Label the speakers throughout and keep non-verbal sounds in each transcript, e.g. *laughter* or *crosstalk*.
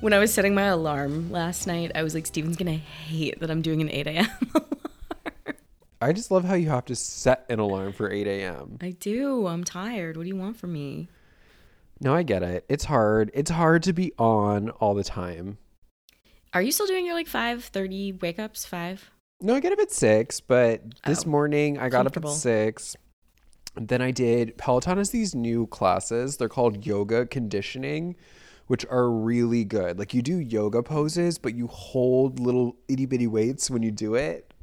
Speaker 1: When I was setting my alarm last night, I was like, Steven's gonna hate that I'm doing an 8 a.m. alarm.
Speaker 2: I just love how you have to set an alarm for 8 a.m.
Speaker 1: *laughs* I do. I'm tired. What do you want from me?
Speaker 2: No, I get it. It's hard. It's hard to be on all the time.
Speaker 1: Are you still doing your like 5:30 wake ups?
Speaker 2: *laughs*
Speaker 1: Five?
Speaker 2: No, I get up at six, but this
Speaker 1: Oh,
Speaker 2: morning I got up at
Speaker 1: comfortable.
Speaker 2: six. Then I did Peloton has these new classes. They're called yoga conditioning, which are really good. Like you do yoga poses, but you hold little itty bitty weights when you do it.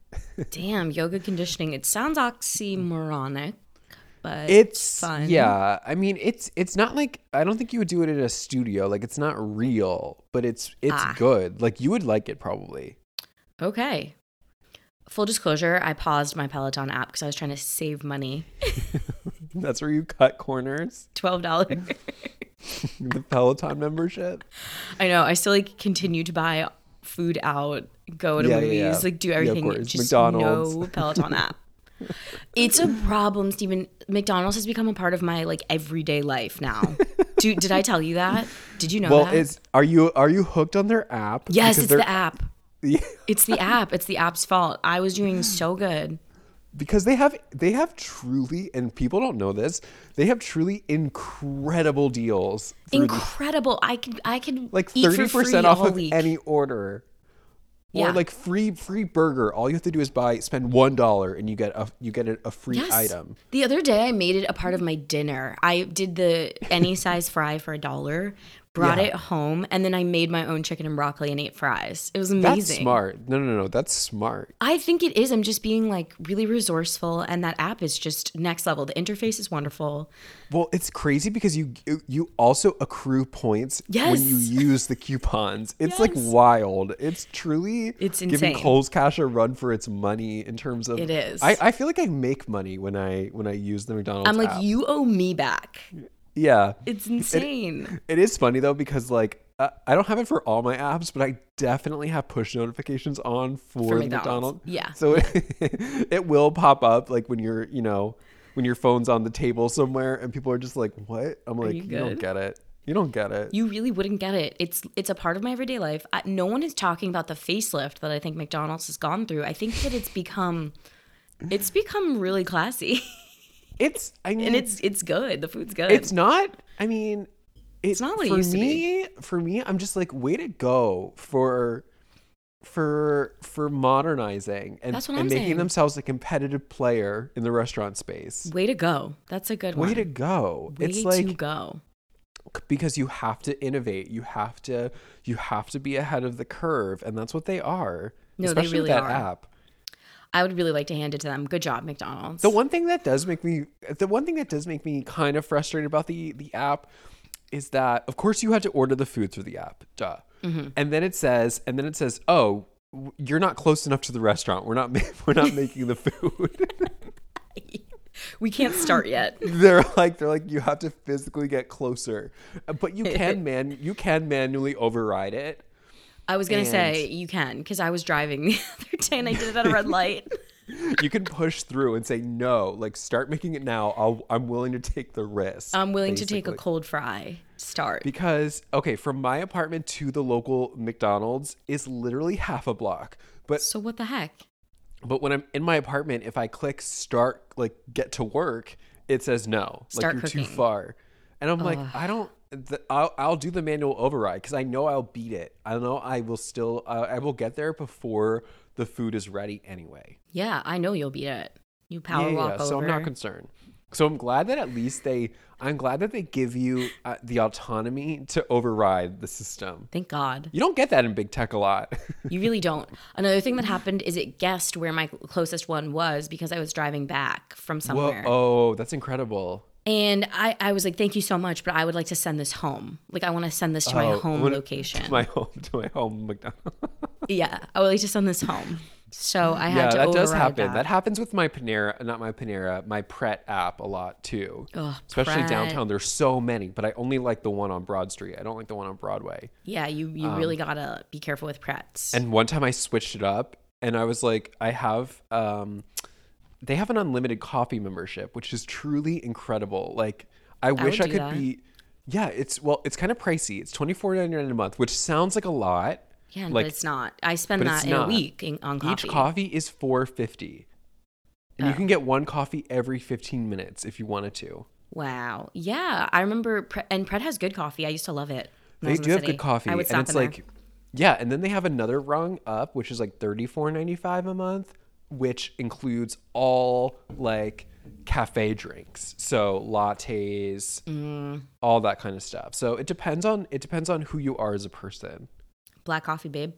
Speaker 1: Damn, yoga conditioning. It sounds oxymoronic, but
Speaker 2: It's
Speaker 1: fun.
Speaker 2: Yeah. I mean it's it's not like I don't think you would do it in a studio. Like it's not real, but it's it's
Speaker 1: Ah.
Speaker 2: good. Like you would like it probably. *laughs*
Speaker 1: okay. Full disclosure, I paused my Peloton app because I was trying to save money. *laughs*
Speaker 2: That's where you cut corners.
Speaker 1: Twelve dollars.
Speaker 2: The Peloton membership.
Speaker 1: I know. I still like continue to buy food out, go to
Speaker 2: Yeah, yeah,
Speaker 1: movies,
Speaker 2: yeah.
Speaker 1: like do
Speaker 2: Yeah, of
Speaker 1: everything.
Speaker 2: course.
Speaker 1: Just
Speaker 2: McDonald's.
Speaker 1: no
Speaker 2: *laughs*
Speaker 1: Peloton app. it's a problem, Stephen. McDonald's has become a part of my like everyday life
Speaker 2: *laughs*
Speaker 1: now. do, did I tell you that? Did you know
Speaker 2: Well,
Speaker 1: that?
Speaker 2: it's are you are you hooked on their app?
Speaker 1: yes,
Speaker 2: Because
Speaker 1: it's
Speaker 2: they're-
Speaker 1: the
Speaker 2: *laughs*
Speaker 1: app. It's the app. It's the app's fault. I was doing so good.
Speaker 2: because they have they have truly and people don't know this they have truly incredible deals through the-
Speaker 1: Incredible. I could I could
Speaker 2: like
Speaker 1: eat for
Speaker 2: thirty
Speaker 1: free
Speaker 2: percent off
Speaker 1: all
Speaker 2: of
Speaker 1: week.
Speaker 2: any order
Speaker 1: Yeah.
Speaker 2: or like free free burger. All you have to do is buy spend one dollar and you get a you get a, a free
Speaker 1: Yes.
Speaker 2: item.
Speaker 1: The other day, I made it a part of my dinner. I did the
Speaker 2: *laughs*
Speaker 1: any size fry for a dollar, brought
Speaker 2: Yeah.
Speaker 1: it home, and then I made my own chicken and broccoli and ate fries. It was amazing.
Speaker 2: That's smart. No, no, no. That's smart.
Speaker 1: I think it is. I'm just being like really resourceful, and that app is just next level. The interface is wonderful.
Speaker 2: Well, it's crazy because you you- you also accrue points
Speaker 1: Yes.
Speaker 2: when you use the coupons. It's like
Speaker 1: Yes.
Speaker 2: wild. It's truly
Speaker 1: It's
Speaker 2: giving
Speaker 1: insane.
Speaker 2: Kohl's Cash a run for its money in terms of
Speaker 1: It is.
Speaker 2: I, I feel like I make money when I when I use the McDonald's.
Speaker 1: I'm like,
Speaker 2: app.
Speaker 1: you owe me back.
Speaker 2: yeah.
Speaker 1: It's insane.
Speaker 2: It is funny though because like I, I don't have it for all my apps, but I definitely have push notifications on for,
Speaker 1: For
Speaker 2: the McDonald's.
Speaker 1: McDonald's. Yeah.
Speaker 2: So *laughs* It, it will pop up like when you're you know when your phone's on the table somewhere and people are just like, "What?" I'm like,
Speaker 1: you
Speaker 2: "You, don't
Speaker 1: good?"
Speaker 2: get it. You don't get it."
Speaker 1: you really wouldn't get it. It's it's a part of my everyday life. I, no one is talking about the facelift that I think McDonald's has gone through. I think that it's become it's become really classy *laughs*
Speaker 2: it's I mean
Speaker 1: and it's it's good. The food's good.
Speaker 2: it's not i mean it's
Speaker 1: not what it
Speaker 2: for
Speaker 1: used to be.
Speaker 2: me for me i'm just like way to go for for for modernizing and,
Speaker 1: That's what
Speaker 2: and
Speaker 1: I'm
Speaker 2: making
Speaker 1: saying.
Speaker 2: themselves a competitive player in the restaurant space
Speaker 1: way to go. That's a good one.
Speaker 2: way to go
Speaker 1: Way
Speaker 2: it's
Speaker 1: to
Speaker 2: like
Speaker 1: go.
Speaker 2: because you have to innovate you have to you have to be ahead of the curve and that's what they are
Speaker 1: No, they
Speaker 2: especially with
Speaker 1: really
Speaker 2: that
Speaker 1: are.
Speaker 2: app
Speaker 1: I would really like to hand it to them. Good job, McDonald's.
Speaker 2: The one thing that does make me the one thing that does make me kind of frustrated about the the app is that of course you had to order the food through the app, duh.
Speaker 1: Mm-hmm.
Speaker 2: And then it says and then it says, "Oh, w- you're not close enough to the restaurant. We're not *laughs* ma- we're not making
Speaker 1: *laughs*
Speaker 2: the food." *laughs*
Speaker 1: we can't start yet.
Speaker 2: they're like they're like you have to physically get closer. Uh, But
Speaker 1: *laughs*
Speaker 2: you can man you can manually override it.
Speaker 1: I was gonna say you can because I was driving *laughs* the other day and I did it at a red
Speaker 2: *laughs*
Speaker 1: light.
Speaker 2: You can push through and say no, like start making it now. I'll, I'm willing to take the risk.
Speaker 1: I'm willing to take a
Speaker 2: basically.
Speaker 1: cold fry. Start.
Speaker 2: Because okay, from my apartment to the local McDonald's is literally half a block. But
Speaker 1: so what the heck?
Speaker 2: but when I'm in my apartment, if I click start like get to work, it says no.
Speaker 1: Start
Speaker 2: like you're too
Speaker 1: cooking.
Speaker 2: far. And I'm like, I don't th- I'll, I'll do the manual override because I know I'll beat it. I know I will still uh, I will get there before the food is ready anyway.
Speaker 1: Yeah, I know you'll beat it. You power walk over.
Speaker 2: So I'm not concerned. So I'm glad that at least they I'm glad that they give you uh, the autonomy to override the system.
Speaker 1: Thank
Speaker 2: *laughs*
Speaker 1: God.
Speaker 2: You don't get that in big tech a lot. *laughs*
Speaker 1: You really don't. Another thing that happened is it guessed where my closest one was because I was driving back from
Speaker 2: Whoa,
Speaker 1: somewhere.
Speaker 2: oh, that's incredible.
Speaker 1: And I, I was like, thank you so much, but I would like to send this home. Like, I want to send this to my
Speaker 2: Oh,
Speaker 1: home
Speaker 2: what-
Speaker 1: location.
Speaker 2: To *laughs* my home, to my home McDonald's.
Speaker 1: yeah, I would like to send this home. So I had
Speaker 2: Yeah,
Speaker 1: to
Speaker 2: that
Speaker 1: override
Speaker 2: does happen. That.
Speaker 1: that.
Speaker 2: happens with my Panera, not my Panera, my Pret app a lot too.
Speaker 1: Ugh,
Speaker 2: Especially
Speaker 1: Pret.
Speaker 2: downtown, there's so many, but I only like the one on Broad Street. I don't like the one on Broadway.
Speaker 1: Yeah, you, you really got to be careful with Pretz.
Speaker 2: Um, And one time I switched it up and I was like, I have um they have an unlimited coffee membership, which is truly incredible. Like I wish
Speaker 1: would
Speaker 2: I
Speaker 1: do
Speaker 2: could
Speaker 1: that.
Speaker 2: be Yeah, it's well, it's kind of pricey. It's twenty four ninety nine a month, which sounds like a lot.
Speaker 1: Yeah,
Speaker 2: Like-
Speaker 1: but it's not. I spend
Speaker 2: but it's
Speaker 1: that in
Speaker 2: not.
Speaker 1: a week in, on coffee.
Speaker 2: Each coffee is four fifty, and you
Speaker 1: Oh.
Speaker 2: can get one coffee every fifteen minutes if you wanted to.
Speaker 1: Wow. Yeah, I remember. Pre- and Pred has good coffee. I used to love it. when I
Speaker 2: They
Speaker 1: was in
Speaker 2: do
Speaker 1: the
Speaker 2: have
Speaker 1: city.
Speaker 2: good coffee,
Speaker 1: I would
Speaker 2: and
Speaker 1: stop
Speaker 2: it's
Speaker 1: in there.
Speaker 2: like, yeah, and then they have another rung up, which is like thirty four ninety five a month, which includes all like cafe drinks, so lattes,
Speaker 1: Mm,
Speaker 2: all that kind of stuff. So it depends on it depends on who you are as a person.
Speaker 1: black coffee, babe.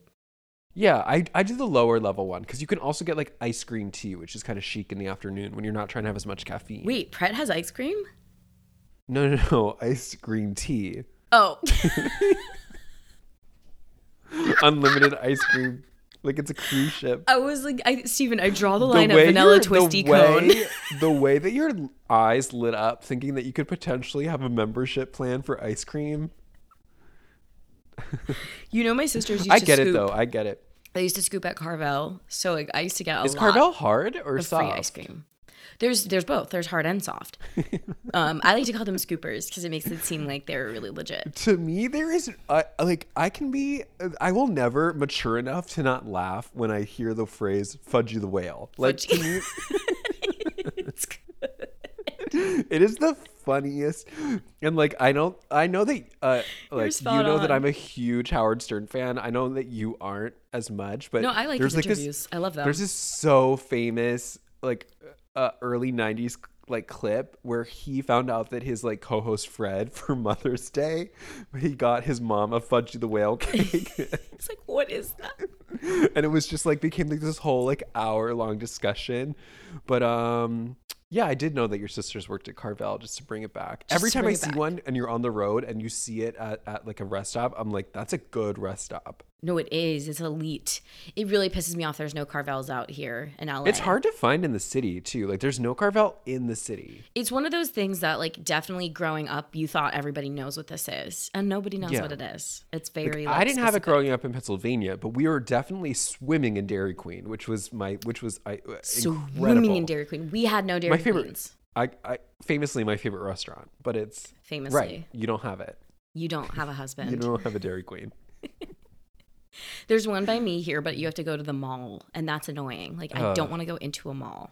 Speaker 2: Yeah, I, I do the lower level one because you can also get like ice cream tea, which is kind of chic in the afternoon when you're not trying to have as much caffeine.
Speaker 1: Wait, Pred has ice cream.
Speaker 2: No, no, no, *laughs* ice cream tea.
Speaker 1: Oh, *laughs*
Speaker 2: Unlimited ice cream. Like it's a cruise ship.
Speaker 1: I was like, I, Steven, I draw the
Speaker 2: The
Speaker 1: line
Speaker 2: way
Speaker 1: at vanilla
Speaker 2: your-
Speaker 1: twisty
Speaker 2: the way,
Speaker 1: cone.
Speaker 2: *laughs* the way that your eyes lit up thinking that you could potentially have a membership plan for ice cream.
Speaker 1: You know, my sisters used
Speaker 2: I
Speaker 1: to
Speaker 2: get
Speaker 1: scoop.
Speaker 2: it though. I get it.
Speaker 1: They used to scoop at Carvel, so like I used to get a
Speaker 2: Is
Speaker 1: lot
Speaker 2: Carvel hard or
Speaker 1: of free
Speaker 2: soft?
Speaker 1: ice cream. There's there's both. There's hard and
Speaker 2: *laughs*
Speaker 1: soft. um, I like to call them scoopers because it makes it seem like they're really legit.
Speaker 2: to me there is uh, like i can be i will never mature enough to not laugh when i hear the phrase fudge you the whale
Speaker 1: *laughs*
Speaker 2: like to me,
Speaker 1: It's good.
Speaker 2: it is the funniest and like i don't i know that
Speaker 1: *laughs*
Speaker 2: uh like you
Speaker 1: spot
Speaker 2: know that
Speaker 1: on.
Speaker 2: i'm a huge howard stern fan i know that you aren't as much but
Speaker 1: No, I like
Speaker 2: there's
Speaker 1: his
Speaker 2: like
Speaker 1: interviews.
Speaker 2: this
Speaker 1: I love them.
Speaker 2: there's this so famous like uh, early 90s like clip where he found out that his like co-host fred *laughs* for mother's day he got his mom a fudge You
Speaker 1: *laughs*
Speaker 2: the whale cake
Speaker 1: It's like, what is that?
Speaker 2: and it was just like became like this whole like hour long discussion. But um yeah, I did know that your sisters worked at Carvel just to bring it back. Every
Speaker 1: to
Speaker 2: time I
Speaker 1: bring it
Speaker 2: see
Speaker 1: back.
Speaker 2: one and you're on the road and you see it at, at like a rest stop, I'm like, that's a good rest stop.
Speaker 1: No, it is. It's elite. It really pisses me off. There's no Carvels out here in LA.
Speaker 2: It's hard to find in the city too. Like there's no Carvel in the city.
Speaker 1: It's one of those things that, like, definitely growing up, you thought everybody knows what this is, and nobody knows
Speaker 2: Yeah.
Speaker 1: what it is. It's very.
Speaker 2: I didn't have it
Speaker 1: specific.
Speaker 2: growing up in Pennsylvania, but we were definitely swimming in Dairy Queen, which was my which was I uh,
Speaker 1: Swimming in
Speaker 2: incredible.
Speaker 1: Dairy Queen. We had no Dairy
Speaker 2: My favorite-
Speaker 1: Queens.
Speaker 2: I, I famously my favorite restaurant, but it's
Speaker 1: Famously,
Speaker 2: right. You don't have it.
Speaker 1: you don't have a husband.
Speaker 2: You don't have a Dairy Queen.
Speaker 1: There's one by me here, but you have to go to the mall, and that's annoying. Like, I
Speaker 2: Ugh.
Speaker 1: don't want to go into a mall.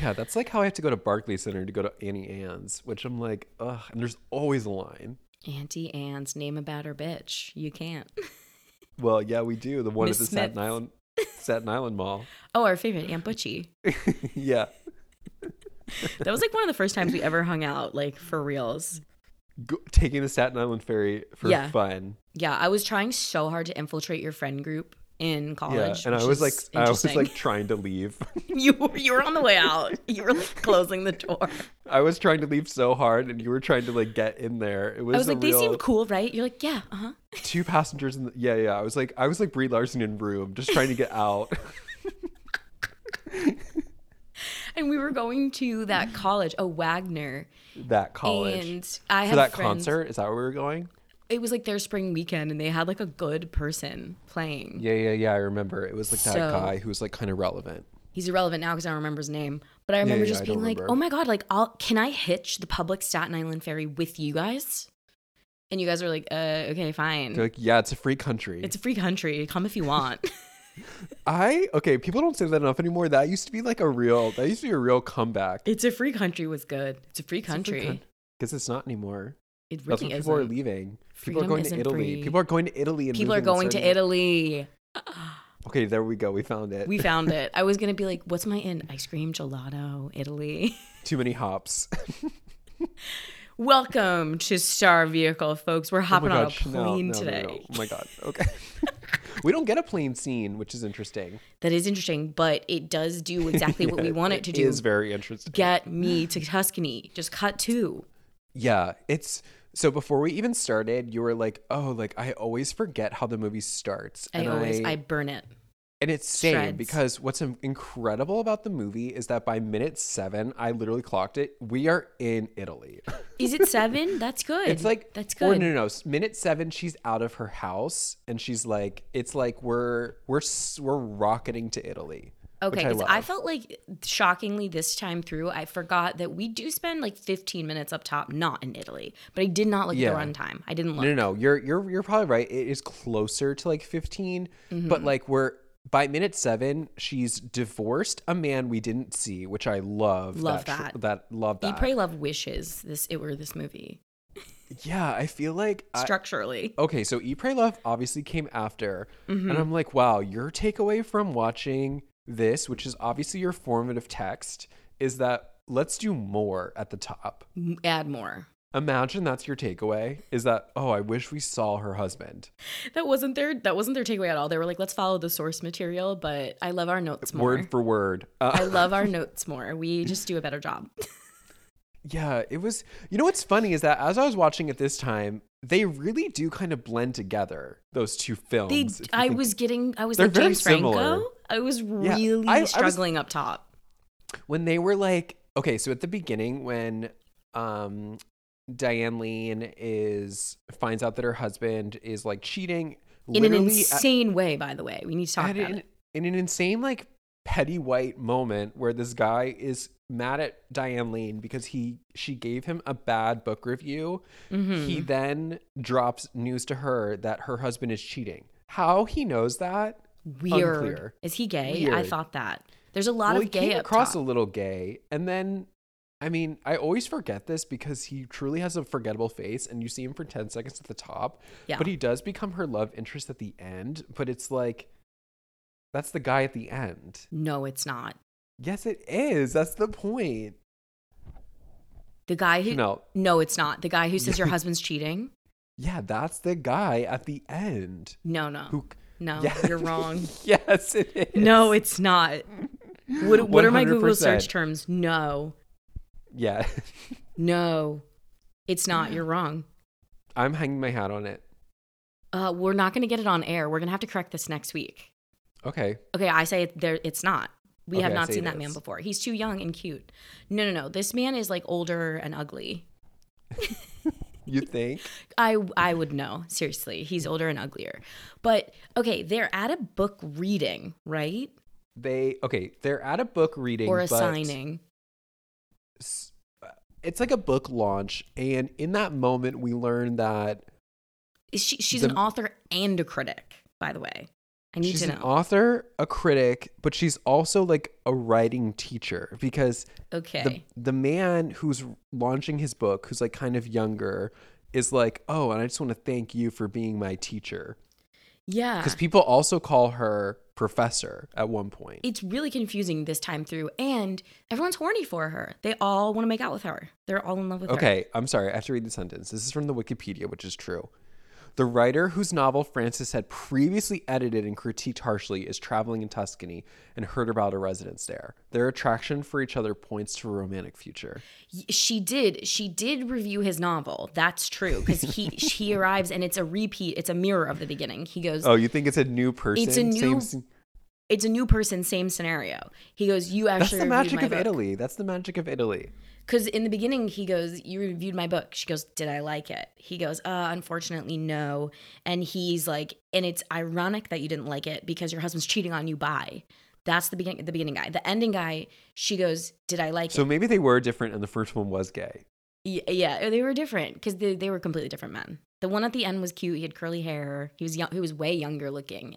Speaker 2: Yeah, that's like how I have to go to Barclay Center to go to Annie Ann's, which I'm like, ugh, and there's always a line.
Speaker 1: Auntie Anne's name a batter bitch. You can't. *laughs*
Speaker 2: Well, yeah, we do. The one
Speaker 1: Miss
Speaker 2: at the Staten
Speaker 1: Smith's. *laughs*
Speaker 2: Island Staten Island Mall. *laughs*
Speaker 1: Oh, our favorite Aunt Butchie.
Speaker 2: yeah.
Speaker 1: That was like one of the first times we ever hung out, like for reals.
Speaker 2: Go, taking the Staten Island ferry for
Speaker 1: Yeah.
Speaker 2: fun.
Speaker 1: Yeah, I was trying so hard to infiltrate your friend group in college.
Speaker 2: yeah. And I
Speaker 1: which
Speaker 2: was
Speaker 1: is
Speaker 2: like I was
Speaker 1: interesting.
Speaker 2: like trying to leave.
Speaker 1: *laughs* you were, you were on the way out. You were like closing the
Speaker 2: *laughs*
Speaker 1: door.
Speaker 2: I was trying to leave so hard and you were trying to like get in there. It was,
Speaker 1: I was
Speaker 2: a
Speaker 1: like,
Speaker 2: real
Speaker 1: they seem cool, right? You're like, yeah, uh huh.
Speaker 2: *laughs* two passengers in the Yeah, yeah. I was like I was like Brie Larson in room, just trying to
Speaker 1: *laughs*
Speaker 2: get out. *laughs*
Speaker 1: And we were going to that college, oh Wagner,
Speaker 2: that college.
Speaker 1: and I
Speaker 2: for
Speaker 1: had
Speaker 2: that
Speaker 1: friends.
Speaker 2: concert, is that where we were going?
Speaker 1: It was like their spring weekend, and they had like a good person playing.
Speaker 2: Yeah, yeah, yeah. I remember. It was like that
Speaker 1: So- Mm.
Speaker 2: guy who was like kind of relevant.
Speaker 1: He's irrelevant now because I don't remember his name. But I remember
Speaker 2: yeah,
Speaker 1: just
Speaker 2: I
Speaker 1: being
Speaker 2: don't
Speaker 1: like,
Speaker 2: remember.
Speaker 1: oh my God, like, I'll, can I hitch the public Staten Island ferry with you guys? And you guys were like, uh, okay, fine.
Speaker 2: They're like, yeah, it's a free country.
Speaker 1: It's a free country. Come if you
Speaker 2: *laughs*
Speaker 1: want.
Speaker 2: I okay. People don't say that enough anymore. That used to be like a real. That used to be a real comeback.
Speaker 1: it's a free country was good. It's a free country.
Speaker 2: Because it's not anymore.
Speaker 1: it
Speaker 2: That's
Speaker 1: really
Speaker 2: when
Speaker 1: is.
Speaker 2: people are leaving. People are
Speaker 1: Freedom
Speaker 2: going to
Speaker 1: isn't
Speaker 2: Italy.
Speaker 1: free.
Speaker 2: People are going to Italy. And
Speaker 1: People are
Speaker 2: moving and
Speaker 1: going to
Speaker 2: starting-
Speaker 1: Italy.
Speaker 2: Okay, there we go. We found it.
Speaker 1: We
Speaker 2: *laughs*
Speaker 1: found it. I was gonna be like, what's my in? Ice cream, gelato, Italy.
Speaker 2: Too many hops. *laughs* Oh
Speaker 1: Welcome to Star Vehicle, folks. We're
Speaker 2: oh my
Speaker 1: hopping on a
Speaker 2: gosh, no,
Speaker 1: plane
Speaker 2: no, no,
Speaker 1: today.
Speaker 2: no. Oh my god. Okay. *laughs* we don't get a plane scene, which
Speaker 1: *laughs*
Speaker 2: is interesting.
Speaker 1: That is interesting, but it does
Speaker 2: *laughs*
Speaker 1: do exactly what we want it to do.
Speaker 2: is very interesting.
Speaker 1: get me to Tuscany. Just cut two.
Speaker 2: Yeah, it's so before we even started, you were like, "Oh, like I always forget how the movie starts."
Speaker 1: I always I burn it.
Speaker 2: and it's same
Speaker 1: shreds.
Speaker 2: because what's in- incredible about the movie is that by minute 7, I literally clocked it. We are in Italy.
Speaker 1: Is it seven? That's good.
Speaker 2: It's like
Speaker 1: that's
Speaker 2: or
Speaker 1: good.
Speaker 2: no, no, no. Minute 7, she's out of her house and she's like it's like we're we're s- we're rocketing to Italy.
Speaker 1: Okay,
Speaker 2: I
Speaker 1: because I,
Speaker 2: love.
Speaker 1: felt like shockingly this time through, I forgot that we do spend like 15 minutes up top, not in Italy, but I did not look
Speaker 2: Yeah.
Speaker 1: at the runtime. I didn't look.
Speaker 2: No, no, no. You're you're you're probably right. It is closer to like 15, but
Speaker 1: Mm-hmm.
Speaker 2: like we're by minute 7, she's divorced a man we didn't see, which I love.
Speaker 1: Love
Speaker 2: that. tr-
Speaker 1: that.
Speaker 2: that love
Speaker 1: The
Speaker 2: that.
Speaker 1: Pray Love wishes this it were this movie
Speaker 2: yeah, I feel like I-
Speaker 1: structurally.
Speaker 2: Okay, so Eat Pray Love obviously came after,
Speaker 1: Mm-hmm.
Speaker 2: and I'm like, wow, your takeaway from watching this, which is obviously your formative text, is that let's do more at the top.
Speaker 1: M- Add more.
Speaker 2: Imagine that's your takeaway is that oh, I wish we saw her husband.
Speaker 1: That wasn't their that wasn't their takeaway at all. They were like, let's follow the source material, but I love our notes more.
Speaker 2: Word for word.
Speaker 1: I
Speaker 2: Uh,
Speaker 1: love our notes more. We just do a better
Speaker 2: *laughs*
Speaker 1: job.
Speaker 2: yeah, it was. You know what's funny is that as I was watching it this time, they really do kind of blend together those two films.
Speaker 1: They,
Speaker 2: if you
Speaker 1: I
Speaker 2: think-
Speaker 1: was getting I was
Speaker 2: They're
Speaker 1: like
Speaker 2: very
Speaker 1: James
Speaker 2: similar.
Speaker 1: Franco. I was really
Speaker 2: I- I was-
Speaker 1: struggling up top.
Speaker 2: when they were like okay so at the beginning when um diane lean is finds out that her husband is like cheating
Speaker 1: In an
Speaker 2: literally uh, at-
Speaker 1: insane way, by the way. We need to talk
Speaker 2: at
Speaker 1: about
Speaker 2: an-
Speaker 1: it.
Speaker 2: in an insane like petty white moment where this guy is mad at diane lean because he she gave him a bad book review
Speaker 1: Mm-hmm.
Speaker 2: he
Speaker 1: Hmm.
Speaker 2: then drops news to her that her husband is cheating how he knows that
Speaker 1: Weird.
Speaker 2: Unclear.
Speaker 1: Is he gay? I
Speaker 2: Weird.
Speaker 1: thought that. There's a lot of
Speaker 2: well, he
Speaker 1: gay
Speaker 2: came
Speaker 1: up
Speaker 2: across
Speaker 1: top.
Speaker 2: a little gay, and then, I mean, I always forget this because he truly has a forgettable face, and you see him for ten seconds at the top.
Speaker 1: Yeah.
Speaker 2: But he does become her love interest at the end. But it's like, that's the guy at the end.
Speaker 1: no, it's not.
Speaker 2: Yes, it is. That's the point.
Speaker 1: The guy who
Speaker 2: No.
Speaker 1: no, it's not. The guy who says
Speaker 2: *laughs*
Speaker 1: your husband's cheating.
Speaker 2: Yeah, that's the guy at the end.
Speaker 1: No, no.
Speaker 2: Who?
Speaker 1: no,
Speaker 2: *laughs* Yeah.
Speaker 1: Oh, you're wrong.
Speaker 2: yes, it is.
Speaker 1: No, it's not. What, what are my Google
Speaker 2: 100%.
Speaker 1: search terms? No,
Speaker 2: Yeah, *laughs*
Speaker 1: no, it's not. You're wrong.
Speaker 2: I'm hanging my hat on it.
Speaker 1: Uh, we're not going to get it on air. We're going to have to correct this next week.
Speaker 2: Okay.
Speaker 1: Okay, I say it, there. It's not. We have
Speaker 2: Okay, I
Speaker 1: not
Speaker 2: say
Speaker 1: seen
Speaker 2: it
Speaker 1: that man
Speaker 2: is.
Speaker 1: before. He's too young and cute. No, no, no. This man is like older and ugly. *laughs*
Speaker 2: You think?
Speaker 1: I I would know. Seriously, he's older and uglier. But okay, they're at a book reading, right?
Speaker 2: They okay, they're at a book reading
Speaker 1: Or a
Speaker 2: but-
Speaker 1: signing.
Speaker 2: s- uh, it's like a book launch and in that moment we learn that
Speaker 1: Is she, she's
Speaker 2: the-
Speaker 1: an author and a critic, by the way. I need
Speaker 2: she's
Speaker 1: to
Speaker 2: an
Speaker 1: know.
Speaker 2: author a critic but she's also like a writing teacher because
Speaker 1: okay.
Speaker 2: the, the man who's launching his book who's like kind of younger is like oh and i just want to thank you for being my teacher
Speaker 1: yeah.
Speaker 2: because people also call her professor at one point
Speaker 1: It's really confusing this time through, and everyone's horny for her. They all want to make out with her. They're all in love with her.
Speaker 2: Okay, I'm sorry. I have to read the sentence. This is from the Wikipedia, which is true. The writer whose novel Francis had previously edited and critiqued harshly is traveling in Tuscany and heard about a residence there. Their attraction for each other points to a romantic future.
Speaker 1: Y- She did. She did review his novel. That's true because he *laughs* he arrives and it's a repeat. It's a mirror of the beginning. He goes,
Speaker 2: Oh, you think it's a new person?
Speaker 1: It's a new-
Speaker 2: scene-
Speaker 1: "It's a new person, same scenario." He goes, "You
Speaker 2: That's
Speaker 1: actually
Speaker 2: the
Speaker 1: reviewed
Speaker 2: magic
Speaker 1: my
Speaker 2: of
Speaker 1: book.
Speaker 2: Italy. That's the magic of Italy.
Speaker 1: Because in the beginning, he goes, You reviewed my book. She goes, Did I like it? He goes, uh, Unfortunately, no. And he's like, And it's ironic that you didn't like it because your husband's cheating on you by. That's the beginning, the beginning guy. The ending guy, she goes, Did I like
Speaker 2: So
Speaker 1: it?
Speaker 2: maybe they were different, and the first one was gay.
Speaker 1: Y- yeah, they were different because they, they were completely different men. The one at the end was cute. He had curly hair. He was young, he was way younger looking.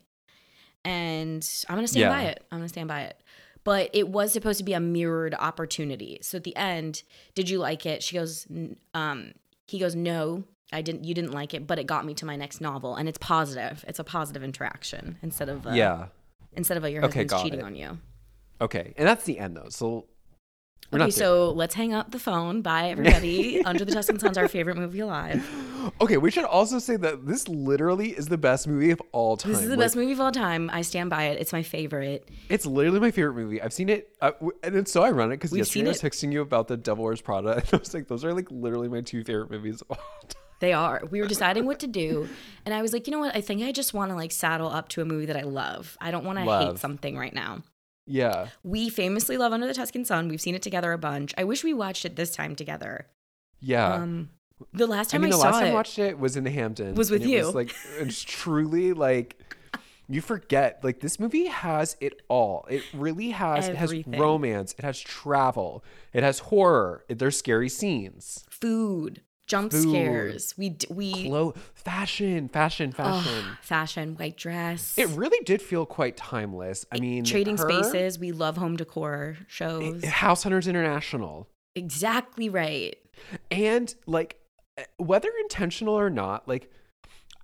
Speaker 1: And I'm going to stand by
Speaker 2: Yeah.
Speaker 1: it. I'm going to stand by it. But it was supposed to be a mirrored opportunity. So at the end, did you like it? She goes, "N- um, he goes, no, I didn't. You didn't like it, but it got me to my next novel, and it's positive. It's a positive interaction instead of uh
Speaker 2: yeah.
Speaker 1: instead of a, your
Speaker 2: Okay,
Speaker 1: husband's
Speaker 2: got
Speaker 1: cheating
Speaker 2: it.
Speaker 1: on you.
Speaker 2: Okay, and that's the end though. So *gasps*
Speaker 1: Okay,
Speaker 2: we're not there
Speaker 1: so let's hang up the phone. Bye,
Speaker 2: *laughs*
Speaker 1: everybody. Under the Tuscan Sun's our favorite movie alive.
Speaker 2: Okay, we should also say that this literally is the best movie of all time.
Speaker 1: This is the
Speaker 2: Like,
Speaker 1: best movie of all time. I stand by it. It's my favorite.
Speaker 2: It's literally my favorite movie. I've seen it, uh, w- and it's so ironic because
Speaker 1: We've
Speaker 2: yesterday I
Speaker 1: seen
Speaker 2: was texting you about the Devil Wears Prada, *laughs* and I was like, "Those are like literally my two favorite movies of all *laughs* time."
Speaker 1: They are. We were deciding what to
Speaker 2: *laughs*
Speaker 1: do, and I was like, you know what? I think I just want to like saddle up to a movie that I love. I don't want to hate
Speaker 2: Love.
Speaker 1: something right now.
Speaker 2: Yeah,
Speaker 1: We famously love Under the Tuscan Sun. We've seen it together a bunch. I wish we watched it this time together.
Speaker 2: yeah.
Speaker 1: Um, the last
Speaker 2: I
Speaker 1: time I,
Speaker 2: mean, the
Speaker 1: saw
Speaker 2: last time
Speaker 1: it,
Speaker 2: I watched it was in the Hamptons.
Speaker 1: Was with
Speaker 2: and it
Speaker 1: you.
Speaker 2: Was, like it's truly like you forget like this movie has it all. It really has. It
Speaker 1: Everything.
Speaker 2: has romance. It has travel. It has horror. It, there's scary scenes.
Speaker 1: Food, jump
Speaker 2: Food.
Speaker 1: scares. We d- we
Speaker 2: Clo- fashion, fashion, fashion.
Speaker 1: ugh, fashion, white dress.
Speaker 2: It really did feel quite timeless. I mean,
Speaker 1: trading
Speaker 2: her-
Speaker 1: spaces. We love home decor shows.
Speaker 2: Eh, House Hunters International.
Speaker 1: exactly right.
Speaker 2: And like eh, whether intentional or not, like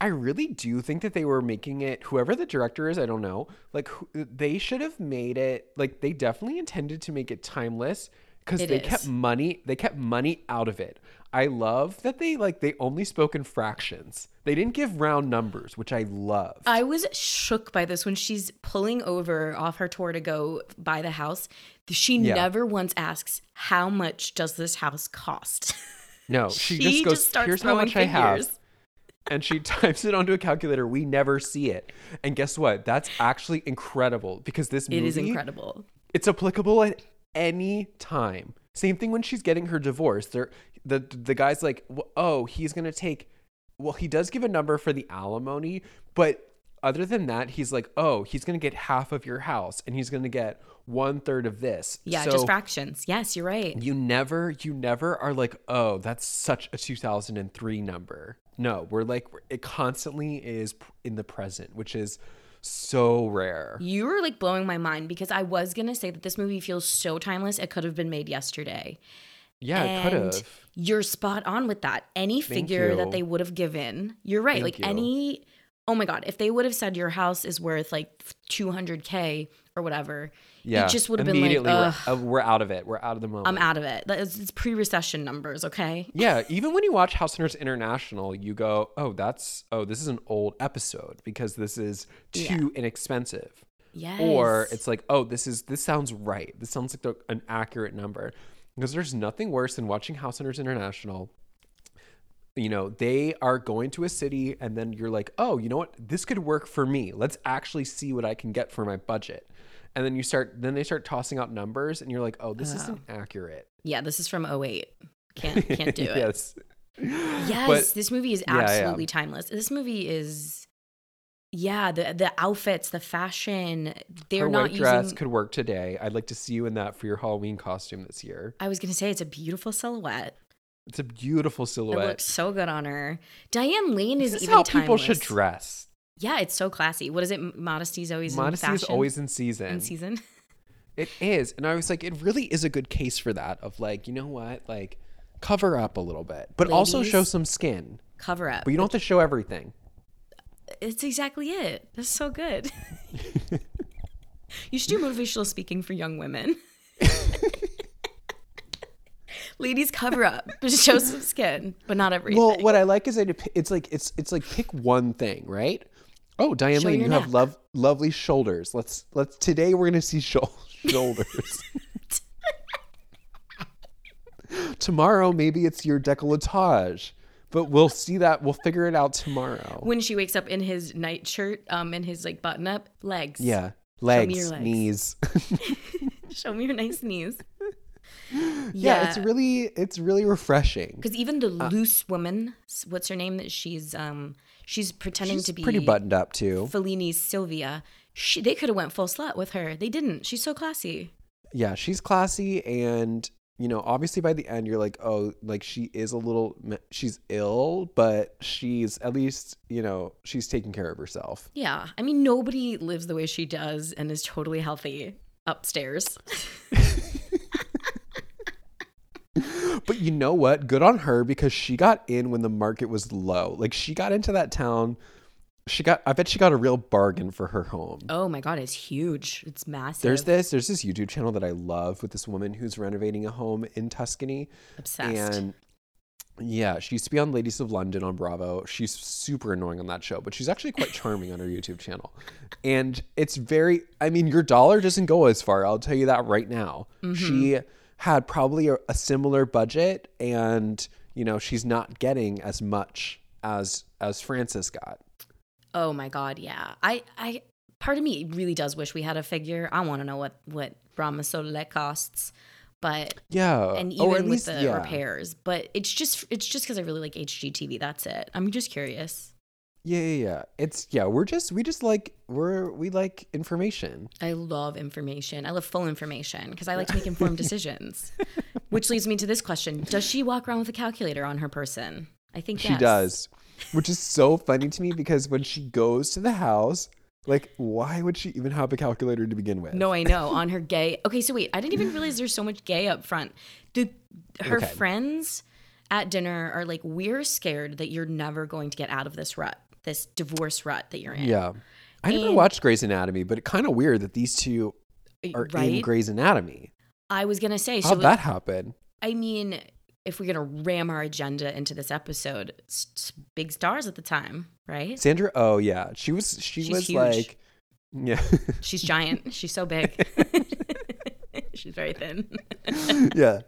Speaker 2: I really do think that they were making it whoever the director is, I don't know. Like who, they should have made it like they definitely intended to make it timeless cuz
Speaker 1: It
Speaker 2: they
Speaker 1: is.
Speaker 2: kept money they kept money out of it. I love that they like they only spoke in fractions. They didn't give round numbers, which I love.
Speaker 1: I was shook by this when she's pulling over off her tour to go buy the house. She
Speaker 2: Yeah.
Speaker 1: never once asks how much does this house cost. *laughs*
Speaker 2: no, she,
Speaker 1: she
Speaker 2: just goes
Speaker 1: just starts
Speaker 2: here's how
Speaker 1: throwing
Speaker 2: much I have.
Speaker 1: figures.
Speaker 2: and she *laughs* types it onto a calculator. We never see it. And guess what? That's actually incredible because this
Speaker 1: It
Speaker 2: movie
Speaker 1: is incredible.
Speaker 2: It's applicable at any time. Same thing when she's getting her divorce. There, the the guy's like, "Well, oh, he's gonna take. Well, he does give a number for the alimony, but other than that, he's like, oh, he's gonna get half of your house, and he's gonna get one third of this.
Speaker 1: Yeah,
Speaker 2: So-
Speaker 1: just fractions. Yes, you're right.
Speaker 2: you never you never are like oh that's such a 2003 number no we're like it constantly is p- in the present which is so rare
Speaker 1: You were like blowing my mind because I was gonna say that this movie feels so timeless. It could have been made yesterday.
Speaker 2: yeah it could
Speaker 1: And
Speaker 2: have
Speaker 1: You're spot on with that. Any figure that
Speaker 2: you.
Speaker 1: they would have given, you're right. like
Speaker 2: Thank you.
Speaker 1: any, oh my god, if they would have said your house is worth like 200k or whatever,
Speaker 2: yeah
Speaker 1: it just would have been like,
Speaker 2: immediately we're-
Speaker 1: "Ugh,
Speaker 2: uh, we're, out of it we're out of the moment
Speaker 1: I'm out of it. That is, it's pre-recession numbers, okay?
Speaker 2: yeah even when you watch house hunters international you go oh that's oh this is an old episode because this is too inexpensive
Speaker 1: Yes.
Speaker 2: or it's like oh this is this sounds right this sounds like the, an accurate number because there's nothing worse than watching house hunters international you know they are going to a city and then you're like oh you know what this could work for me let's actually see what i can get for my budget and then you start then they start tossing out numbers and you're like oh this isn't accurate
Speaker 1: yeah, this is from 08. Can't can't
Speaker 2: *laughs*
Speaker 1: do it.
Speaker 2: yes
Speaker 1: Yes,
Speaker 2: But-
Speaker 1: this movie is
Speaker 2: Yeah, yeah.
Speaker 1: absolutely timeless. This movie is yeah, the the outfits, the fashion, they're
Speaker 2: her
Speaker 1: not
Speaker 2: white dress
Speaker 1: using
Speaker 2: could work today i'd like to see you in that for your halloween costume this year
Speaker 1: I was going to say it's a beautiful silhouette.
Speaker 2: it's a beautiful
Speaker 1: It
Speaker 2: silhouette
Speaker 1: looks so good on her. Diane Lane is
Speaker 2: this is
Speaker 1: even
Speaker 2: how people should
Speaker 1: timeless.
Speaker 2: dress
Speaker 1: Yeah, it's so classy. What is it? Modesty's always
Speaker 2: modesty
Speaker 1: in
Speaker 2: is
Speaker 1: fashion. *laughs*
Speaker 2: always in season.
Speaker 1: in season.
Speaker 2: It is, and I was like, it really is a good case for that. Of like, you know what, like cover up a little bit, but also
Speaker 1: Ladies.
Speaker 2: show some skin.
Speaker 1: Cover up.
Speaker 2: But you don't have to show everything.
Speaker 1: It's exactly it. That's so
Speaker 2: *laughs*
Speaker 1: good. you should do motivational speaking for young
Speaker 2: *laughs*
Speaker 1: women. Ladies, cover up, but show some skin, but not everything.
Speaker 2: Well, what I like is that it, it's like it's it's like pick one thing, right? Oh, Diane
Speaker 1: Show
Speaker 2: Lane,
Speaker 1: your
Speaker 2: you have
Speaker 1: neck.
Speaker 2: love lovely shoulders. Let's let's today we're gonna see *laughs* shou-
Speaker 1: *laughs*
Speaker 2: shoulders. tomorrow maybe it's your decolletage, but we'll see that. We'll figure it out tomorrow.
Speaker 1: when she wakes up in his nightshirt, um, in his like button up, legs.
Speaker 2: yeah,
Speaker 1: me your
Speaker 2: legs,
Speaker 1: legs.
Speaker 2: knees.
Speaker 1: Show me your nice knees. Yeah,
Speaker 2: *laughs* yeah. it's really it's really refreshing
Speaker 1: because even the
Speaker 2: Uh,
Speaker 1: loose woman, s- what's her name? That she's um, she's pretending
Speaker 2: she's
Speaker 1: to be
Speaker 2: pretty buttoned up too
Speaker 1: Fellini's Sylvia. She, they could have went full slut with her. They didn't. She's so classy.
Speaker 2: yeah she's classy and you know obviously by the end you're like oh like she is a little me- she's ill but she's at least you know she's taking care
Speaker 1: *clears throat*
Speaker 2: of herself
Speaker 1: Yeah. I mean, nobody lives the way she does and is totally healthy upstairs.
Speaker 2: but you know what good on her because she got in when the market was low like she got into that town she got i bet she got a real bargain for her home
Speaker 1: oh my God, it's huge. It's massive.
Speaker 2: there's this there's this youtube channel that i love with this woman who's renovating a home in tuscany
Speaker 1: Obsessed.
Speaker 2: And yeah, she used to be on Ladies of London on Bravo. She's super annoying on that show, but she's actually quite charming on her YouTube channel. And it's very, I mean, your dollar doesn't go as far. I'll tell you that right now.
Speaker 1: Mm-hmm.
Speaker 2: She had probably a, a similar budget, and, you know, she's not getting as much as as Francis got.
Speaker 1: oh my God. Yeah. I, I, part of me really does wish we had a figure. I want to know what, what Brahma Soda costs, but,
Speaker 2: Yeah.
Speaker 1: and even
Speaker 2: or oh, at
Speaker 1: with
Speaker 2: least,
Speaker 1: the
Speaker 2: yeah.
Speaker 1: repairs, but it's just, it's just because I really like HGTV. That's it. I'm just curious.
Speaker 2: Yeah, yeah, yeah. It's yeah. We're just we just like we're we like information.
Speaker 1: I love information. I love full information because I like to make
Speaker 2: *laughs*
Speaker 1: informed decisions. Which leads me to this question: Does she walk around with a calculator on her person? I think
Speaker 2: She
Speaker 1: yes.
Speaker 2: does, which is so funny to me because when she goes to the house, like, why would she even have a calculator to begin with?
Speaker 1: No, I know. On her gay. Okay, so wait, I didn't even realize there's so much gay up front. The her
Speaker 2: Okay.
Speaker 1: friends at dinner are like, we're scared that you're never going to get out of this rut, this divorce rut that you're in.
Speaker 2: Yeah. I never
Speaker 1: And-
Speaker 2: watched Grey's Anatomy, but it kind of weird that these two are in
Speaker 1: right?
Speaker 2: Grey's Anatomy.
Speaker 1: I was gonna say.
Speaker 2: How'd
Speaker 1: so
Speaker 2: that happen?
Speaker 1: I mean, if we're gonna ram our agenda into this episode, s- s- big stars at the time, right?
Speaker 2: Sandra Oh, yeah. She was she
Speaker 1: She's
Speaker 2: was
Speaker 1: huge.
Speaker 2: like Yeah. *laughs*
Speaker 1: She's giant. She's so big. *laughs* She's very thin.
Speaker 2: yeah.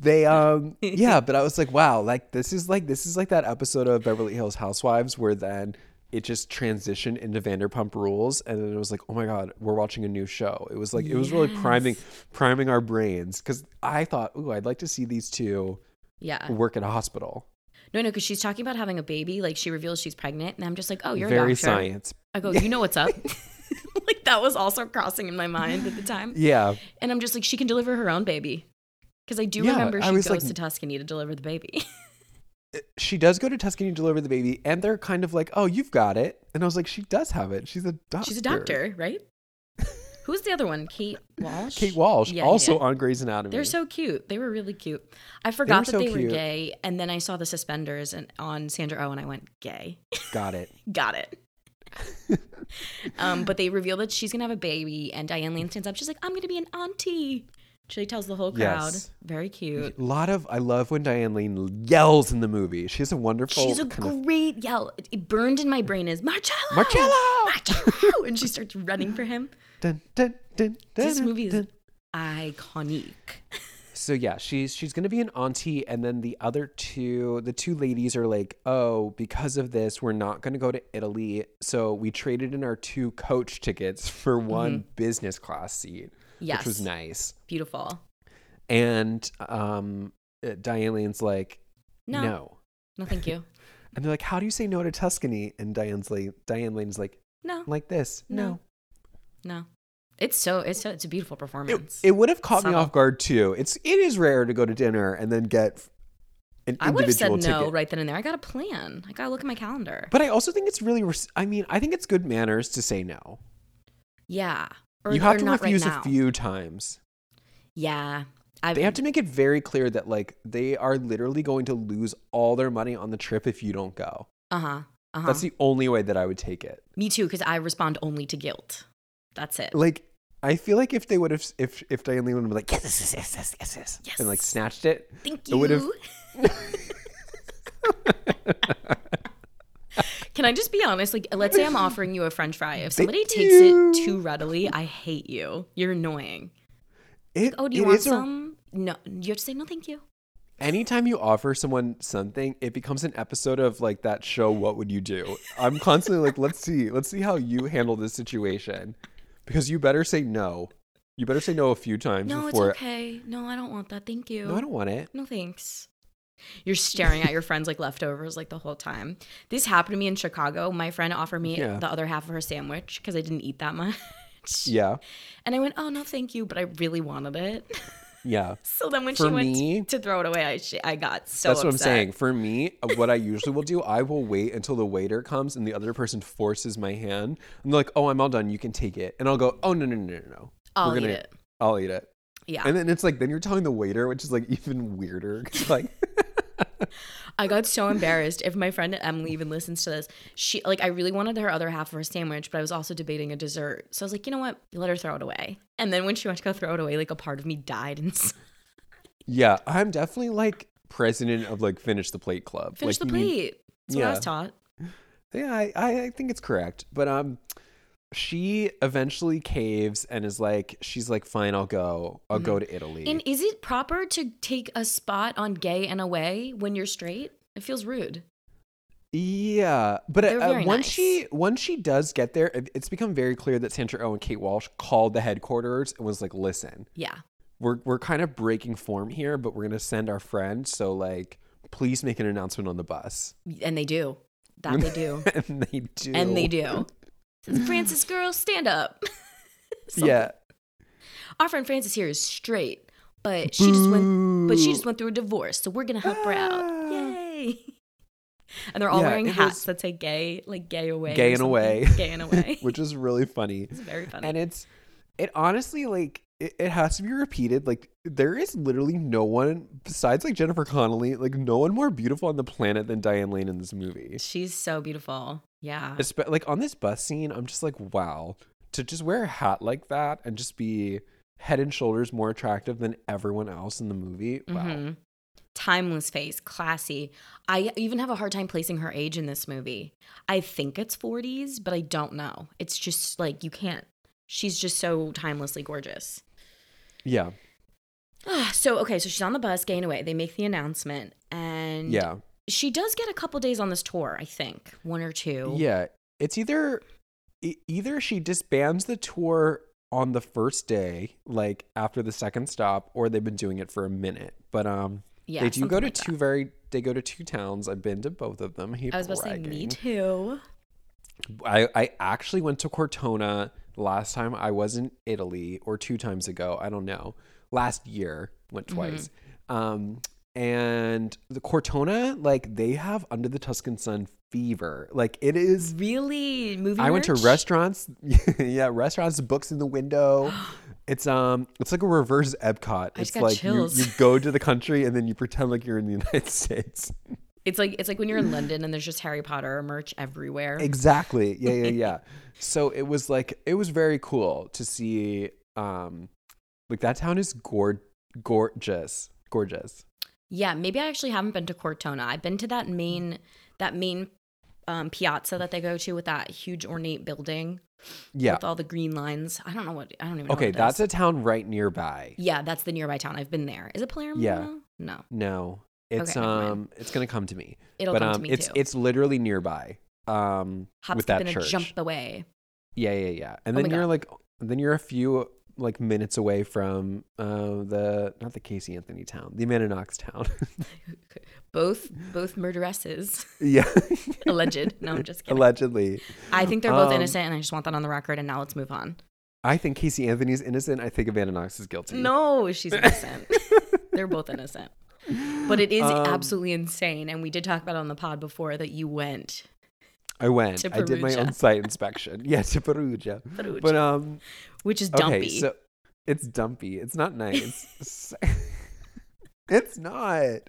Speaker 2: They
Speaker 1: *laughs*
Speaker 2: um yeah, but I was like, wow, like this is like this is like that episode of Beverly Hills Housewives where then it just transitioned into Vanderpump Rules and then it was like, "Oh my god, we're watching a new show." It was like it was really priming priming our brains cuz I thought, "Ooh, I'd like to see these two
Speaker 1: Yeah.
Speaker 2: work at a hospital."
Speaker 1: No, no, because she's talking about having a baby. Like she reveals she's pregnant, and I'm just like, oh, you're
Speaker 2: Very
Speaker 1: a doctor.
Speaker 2: science.
Speaker 1: I go, you know what's up. *laughs* like that was also crossing in my mind at the time,
Speaker 2: Yeah.
Speaker 1: and I'm just like, she can deliver her own baby. Because I do
Speaker 2: Yeah,
Speaker 1: remember
Speaker 2: I
Speaker 1: she
Speaker 2: was
Speaker 1: goes
Speaker 2: like-
Speaker 1: to Tuscany to deliver the baby. *laughs*
Speaker 2: she does go to Tuscany to deliver the baby, and they're kind of like, "Oh, you've got it," and I was like, "She does have it. She's a doctor.
Speaker 1: She's a doctor, right? Who's the other one? Kate Walsh.
Speaker 2: Kate Walsh,
Speaker 1: Yeah,
Speaker 2: also
Speaker 1: yeah.
Speaker 2: on Grey's Anatomy.
Speaker 1: They're so cute. They were really cute. I forgot that
Speaker 2: Mm-hmm. so
Speaker 1: they
Speaker 2: cute.
Speaker 1: were gay, and then I saw the suspenders and on Sandra Oh, and I went gay.
Speaker 2: got it.
Speaker 1: Got
Speaker 2: *laughs*
Speaker 1: it. um, but they reveal that she's gonna have a baby, and Diane Lane stands up. She's like, "I'm gonna be an auntie." She tells the whole crowd.
Speaker 2: Yes.
Speaker 1: Very cute.
Speaker 2: A lot of I love when Diane Lane yells in the movie. She has a wonderful
Speaker 1: She's a
Speaker 2: kind of
Speaker 1: great yell. It, it burned in my brain as Marcello.
Speaker 2: Marcello.
Speaker 1: Marcello, and she starts running for him.
Speaker 2: Dun, dun, dun, dun,
Speaker 1: This movie is
Speaker 2: *laughs* dun.
Speaker 1: iconic.
Speaker 2: So yeah, she's she's gonna be an auntie, and then the other two, the two ladies are like, oh, because of this, we're not gonna go to Italy. So we traded in our two coach tickets for one business class seat,
Speaker 1: Mm-hmm. Yes.
Speaker 2: which was nice.
Speaker 1: Beautiful.
Speaker 2: And um, uh, Diane Lane's like, no.
Speaker 1: No, no, thank you.
Speaker 2: And they're like, how do you say no to Tuscany? And Diane's like, Diane Lane's like, *laughs*
Speaker 1: No,
Speaker 2: like this. No.
Speaker 1: No. no. It's so it's so it's a beautiful performance.
Speaker 2: It would have caught me
Speaker 1: Subtle.
Speaker 2: off guard too. It's it is rare to go to dinner and then get an
Speaker 1: I would have said
Speaker 2: individual ticket.
Speaker 1: no right then and there. I got a plan. I gotta look at my calendar.
Speaker 2: But I also think it's really. Res- I mean, I think it's good manners to say no.
Speaker 1: yeah. Or,
Speaker 2: you have
Speaker 1: or
Speaker 2: to
Speaker 1: not right
Speaker 2: refuse
Speaker 1: now.
Speaker 2: a few times.
Speaker 1: Yeah. I've,
Speaker 2: They have to make it very clear that like they are literally going to lose all their money on the trip if you don't go.
Speaker 1: Uh huh. Uh huh.
Speaker 2: That's the only way that I would take it.
Speaker 1: Me too, because I respond only to guilt. That's it.
Speaker 2: like I feel like if they would have if if Diane Lee would have been like yes yes yes yes yes yes yes and like
Speaker 1: Yes.
Speaker 2: snatched it,
Speaker 1: Thank
Speaker 2: it would've-
Speaker 1: you. *laughs* Can I just be honest? Like, let's say I'm offering you a French fry. If somebody
Speaker 2: Thank
Speaker 1: takes
Speaker 2: you.
Speaker 1: it too readily, I hate you. You're annoying.
Speaker 2: it
Speaker 1: Oh, do you
Speaker 2: it
Speaker 1: want
Speaker 2: is a-
Speaker 1: some? No, you have to say no, thank you.
Speaker 2: anytime you offer someone something, it becomes an episode of like that show. What would you do? I'm constantly like, let's see, let's see how you handle this situation, because you better say no. You better say no a few times
Speaker 1: No, it's
Speaker 2: before.
Speaker 1: okay. No, I don't want that. Thank you.
Speaker 2: No, I don't want it.
Speaker 1: No thanks. You're staring at your friends like leftovers like the whole time. This happened to me in Chicago. My friend offered me
Speaker 2: Yeah.
Speaker 1: the other half of her sandwich because I didn't eat that *laughs* much.
Speaker 2: Yeah,
Speaker 1: And I went, oh, no, thank you, but I really wanted it. *laughs*
Speaker 2: yeah.
Speaker 1: So then when
Speaker 2: For
Speaker 1: she went
Speaker 2: me-
Speaker 1: to throw it away, I, sh- I got so
Speaker 2: That's what I'm
Speaker 1: upset.
Speaker 2: saying. For me, what I usually will do, I will wait until the waiter comes and the other person forces my hand. And they're like, oh, I'm all done. You can take it. And I'll go, oh, no, no, no, no, no.
Speaker 1: I'll
Speaker 2: We're
Speaker 1: eat
Speaker 2: gonna-
Speaker 1: it.
Speaker 2: I'll eat it.
Speaker 1: Yeah.
Speaker 2: And then it's like, then you're telling the waiter, which is like *laughs* even weirder. 'cause, like,
Speaker 1: I got so embarrassed. If my friend Emily even listens to this, she like I really wanted her other half of her sandwich, but I was also debating a dessert. So I was like, you know what? Let her throw it away. And then when she went to go throw it away, like a part of me died *laughs* inside.
Speaker 2: yeah, I'm definitely like president of like finish the plate club.
Speaker 1: Finish
Speaker 2: like,
Speaker 1: the
Speaker 2: you need-
Speaker 1: plate. That's what I
Speaker 2: Yeah.
Speaker 1: was taught.
Speaker 2: Yeah, I, I, I think it's correct. But um, she eventually caves and is like, she's like, fine, I'll go. I'll go to Italy.
Speaker 1: Mm-hmm. And is it proper to take a spot on gay and away when you're straight? It feels rude.
Speaker 2: Yeah, but
Speaker 1: They're
Speaker 2: uh,
Speaker 1: very
Speaker 2: once
Speaker 1: nice.
Speaker 2: she once she does get there, it- it's become very clear that Sandra Oh and Kate Walsh called the headquarters and was like, "Listen,
Speaker 1: Yeah.
Speaker 2: we're we're kind of breaking form here, but we're gonna send our friend. So like, please make an announcement on the bus." *laughs*
Speaker 1: And they do. That they do.
Speaker 2: and they do.
Speaker 1: and they do. Says, Francis, girl, stand up. *laughs* Something. *laughs*
Speaker 2: Yeah.
Speaker 1: Our friend Francis here is straight, but she just went but she just went through a divorce, so we're gonna help her out.
Speaker 2: Ah.
Speaker 1: Yay. *laughs* And they're all
Speaker 2: Yeah,
Speaker 1: wearing
Speaker 2: it
Speaker 1: hats
Speaker 2: was-
Speaker 1: that say gay, like gay away.
Speaker 2: Gay
Speaker 1: or
Speaker 2: and
Speaker 1: something.
Speaker 2: away.
Speaker 1: Gay and away.
Speaker 2: *laughs* Which is really funny.
Speaker 1: it's very funny.
Speaker 2: And it's it honestly like it, it has to be repeated. Like there is literally no one besides like Jennifer Connelly, like no one more beautiful on the planet than Diane Lane in this movie.
Speaker 1: She's so beautiful. Yeah.
Speaker 2: Espe- like on this bus scene, I'm just like, wow, to just wear a hat like that and just be head and shoulders more attractive than everyone else in the movie. Wow.
Speaker 1: Mhm. Timeless face, classy. I even have a hard time placing her age in this movie. I think it's 40s, but I don't know. It's just like you can't. She's just so timelessly gorgeous.
Speaker 2: Yeah.
Speaker 1: Ah, *sighs* so okay, so she's on the bus, getting away. They make the announcement, and
Speaker 2: Yeah.
Speaker 1: she does get a couple days on this tour. I think one or two.
Speaker 2: Yeah. It's either e- either she disbands the tour on the first day, like after the second stop, or they've been doing it for a minute. But um
Speaker 1: yeah.
Speaker 2: they do go
Speaker 1: something
Speaker 2: to
Speaker 1: like that.
Speaker 2: two very they go to two towns. I've been to both of them. He
Speaker 1: I was about to say me
Speaker 2: bragging.
Speaker 1: too.
Speaker 2: I, I actually went to Cortona last time I was in Italy or two times ago. I don't know. Last year, went
Speaker 1: Mm-hmm.
Speaker 2: twice. Um, and the Cortona, like they have under the Tuscan sun fever. Like it is.
Speaker 1: Really, movie.
Speaker 2: I went to
Speaker 1: merch?
Speaker 2: restaurants. *laughs* yeah, restaurants, books in the window.
Speaker 1: *gasps*
Speaker 2: It's um, it's like a reverse Epcot.
Speaker 1: I just
Speaker 2: it's
Speaker 1: got
Speaker 2: like you,
Speaker 1: chills.
Speaker 2: you
Speaker 1: *laughs*
Speaker 2: go to the country and then you pretend like you're in the United States.
Speaker 1: It's like it's like when you're in London and there's just Harry Potter merch everywhere.
Speaker 2: Exactly. *laughs* Yeah,
Speaker 1: *laughs*
Speaker 2: yeah, yeah. so it was like it was very cool to see um like that town is gor- gorgeous. Gorgeous.
Speaker 1: Yeah, maybe I actually haven't been to Cortona. I've been to that main that main um, piazza that they go to with that huge ornate building
Speaker 2: Yeah.
Speaker 1: with all the green lines. I don't know what I don't even. know
Speaker 2: Okay,
Speaker 1: what it
Speaker 2: that's
Speaker 1: is.
Speaker 2: a town right nearby.
Speaker 1: Yeah, that's the nearby town. I've been there. Is it Palermo?
Speaker 2: Yeah.
Speaker 1: now? No,
Speaker 2: No. It's
Speaker 1: Okay, never mind.
Speaker 2: um it's going to come to me.
Speaker 1: it'll
Speaker 2: but
Speaker 1: come
Speaker 2: um
Speaker 1: to me
Speaker 2: it's
Speaker 1: too.
Speaker 2: it's literally nearby. Um
Speaker 1: Hop,
Speaker 2: with
Speaker 1: skip,
Speaker 2: that
Speaker 1: and a
Speaker 2: church.
Speaker 1: jump away.
Speaker 2: Yeah, yeah, yeah. And
Speaker 1: Oh
Speaker 2: then
Speaker 1: my
Speaker 2: you're
Speaker 1: God.
Speaker 2: like then you're a few like minutes away from uh, the not the Casey Anthony town, the Amanda Knox town. *laughs*
Speaker 1: Both both murderesses *laughs*
Speaker 2: yeah.
Speaker 1: alleged. No, I'm
Speaker 2: *laughs*
Speaker 1: just kidding.
Speaker 2: Allegedly.
Speaker 1: I think they're both
Speaker 2: Um,
Speaker 1: innocent, and I just want that on the record. And now let's move on.
Speaker 2: I think Casey Anthony's innocent. I think Amanda Knox is guilty.
Speaker 1: No,
Speaker 2: *laughs*
Speaker 1: she's innocent. They're both innocent. But it is
Speaker 2: Um,
Speaker 1: absolutely insane. And we did talk about it on the pod before that you went.
Speaker 2: I went.
Speaker 1: To
Speaker 2: I did my
Speaker 1: Perugia.
Speaker 2: own site inspection. *laughs* yeah, to Perugia.
Speaker 1: Perugia.
Speaker 2: But um,
Speaker 1: which is
Speaker 2: okay,
Speaker 1: dumpy.
Speaker 2: so it's dumpy. It's
Speaker 1: *laughs*
Speaker 2: not nice. It's- *laughs* it's not.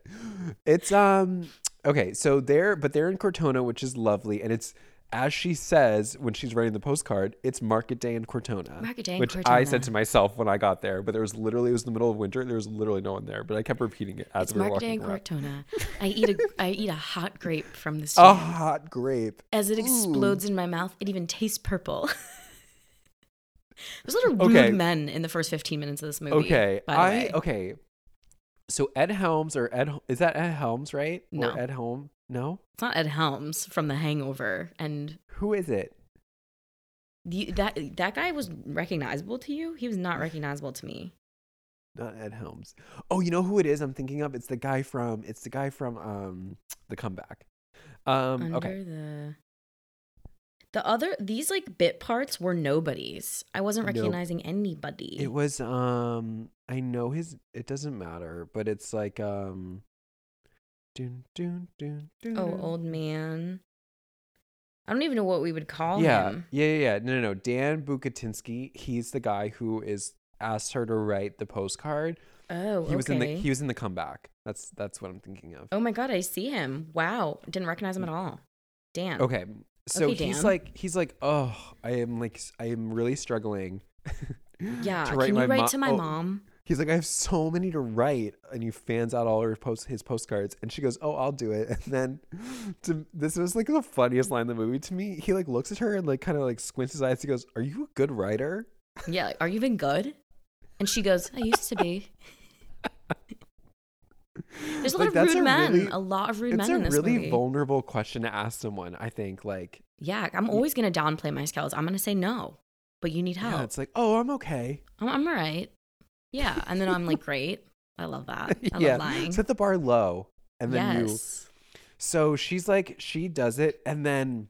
Speaker 2: It's um. Okay, so they're but they're in Cortona, which is lovely, and it's as she says when she's writing the postcard, it's market day in Cortona.
Speaker 1: Market day in
Speaker 2: which I
Speaker 1: Cortona.
Speaker 2: said to myself when I got there, but there was literally it was the middle of winter. There was literally no one there, but I kept repeating it as
Speaker 1: it's
Speaker 2: we were
Speaker 1: market day in
Speaker 2: walking around. Oh,
Speaker 1: Cortona. I eat
Speaker 2: *laughs*
Speaker 1: a I eat a hot grape from the
Speaker 2: A
Speaker 1: stand.
Speaker 2: hot grape.
Speaker 1: As it
Speaker 2: ooh.
Speaker 1: explodes in my mouth, it even tastes purple. *laughs* There's a lot of rude
Speaker 2: Okay.
Speaker 1: men in the first 15 minutes of this movie.
Speaker 2: Okay.
Speaker 1: by the
Speaker 2: I
Speaker 1: way.
Speaker 2: okay. So Ed Helms or Ed is that Ed Helms, right?
Speaker 1: No.
Speaker 2: Or Ed Helm? No?
Speaker 1: It's not Ed Helms from The Hangover, and
Speaker 2: Who is it?
Speaker 1: the, that that guy was recognizable to you. He was not recognizable to me.
Speaker 2: Not Ed Helms. Oh, you know who it is I'm thinking of? It's the guy from it's the guy from um The Comeback. Um
Speaker 1: Under
Speaker 2: okay.
Speaker 1: the the other these like bit parts were nobodies. I wasn't
Speaker 2: Nope.
Speaker 1: recognizing anybody.
Speaker 2: It was um I know his it doesn't matter, but it's like um dun, dun, dun, dun,
Speaker 1: Oh,
Speaker 2: dun.
Speaker 1: old man. I don't even know what we would call
Speaker 2: yeah,
Speaker 1: him.
Speaker 2: Yeah, yeah, yeah. No, no, no. Dan Bukatinsky, he's the guy who is asked her to write the postcard.
Speaker 1: Oh,
Speaker 2: he was
Speaker 1: okay.
Speaker 2: in the he was in the comeback. That's that's what I'm thinking of.
Speaker 1: oh my god, I see him. Wow, didn't recognize him at all. Dan.
Speaker 2: Okay. So
Speaker 1: Oh. Okay,
Speaker 2: he's
Speaker 1: Dan.
Speaker 2: like he's like, "Oh, I am like s- I am really struggling."
Speaker 1: Yeah.
Speaker 2: to write
Speaker 1: Can you
Speaker 2: my
Speaker 1: write
Speaker 2: mo-
Speaker 1: to my
Speaker 2: oh.
Speaker 1: mom?
Speaker 2: He's like, "I have so many to write." And he fans out all her post his postcards and she goes, "Oh, I'll do it." *laughs* And then to, this was like the funniest line in the movie to me. He like looks at her and like kind of like squints his eyes. He goes, "Are you a good writer?"
Speaker 1: Yeah. Like, Are you even good? And she goes, I used to
Speaker 2: *laughs*
Speaker 1: be. There's a lot
Speaker 2: Like,
Speaker 1: of
Speaker 2: that's
Speaker 1: rude
Speaker 2: a
Speaker 1: men.
Speaker 2: really-
Speaker 1: a lot of rude
Speaker 2: it's
Speaker 1: men
Speaker 2: a
Speaker 1: in this
Speaker 2: really
Speaker 1: movie.
Speaker 2: vulnerable question to ask someone, I think. Like,
Speaker 1: yeah, I'm always gonna downplay my skills. I'm gonna say no, but you need help.
Speaker 2: yeah, it's like, "Oh, I'm okay."
Speaker 1: I'm, I'm all right. Yeah, and
Speaker 2: *laughs*
Speaker 1: then I'm like, great. I love that. I
Speaker 2: yeah.
Speaker 1: love lying.
Speaker 2: Set the bar low. And then you
Speaker 1: yes.
Speaker 2: So she's like, she does it, and then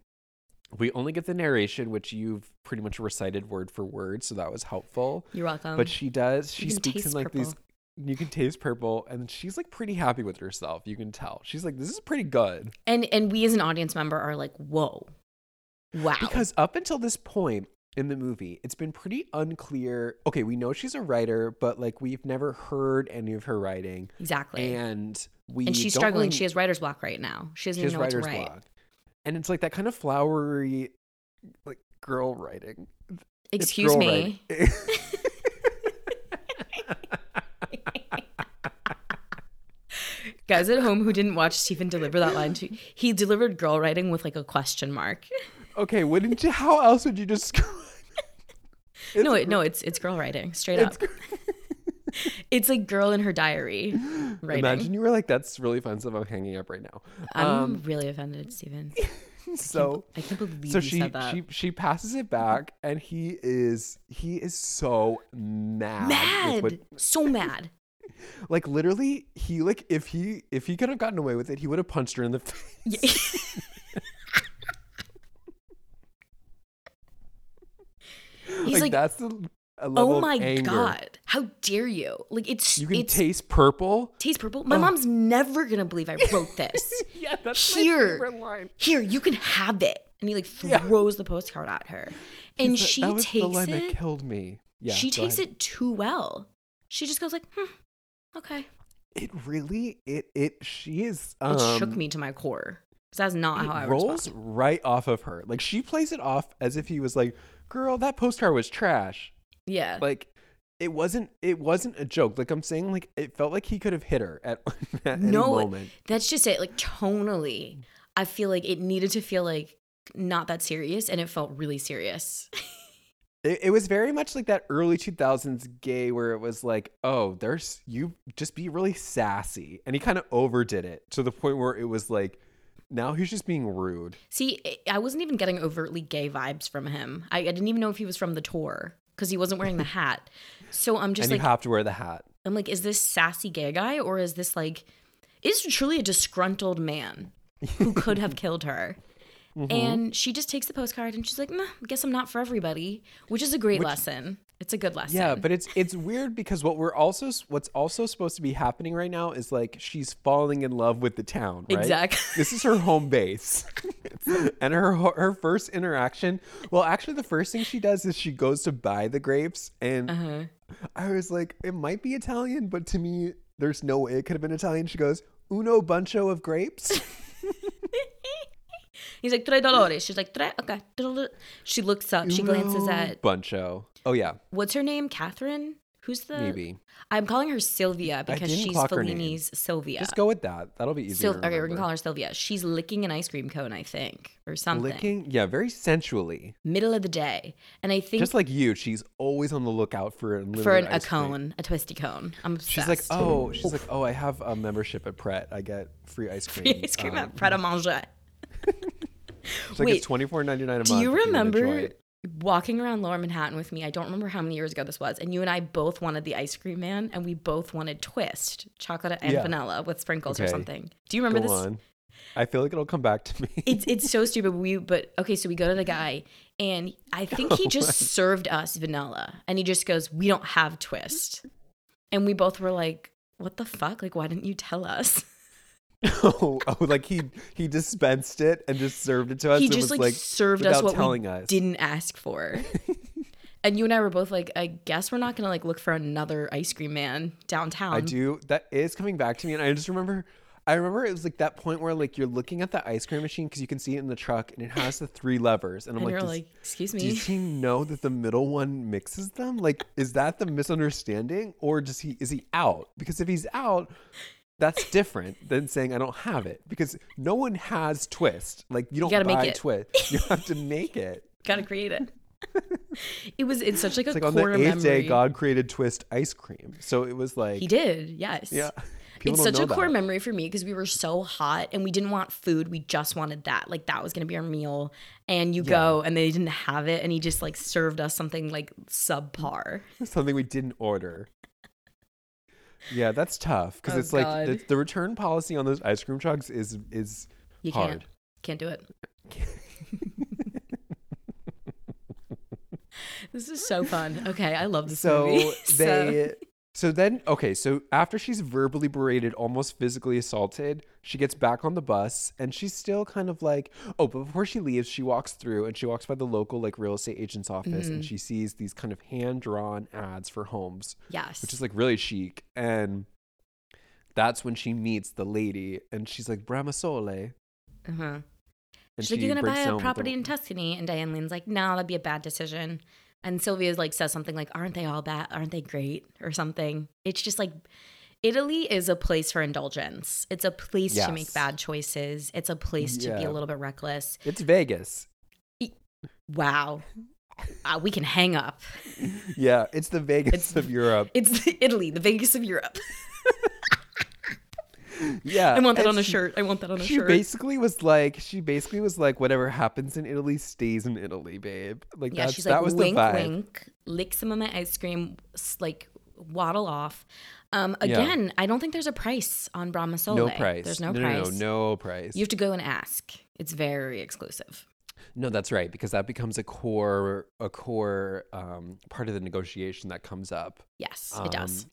Speaker 2: we only get the narration, which you've pretty much recited word for word, so that was helpful.
Speaker 1: You're welcome.
Speaker 2: But she does, she
Speaker 1: Um, You can
Speaker 2: speaks in
Speaker 1: taste
Speaker 2: like these. You can taste purple, and she's like pretty happy with herself. You can tell. She's like, this is pretty good.
Speaker 1: and and we as an audience member are like, whoa, wow.
Speaker 2: Because up until this point in the movie, it's been pretty unclear. Okay, we know she's a writer, but like we've never heard any of her writing,
Speaker 1: exactly. And,
Speaker 2: and we
Speaker 1: she's
Speaker 2: don't
Speaker 1: struggling.
Speaker 2: really-
Speaker 1: She has writer's block right now. She doesn't
Speaker 2: she
Speaker 1: even
Speaker 2: has
Speaker 1: know what to
Speaker 2: writer's
Speaker 1: write.
Speaker 2: block, and it's like that kind of flowery, like girl writing. It's
Speaker 1: Excuse
Speaker 2: girl
Speaker 1: me.
Speaker 2: writing.
Speaker 1: *laughs* Guys at home who didn't watch Stephen deliver that line, to, he delivered girl writing with like a question mark.
Speaker 2: okay, wouldn't you? How else would you describe?
Speaker 1: no, it, no, it's it's girl writing straight
Speaker 2: It's
Speaker 1: up. *laughs* It's like girl in her
Speaker 2: *gasps*
Speaker 1: diary writing.
Speaker 2: Imagine you were like, "That's really fun stuff. I'm hanging up right now."
Speaker 1: I'm *laughs*
Speaker 2: Um,
Speaker 1: really offended, Stephen.
Speaker 2: so.
Speaker 1: I can't believe
Speaker 2: so
Speaker 1: you
Speaker 2: she
Speaker 1: said that. Mm-hmm.
Speaker 2: she she passes it back and he is he is so mad with
Speaker 1: mad,
Speaker 2: what-
Speaker 1: so mad.
Speaker 2: like literally he like if he if he could have gotten away with it he would have punched her in the *laughs* face
Speaker 1: Yeah. *laughs* He's
Speaker 2: like,
Speaker 1: like,
Speaker 2: that's the a level
Speaker 1: oh my
Speaker 2: of anger.
Speaker 1: god, how dare you? Like it's
Speaker 2: you can
Speaker 1: it's
Speaker 2: taste purple *laughs*
Speaker 1: taste purple. My mom's never gonna believe I wrote this.
Speaker 2: yeah that's
Speaker 1: my Here. favorite
Speaker 2: line
Speaker 1: Here, you can have it. And he like
Speaker 2: Yeah.
Speaker 1: throws the postcard at her, and she
Speaker 2: that was the
Speaker 1: takes
Speaker 2: line that
Speaker 1: it.
Speaker 2: killed me yeah
Speaker 1: she takes it too well. She just goes like, hmm, okay.
Speaker 2: it it really it it she is
Speaker 1: It
Speaker 2: um,
Speaker 1: shook me to my core. 'Cause that's not how I
Speaker 2: it rolls
Speaker 1: respond.
Speaker 2: right off of her like she plays it off as if he was like girl that postcard was trash
Speaker 1: Yeah.
Speaker 2: like it wasn't it wasn't a joke like i'm saying like it felt like he could have hit her at, *laughs* at any
Speaker 1: No,
Speaker 2: moment
Speaker 1: That's just it. Like tonally, I feel like it needed to feel like not that serious, and it felt really serious.
Speaker 2: it, it was very much like that early 2000s gay where it was like oh there's you just be really sassy and he kind of overdid it to the point where it was like now he's just being rude
Speaker 1: See, I- I wasn't even getting overtly gay vibes from him. I, I didn't even know if he was from the tour because he wasn't wearing the hat. So I'm just
Speaker 2: and
Speaker 1: like,
Speaker 2: you have to wear the hat
Speaker 1: I'm like, is this sassy gay guy or is this like, is truly a disgruntled man who could
Speaker 2: *laughs*
Speaker 1: have killed her?
Speaker 2: Mm-hmm.
Speaker 1: And she just takes the postcard and she's like, nah, I guess I'm not for everybody, which is a great lesson. It's a good lesson.
Speaker 2: yeah but it's it's weird because what we're also s- what's also supposed to be happening right now is like she's falling in love with the town right
Speaker 1: *laughs* Exactly.
Speaker 2: this is her home
Speaker 1: *laughs*
Speaker 2: base and her her first interaction well actually the first thing she does is she goes to buy the grapes and
Speaker 1: Uh-huh.
Speaker 2: i was like it might be italian but to me there's no way it could have been italian she goes uno buncho of grapes
Speaker 1: He's like, tre dolores.
Speaker 2: Mm.
Speaker 1: She's like, tre, okay. She looks up. She glances
Speaker 2: Uno
Speaker 1: at,
Speaker 2: buncho oh yeah
Speaker 1: what's her name? Catherine? Who's the?
Speaker 2: maybe
Speaker 1: I'm calling her Sylvia because
Speaker 2: didn't
Speaker 1: she's
Speaker 2: clock her name.
Speaker 1: Fellini's Sylvia.
Speaker 2: just go with that that'll be easier
Speaker 1: Syl-
Speaker 2: to
Speaker 1: okay, we're gonna
Speaker 2: remember.
Speaker 1: call her Sylvia. She's licking an ice cream cone, I think, or something.
Speaker 2: licking yeah very sensually
Speaker 1: Middle of the day, and I think
Speaker 2: just like you she's always on the lookout for, unlimited
Speaker 1: for an, a
Speaker 2: ice cream.
Speaker 1: cone, a twisty cone. I'm
Speaker 2: she's
Speaker 1: obsessed.
Speaker 2: like oh she's like oh i have a membership at pret i get free ice cream
Speaker 1: *laughs* ice cream
Speaker 2: Um,
Speaker 1: at Pret a Manger.
Speaker 2: It's like
Speaker 1: Wait,
Speaker 2: it's twenty four ninety nine a month.
Speaker 1: Do you
Speaker 2: if wanna
Speaker 1: remember
Speaker 2: join.
Speaker 1: walking around Lower Manhattan with me? I don't remember how many years ago this was, and you and I both wanted the ice cream man, and we both wanted twist, chocolate and
Speaker 2: Yeah.
Speaker 1: vanilla with sprinkles or
Speaker 2: Okay.
Speaker 1: something. Do you
Speaker 2: Go
Speaker 1: remember this?
Speaker 2: on. I feel like it'll come back to me.
Speaker 1: it's it's so stupid. We but okay, so we go to the guy and
Speaker 2: *laughs*
Speaker 1: I think he just served us vanilla and he just goes, "We don't have twist." And we both were like, "What the fuck? Like why didn't you tell us?"
Speaker 2: *laughs* oh, oh, like he he dispensed it and just served it to us.
Speaker 1: he
Speaker 2: It
Speaker 1: just
Speaker 2: was
Speaker 1: like,
Speaker 2: like
Speaker 1: served us
Speaker 2: without
Speaker 1: what
Speaker 2: telling
Speaker 1: we
Speaker 2: us.
Speaker 1: didn't ask
Speaker 2: *laughs*
Speaker 1: for. and you and I were both like, "I guess we're not going to like look for another ice cream man downtown."
Speaker 2: I do. That is coming back to me, and I just remember. I remember it was like that point where like you're looking at the ice cream machine because you can see it in the truck and it has the three levers and I'm
Speaker 1: And
Speaker 2: like,
Speaker 1: you're
Speaker 2: does,
Speaker 1: like, "Excuse me."
Speaker 2: *laughs* does he know that the middle one mixes them? Like, is that the misunderstanding or does he is he out? Because if he's out,
Speaker 1: *laughs*
Speaker 2: that's different than saying I don't have it because no one has twist. Like you don't
Speaker 1: gotta make
Speaker 2: buy
Speaker 1: it. *laughs*
Speaker 2: twist. You have to make it.
Speaker 1: Got to create it. it was it's such like
Speaker 2: It's
Speaker 1: a
Speaker 2: like
Speaker 1: core
Speaker 2: on the eighth
Speaker 1: memory.
Speaker 2: day, God created twist ice cream. So it was like
Speaker 1: He did. Yes.
Speaker 2: Yeah. *laughs* People
Speaker 1: it's
Speaker 2: don't
Speaker 1: such a
Speaker 2: know
Speaker 1: core
Speaker 2: that.
Speaker 1: memory for me because we were so hot and we didn't want food. We just wanted that. Like that was gonna be our meal. And you go and they didn't have it, and he just like served us something like subpar.
Speaker 2: *laughs* something we didn't order. Yeah, that's tough because
Speaker 1: Oh,
Speaker 2: it's like
Speaker 1: God.
Speaker 2: the, the return policy on those ice cream trucks is is
Speaker 1: You can't.
Speaker 2: Hard.
Speaker 1: Can't do it.
Speaker 2: *laughs*
Speaker 1: this is so fun.
Speaker 2: *laughs*
Speaker 1: Okay, I love this *laughs*
Speaker 2: so
Speaker 1: movie.
Speaker 2: they so then okay so after she's verbally berated almost physically assaulted she gets back on the bus and she's still kind of like oh but before she leaves she walks through and she walks by the local like real estate agent's office
Speaker 1: Mm-hmm.
Speaker 2: and she sees these kind of hand-drawn ads for homes
Speaker 1: yes.
Speaker 2: which is like really chic and that's when she meets the lady and she's like bramasole
Speaker 1: uh-huh.
Speaker 2: and
Speaker 1: She's like, you're gonna
Speaker 2: breaks
Speaker 1: buy
Speaker 2: down
Speaker 1: a
Speaker 2: with
Speaker 1: property
Speaker 2: the-
Speaker 1: in Tuscany, and Diane Lane's like, no, that'd be a bad decision. And Sylvia's like says something like, aren't they all bad? Aren't they great or something? It's just like Italy is a place for indulgence. It's a place to make
Speaker 2: Yes.
Speaker 1: bad choices. It's a place to be
Speaker 2: Yeah.
Speaker 1: a little bit reckless.
Speaker 2: it's vegas
Speaker 1: Wow. Uh, we can hang up.
Speaker 2: yeah it's the
Speaker 1: *laughs*
Speaker 2: vegas
Speaker 1: It's-
Speaker 2: of europe
Speaker 1: It's the Italy, the Vegas of Europe.
Speaker 2: yeah
Speaker 1: *laughs* I want that
Speaker 2: and
Speaker 1: on a
Speaker 2: she-
Speaker 1: shirt. I want that on a
Speaker 2: she
Speaker 1: shirt.
Speaker 2: basically was like she basically was like whatever happens in italy stays in italy babe like
Speaker 1: yeah,
Speaker 2: that's
Speaker 1: she's
Speaker 2: that
Speaker 1: like,
Speaker 2: was
Speaker 1: wink,
Speaker 2: the vibe
Speaker 1: wink, lick some of my ice cream, s- like waddle off. Um, again, I don't think there's a price on Brahma Sole.
Speaker 2: no price
Speaker 1: There's no,
Speaker 2: no
Speaker 1: price.
Speaker 2: no no, no price
Speaker 1: You have to go and ask. It's very exclusive.
Speaker 2: no that's right because that becomes a core a core um, part of the negotiation that comes up
Speaker 1: Yes, it does.
Speaker 2: Um,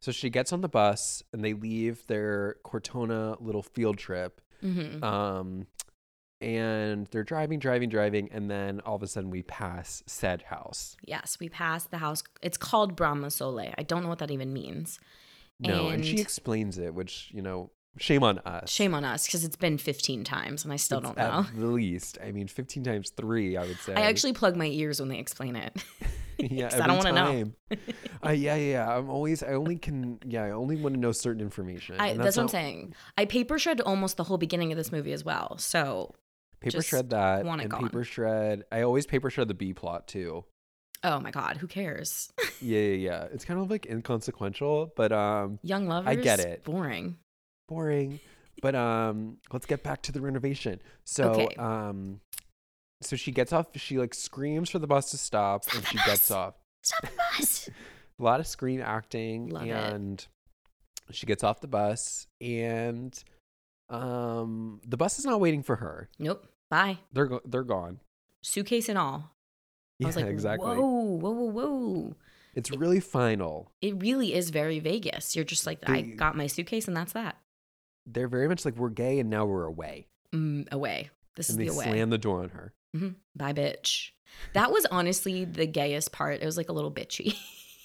Speaker 2: so she gets on the bus and they leave their cortona little field trip
Speaker 1: hmm
Speaker 2: um and they're driving driving driving and then all of a sudden we pass said house
Speaker 1: Yes, we passed the house. It's called Brahma Sole. I don't know what that even means.
Speaker 2: no and, she
Speaker 1: And-
Speaker 2: explains it which you know shame on us
Speaker 1: Shame on us because it's been 15 times and I still
Speaker 2: It's
Speaker 1: don't know.
Speaker 2: At the least, I mean, fifteen times three, I would
Speaker 1: *laughs*
Speaker 2: say.
Speaker 1: I actually plug my ears when they explain it.
Speaker 2: *laughs* yeah,
Speaker 1: *laughs* 'cause I don't wanna know. *laughs*
Speaker 2: know. uh, yeah, yeah, yeah. I'm always, I only can, yeah, I only want to know certain information.
Speaker 1: I,
Speaker 2: and
Speaker 1: that's, what I'm
Speaker 2: not-
Speaker 1: saying. I paper shred almost the whole beginning of this movie as well. So,
Speaker 2: Paper
Speaker 1: Just
Speaker 2: shred that,
Speaker 1: want it
Speaker 2: and
Speaker 1: gone.
Speaker 2: paper shred. I always paper shred the B plot too.
Speaker 1: oh my God, who cares?
Speaker 2: Yeah, yeah, yeah. It's kind of like inconsequential, but um,
Speaker 1: Young lovers.
Speaker 2: get it.
Speaker 1: Boring.
Speaker 2: boring. But um, let's get back to the renovation. So
Speaker 1: Okay.
Speaker 2: um, so she gets off. She like screams for the bus to stop, and she gets off.
Speaker 1: Stop the bus.
Speaker 2: a lot of screen acting
Speaker 1: Love it.
Speaker 2: and she gets off the bus and um the bus is not waiting for her
Speaker 1: *laughs* nope. Bye.
Speaker 2: they're go- they're gone
Speaker 1: Suitcase and all. I
Speaker 2: yeah
Speaker 1: was like,
Speaker 2: exactly
Speaker 1: whoa, whoa, whoa, whoa.
Speaker 2: it's really final
Speaker 1: It really is very Vegas. You're just like, I
Speaker 2: They-
Speaker 1: got my suitcase and that's that.
Speaker 2: they're very much like we're gay and now we're away
Speaker 1: Mm, away. This
Speaker 2: and they
Speaker 1: is the away.
Speaker 2: slam the door on her
Speaker 1: hmm Bye, bitch. That was honestly the gayest part. It was like a little bitchy. *laughs*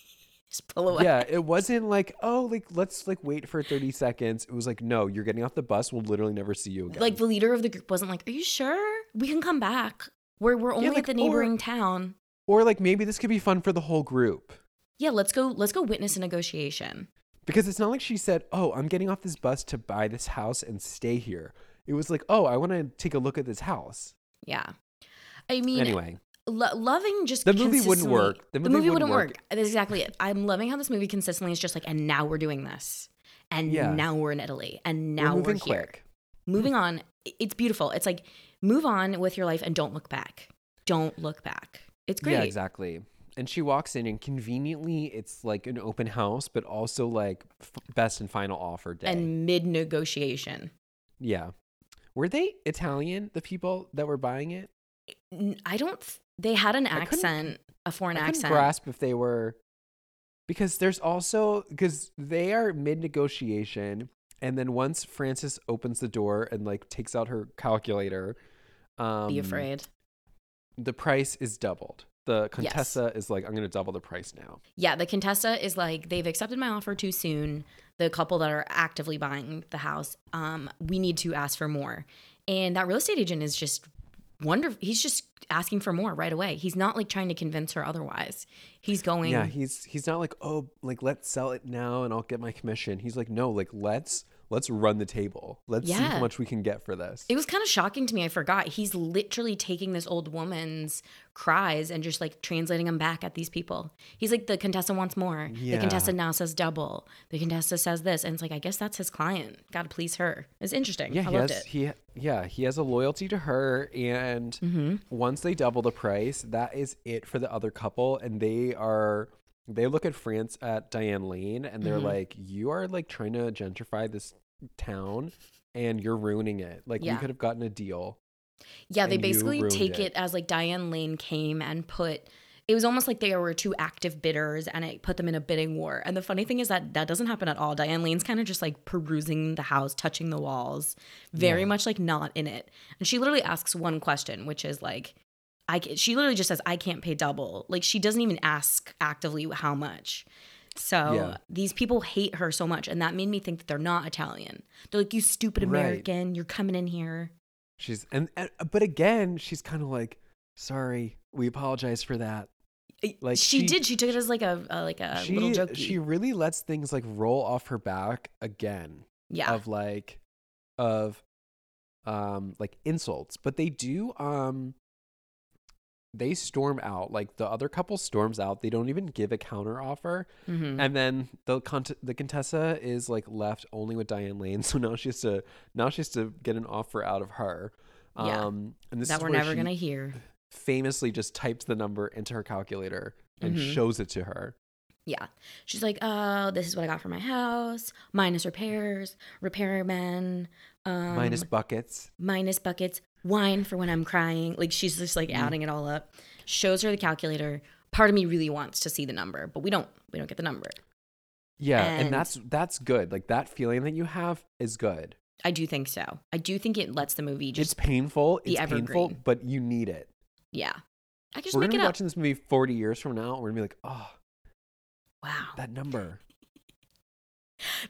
Speaker 1: just pull away.
Speaker 2: yeah it wasn't like oh like let's like wait for 30 seconds it was like no you're getting off the bus we'll literally never see you again
Speaker 1: Like the leader of the group wasn't like, "Are you sure we can come back? We're we're only
Speaker 2: like,
Speaker 1: at the
Speaker 2: or-
Speaker 1: neighboring town.
Speaker 2: or like maybe this could be fun for the whole group
Speaker 1: Yeah, let's go. Let's go witness a negotiation."
Speaker 2: Because it's not like she said, "Oh, I'm getting off this bus to buy this house and stay here." It was like, "Oh, I want to take a look at this house."
Speaker 1: Yeah, I mean,
Speaker 2: Anyway,
Speaker 1: lo- loving just
Speaker 2: The movie wouldn't
Speaker 1: consistently-
Speaker 2: work.
Speaker 1: The movie, wouldn't work. That's exactly it. I'm loving how this movie consistently is just like, and now we're doing this, and
Speaker 2: Yeah.
Speaker 1: now we're in Italy, and now
Speaker 2: we're
Speaker 1: we're,
Speaker 2: moving
Speaker 1: here.
Speaker 2: quick.
Speaker 1: Moving on. I- It's beautiful. It's like move on with your life and don't look back. Don't look back. It's great.
Speaker 2: Yeah, exactly. And she walks in, and conveniently, it's like an open house, but also like f- best and final offer day.
Speaker 1: And mid negotiation.
Speaker 2: yeah, were they Italian? The people that were buying it,
Speaker 1: N- I don't. Th- they had an
Speaker 2: I couldn't-
Speaker 1: accent, a foreign
Speaker 2: I couldn't
Speaker 1: accent.
Speaker 2: grasp if they were because there's also because they are mid negotiation and then once Frances opens the door and like takes out her calculator um
Speaker 1: Be afraid.
Speaker 2: the price is doubled the
Speaker 1: Yes.
Speaker 2: contessa is like I'm going to double the price now
Speaker 1: Yeah, the contessa is like they've accepted my offer too soon. The couple that are actively buying the house, um, we need to ask for more. And that real estate agent is just wonderful. He's just asking for more right away. He's not like trying to convince her otherwise. He's going.
Speaker 2: yeah he's he's not like oh like let's sell it now and I'll get my commission he's like no like let's let's run the table let's see
Speaker 1: Yeah.
Speaker 2: how much we can get for this
Speaker 1: It was kind of shocking to me. I forgot. He's literally taking this old woman's cries and just like translating them back at these people. He's like, the contessa wants more.
Speaker 2: Yeah.
Speaker 1: The contessa now says double. The contessa says this. And it's like, I guess that's his client. Got to please her. It's interesting.
Speaker 2: Yeah,
Speaker 1: I
Speaker 2: he
Speaker 1: loved
Speaker 2: has
Speaker 1: it.
Speaker 2: he yeah, he has a loyalty to her and
Speaker 1: Mm-hmm.
Speaker 2: once they double the price, that is it for the other couple and they are they look at France
Speaker 1: Mm-hmm.
Speaker 2: at Diane Lane and they're like you are like trying to gentrify this town and you're ruining it. Like
Speaker 1: Yeah.
Speaker 2: we could have gotten a deal.
Speaker 1: Yeah, they
Speaker 2: and you
Speaker 1: basically
Speaker 2: ruined
Speaker 1: take it.
Speaker 2: it.
Speaker 1: as like Diane Lane came and put it was almost like there were two active bidders and it put them in a bidding war. And the funny thing is that that doesn't happen at all. Diane Lane's kind of just like perusing the house, touching the walls, very much like not in it. And she literally asks one question, which is like I ca- she literally just says I can't pay double. Like she doesn't even ask actively how much. So
Speaker 2: Yeah.
Speaker 1: these people hate her so much and that made me think that they're not Italian. They're like you stupid
Speaker 2: Right.
Speaker 1: American, you're coming in here.
Speaker 2: She's and, and but again, she's kind of like, sorry, we apologize for that.
Speaker 1: like
Speaker 2: Like,
Speaker 1: she,
Speaker 2: she-
Speaker 1: did she took it as like a, a like a
Speaker 2: she
Speaker 1: little jokey
Speaker 2: she really lets things like roll off her back again
Speaker 1: yeah
Speaker 2: of like of um like insults, but they do um they storm out like the other couple storms out. They don't even give a counter offer.
Speaker 1: Mhm.
Speaker 2: And then the cont- the Contessa is like left only with Diane Lane, *laughs* so now she has to now she has to get an offer out of her.
Speaker 1: Yeah.
Speaker 2: Um, and this is
Speaker 1: that we're
Speaker 2: where
Speaker 1: never
Speaker 2: she
Speaker 1: gonna hear
Speaker 2: famously just types the number into her calculator and
Speaker 1: Mhm.
Speaker 2: shows it to her.
Speaker 1: yeah she's like oh this is what i got for my house minus repairs repairmen um
Speaker 2: Minus buckets.
Speaker 1: minus buckets wine for when i'm crying like she's just like
Speaker 2: Mm-hmm.
Speaker 1: adding it all up shows her the calculator part of me really wants to see the number but we don't we don't get the number
Speaker 2: Yeah,
Speaker 1: and-
Speaker 2: and that's that's good. Like that feeling that you have is good.
Speaker 1: i do think so i do think it lets the movie just
Speaker 2: it's painful.
Speaker 1: the
Speaker 2: It's painful,
Speaker 1: evergreen.
Speaker 2: but you need it.
Speaker 1: yeah i can just
Speaker 2: we're
Speaker 1: make
Speaker 2: gonna
Speaker 1: it
Speaker 2: be
Speaker 1: up
Speaker 2: watching this movie forty years from now. And we're gonna be like, oh,
Speaker 1: wow
Speaker 2: that number.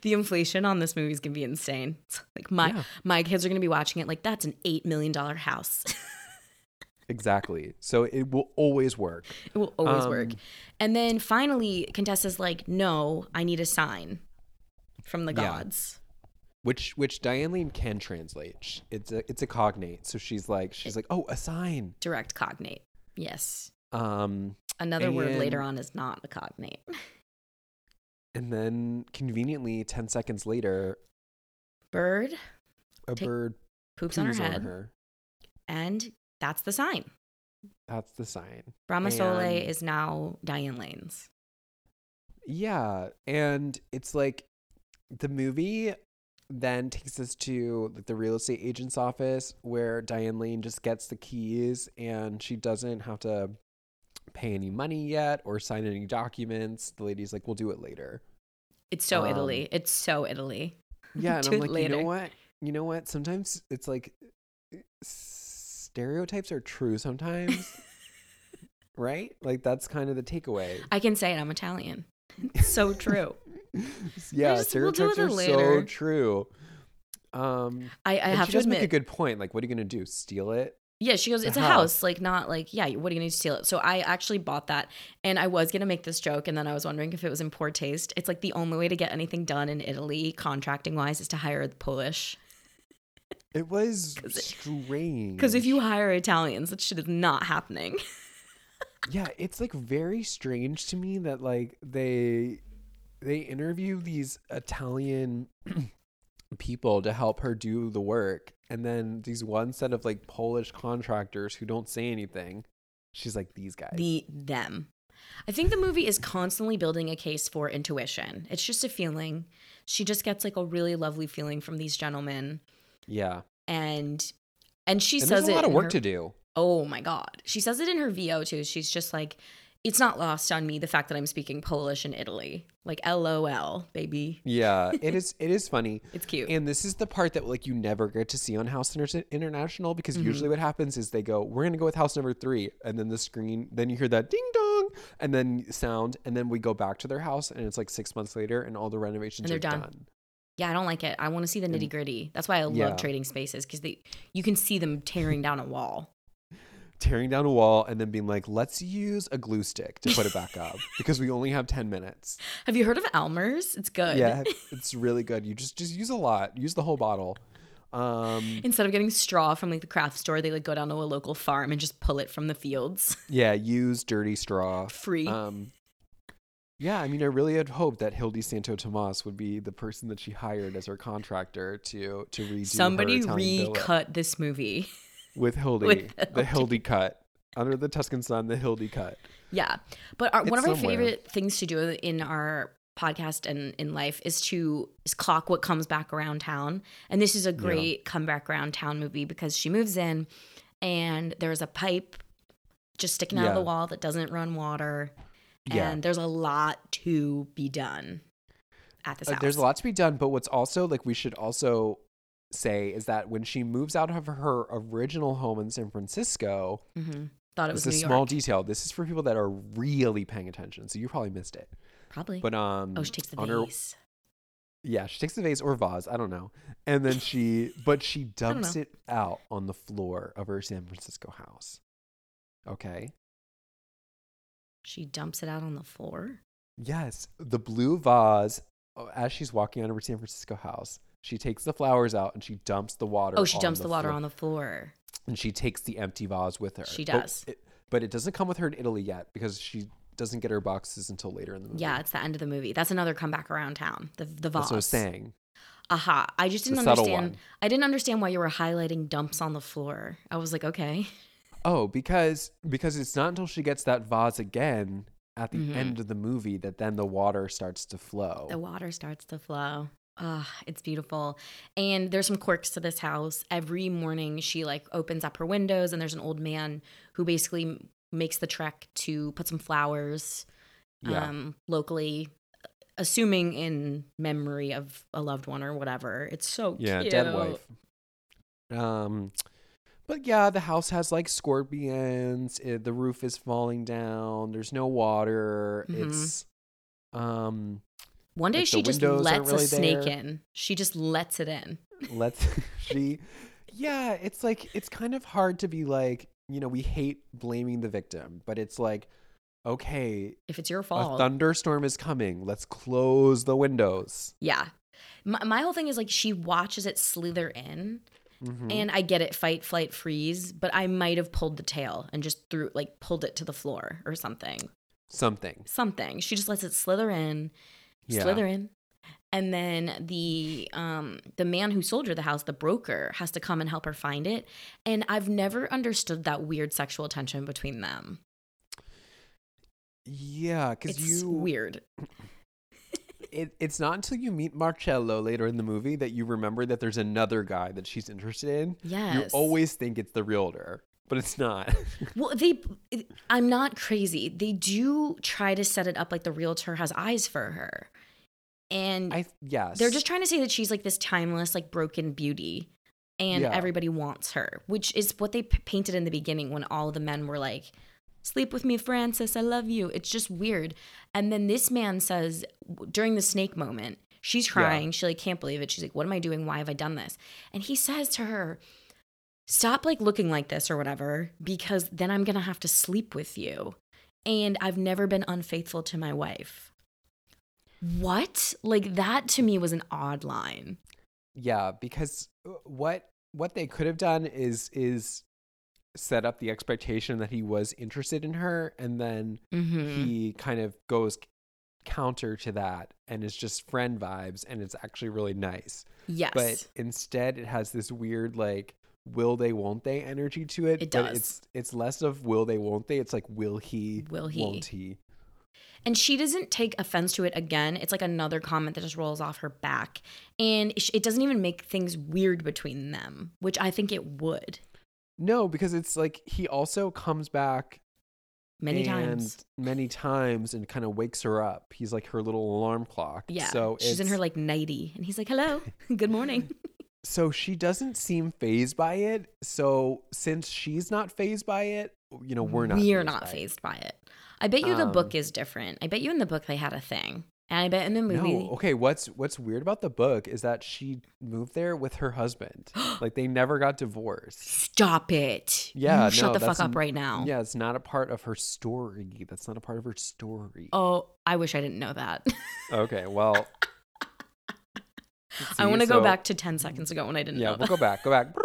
Speaker 1: the inflation on this movie is gonna be insane. It's like my
Speaker 2: Yeah.
Speaker 1: my kids are gonna be watching it like that's an eight million dollar house. *laughs*
Speaker 2: Exactly. So it will always work.
Speaker 1: it will always work.
Speaker 2: Um,
Speaker 1: And then finally, Contessa's like, "No, I need a sign from the
Speaker 2: Yeah.
Speaker 1: gods."
Speaker 2: which which Diane Lane can translate. Sh- It's a it's a cognate, so she's like she's like oh a sign.
Speaker 1: Direct cognate. Yes.
Speaker 2: Um,
Speaker 1: Another word later
Speaker 2: And-
Speaker 1: on is not a cognate.
Speaker 2: and then conveniently ten seconds later,
Speaker 1: Bird
Speaker 2: a
Speaker 1: Take-
Speaker 2: bird
Speaker 1: poops on her
Speaker 2: poos
Speaker 1: head,
Speaker 2: her.
Speaker 1: and that's the sign.
Speaker 2: That's the sign.
Speaker 1: Brahma Sole
Speaker 2: And-
Speaker 1: is now Diane Lane's.
Speaker 2: Yeah, and it's like the movie then takes us to like the real estate agent's office where Diane Lane just gets the keys and she doesn't have to pay any money yet or sign any documents. The lady's like, "We'll do it later."
Speaker 1: It's so
Speaker 2: Um,
Speaker 1: Italy. It's so Italy.
Speaker 2: Yeah,
Speaker 1: *laughs*
Speaker 2: and
Speaker 1: Do
Speaker 2: I'm
Speaker 1: it
Speaker 2: like, you
Speaker 1: later."
Speaker 2: know what? You know what? Sometimes it's like stereotypes are true sometimes,
Speaker 1: *laughs*
Speaker 2: right? Like that's kind of the takeaway.
Speaker 1: I can say it. I'm Italian. *laughs* It's so true.
Speaker 2: Yeah,
Speaker 1: just- we'll
Speaker 2: stereotypes
Speaker 1: deal
Speaker 2: are
Speaker 1: with it
Speaker 2: so
Speaker 1: later.
Speaker 2: true. Um,
Speaker 1: I, I
Speaker 2: and
Speaker 1: have
Speaker 2: she
Speaker 1: to
Speaker 2: does
Speaker 1: admit,
Speaker 2: make a good point. Like, what are you gonna do? Steal it?
Speaker 1: Yeah, she goes,
Speaker 2: the
Speaker 1: it's a house.
Speaker 2: house.
Speaker 1: like not like, yeah, what are you gonna steal it? So I actually bought that and I was gonna make this joke and then I was wondering if it was in poor taste. It's like the only way to get anything done in Italy, contracting wise, is to hire the Polish.
Speaker 2: It was
Speaker 1: it-
Speaker 2: strange.
Speaker 1: Because if you hire Italians, that shit is not happening.
Speaker 2: yeah, it's like very strange to me that like they they interview these Italian *clears throat* people to help her do the work, and then these one set of like Polish contractors who don't say anything. She's like these guys.
Speaker 1: the them. I think the movie is constantly building a case for intuition. It's just a feeling. She just gets like a really lovely feeling from these gentlemen
Speaker 2: yeah,
Speaker 1: and and she
Speaker 2: and
Speaker 1: says
Speaker 2: there's a
Speaker 1: it
Speaker 2: lot of
Speaker 1: in
Speaker 2: work
Speaker 1: her-
Speaker 2: to do.
Speaker 1: Oh my God. She says it in her VO too. She's just like, it's not lost on me the fact that I'm speaking Polish in Italy. Like, LOL, baby.
Speaker 2: Yeah,
Speaker 1: *laughs*
Speaker 2: it is. It is funny.
Speaker 1: It's cute.
Speaker 2: And this is the part that like you never get to see on House Inter- International because
Speaker 1: Mm-hmm.
Speaker 2: usually what happens is they go, "We're gonna go with house number three, and then the screen, then you hear that ding dong, and then sound, and then we go back to their house, and it's like six months later, and all the renovations
Speaker 1: And
Speaker 2: are
Speaker 1: they're
Speaker 2: done.
Speaker 1: done. yeah, I don't like it. I want to see the nitty gritty. That's why I
Speaker 2: Yeah.
Speaker 1: love trading spaces because you can see them tearing down a wall.
Speaker 2: tearing down a wall, and then being like, "Let's use a glue stick to put it
Speaker 1: *laughs*
Speaker 2: back up because we only have ten minutes."
Speaker 1: Have you heard of Elmer's? It's good. *laughs*
Speaker 2: Yeah, it's really good. You just just use a lot, use the whole bottle.
Speaker 1: *laughs*
Speaker 2: Um,
Speaker 1: Instead of getting straw from like the craft store, they like go down to a local farm and just pull it from the fields. *laughs*
Speaker 2: yeah, use dirty straw.
Speaker 1: Free.
Speaker 2: Um, yeah, I mean, I really had hoped that Hildy Santo Tomas would be the person that she hired as her contractor to to redo her
Speaker 1: Somebody
Speaker 2: Italian villa
Speaker 1: recut this movie.
Speaker 2: with Hildy,
Speaker 1: with
Speaker 2: the Hildy cut under the Tuscan sun, the Hildy cut.
Speaker 1: Yeah. But our, one of
Speaker 2: It's
Speaker 1: our
Speaker 2: somewhere.
Speaker 1: favorite things to do in our podcast and in life is to is clock what comes back around town. And this is a great comeback around town movie because she moves in and there's a pipe just sticking out of the
Speaker 2: Yeah.
Speaker 1: wall that doesn't run water.
Speaker 2: Yeah.
Speaker 1: And there's a lot to be done at this
Speaker 2: Uh,
Speaker 1: house.
Speaker 2: there's a lot to be done, but what's also like we should also say is that when she moves out of her original home in San Francisco,
Speaker 1: hmm Thought it was
Speaker 2: this
Speaker 1: New
Speaker 2: is a
Speaker 1: York.
Speaker 2: small detail. This is for people that are really paying attention, so you probably missed it.
Speaker 1: Probably.
Speaker 2: But um,
Speaker 1: oh, she takes the
Speaker 2: on her-
Speaker 1: vase.
Speaker 2: yeah, she takes the vase or vase, I don't know, and
Speaker 1: *laughs*
Speaker 2: then she but she
Speaker 1: don't
Speaker 2: dumps
Speaker 1: know.
Speaker 2: it out on the floor of her San Francisco house. Okay.
Speaker 1: She dumps it out on the floor.
Speaker 2: Yes, the blue vase. oh, As she's walking out of her San Francisco house, she takes the flowers out and she dumps the water.
Speaker 1: Oh, she
Speaker 2: on
Speaker 1: dumps the, water
Speaker 2: floor.
Speaker 1: on the floor.
Speaker 2: and she takes the empty vase with her.
Speaker 1: She
Speaker 2: But
Speaker 1: does.
Speaker 2: it- but it doesn't come with her in Italy yet because she doesn't get her boxes until later in the movie.
Speaker 1: Yeah, it's the end of the movie. That's another comeback around town. The the vase.
Speaker 2: that's what I was saying.
Speaker 1: Aha! I just
Speaker 2: The
Speaker 1: didn't
Speaker 2: subtle
Speaker 1: understand.
Speaker 2: one.
Speaker 1: I didn't understand why you were highlighting dumps on the floor. I was like, okay,
Speaker 2: Oh, because because it's not until she gets that vase again at the
Speaker 1: Mhm.
Speaker 2: end of the movie that then the water starts to flow.
Speaker 1: the water starts to flow. Ah, it's beautiful. And there's some quirks to this house. Every morning, she like opens up her windows, and there's an old man who basically m- makes the trek to put some flowers
Speaker 2: yeah,
Speaker 1: um, locally, assuming in memory of a loved one or whatever. It's so
Speaker 2: yeah,
Speaker 1: cute.
Speaker 2: dead wife. Um, but yeah, the house has like scorpions. It, the roof is falling down. There's no water.
Speaker 1: Mhm.
Speaker 2: It's um,
Speaker 1: One day
Speaker 2: Like, the
Speaker 1: she just
Speaker 2: windows aren't
Speaker 1: lets
Speaker 2: really
Speaker 1: a snake
Speaker 2: there.
Speaker 1: in. She just lets it in.
Speaker 2: let's *laughs* she yeah it's like it's kind of hard to be like you know we hate blaming the victim but it's like okay
Speaker 1: If it's your
Speaker 2: a
Speaker 1: fault.
Speaker 2: thunderstorm is coming let's close the windows
Speaker 1: yeah. My, my whole thing is like she watches it slither in,
Speaker 2: Mhm.
Speaker 1: and I get it fight, flight, freeze, but I might have pulled the tail and just threw, like, pulled it to the floor or something.
Speaker 2: something
Speaker 1: Something. She just lets it slither in,
Speaker 2: yeah
Speaker 1: slither in. And then the um the man who sold her the house, the broker, has to come and help her find it. And I've never understood that weird sexual tension between them.
Speaker 2: yeah because
Speaker 1: It's
Speaker 2: you
Speaker 1: weird.
Speaker 2: it, it's not until you meet marcello later in the movie that you remember that there's another guy that she's interested in you
Speaker 1: Yes.
Speaker 2: always think it's the realtor but it's not *laughs*
Speaker 1: Well, they, I'm not crazy. They do try to set it up like the realtor has eyes for her. And
Speaker 2: i yes
Speaker 1: they're just trying to say that she's like this timeless, like broken beauty and
Speaker 2: Yeah.
Speaker 1: everybody wants her, which is what they p- painted in the beginning when all the men were like, Sleep with me, Francis. I love you. It's just weird. And then this man says w- during the snake moment, she's crying. She like can't believe it. She's like, "What am I doing? Why have I done this?" And he says to her, "Stop like looking like this or whatever, because then I'm gonna have to sleep with you, and I've never been unfaithful to my wife." What? Like that to me was an odd line.
Speaker 2: Yeah, because uh, what what they could have done is is set up the expectation that he was interested in her and then
Speaker 1: Mm-hmm.
Speaker 2: he kind of goes c- counter to that and is just friend vibes and it's actually really nice.
Speaker 1: Yes.
Speaker 2: But instead it has this weird like will they won't they energy to it.
Speaker 1: It
Speaker 2: but
Speaker 1: does.
Speaker 2: it's it's less of will they won't they. It's like will he
Speaker 1: Will he?
Speaker 2: won't he.
Speaker 1: And she doesn't take offense to it again. It's like another comment that just rolls off her back. And it sh- it doesn't even make things weird between them, which I think it would
Speaker 2: No, because it's like he also comes back
Speaker 1: many
Speaker 2: and
Speaker 1: times.
Speaker 2: many times and kind of wakes her up he's like her little alarm clock
Speaker 1: Yeah.
Speaker 2: so
Speaker 1: she's in
Speaker 2: it's-
Speaker 1: her like nighty. And he's like, hello, *laughs* good morning.
Speaker 2: so she doesn't seem phased by it so since she's not phased by it you know we're not
Speaker 1: We're
Speaker 2: fazed
Speaker 1: not
Speaker 2: by it.
Speaker 1: phased by it. I bet you the
Speaker 2: Um,
Speaker 1: book is different. I bet you in the book they had a thing. And I bet in the movie.
Speaker 2: no okay what's what's weird about the book is that she moved there with
Speaker 1: *gasps*
Speaker 2: her husband like they never got divorced
Speaker 1: Stop it.
Speaker 2: Yeah,
Speaker 1: You shut
Speaker 2: no,
Speaker 1: the
Speaker 2: that's
Speaker 1: fuck up
Speaker 2: n-
Speaker 1: right now.
Speaker 2: yeah it's not a part of her story that's not a part of her story
Speaker 1: Oh, I wish I didn't know that. *laughs*
Speaker 2: okay well
Speaker 1: I
Speaker 2: see,
Speaker 1: want to go
Speaker 2: so-
Speaker 1: back to 10 seconds ago when I didn't know
Speaker 2: yeah we'll
Speaker 1: that.
Speaker 2: go back go back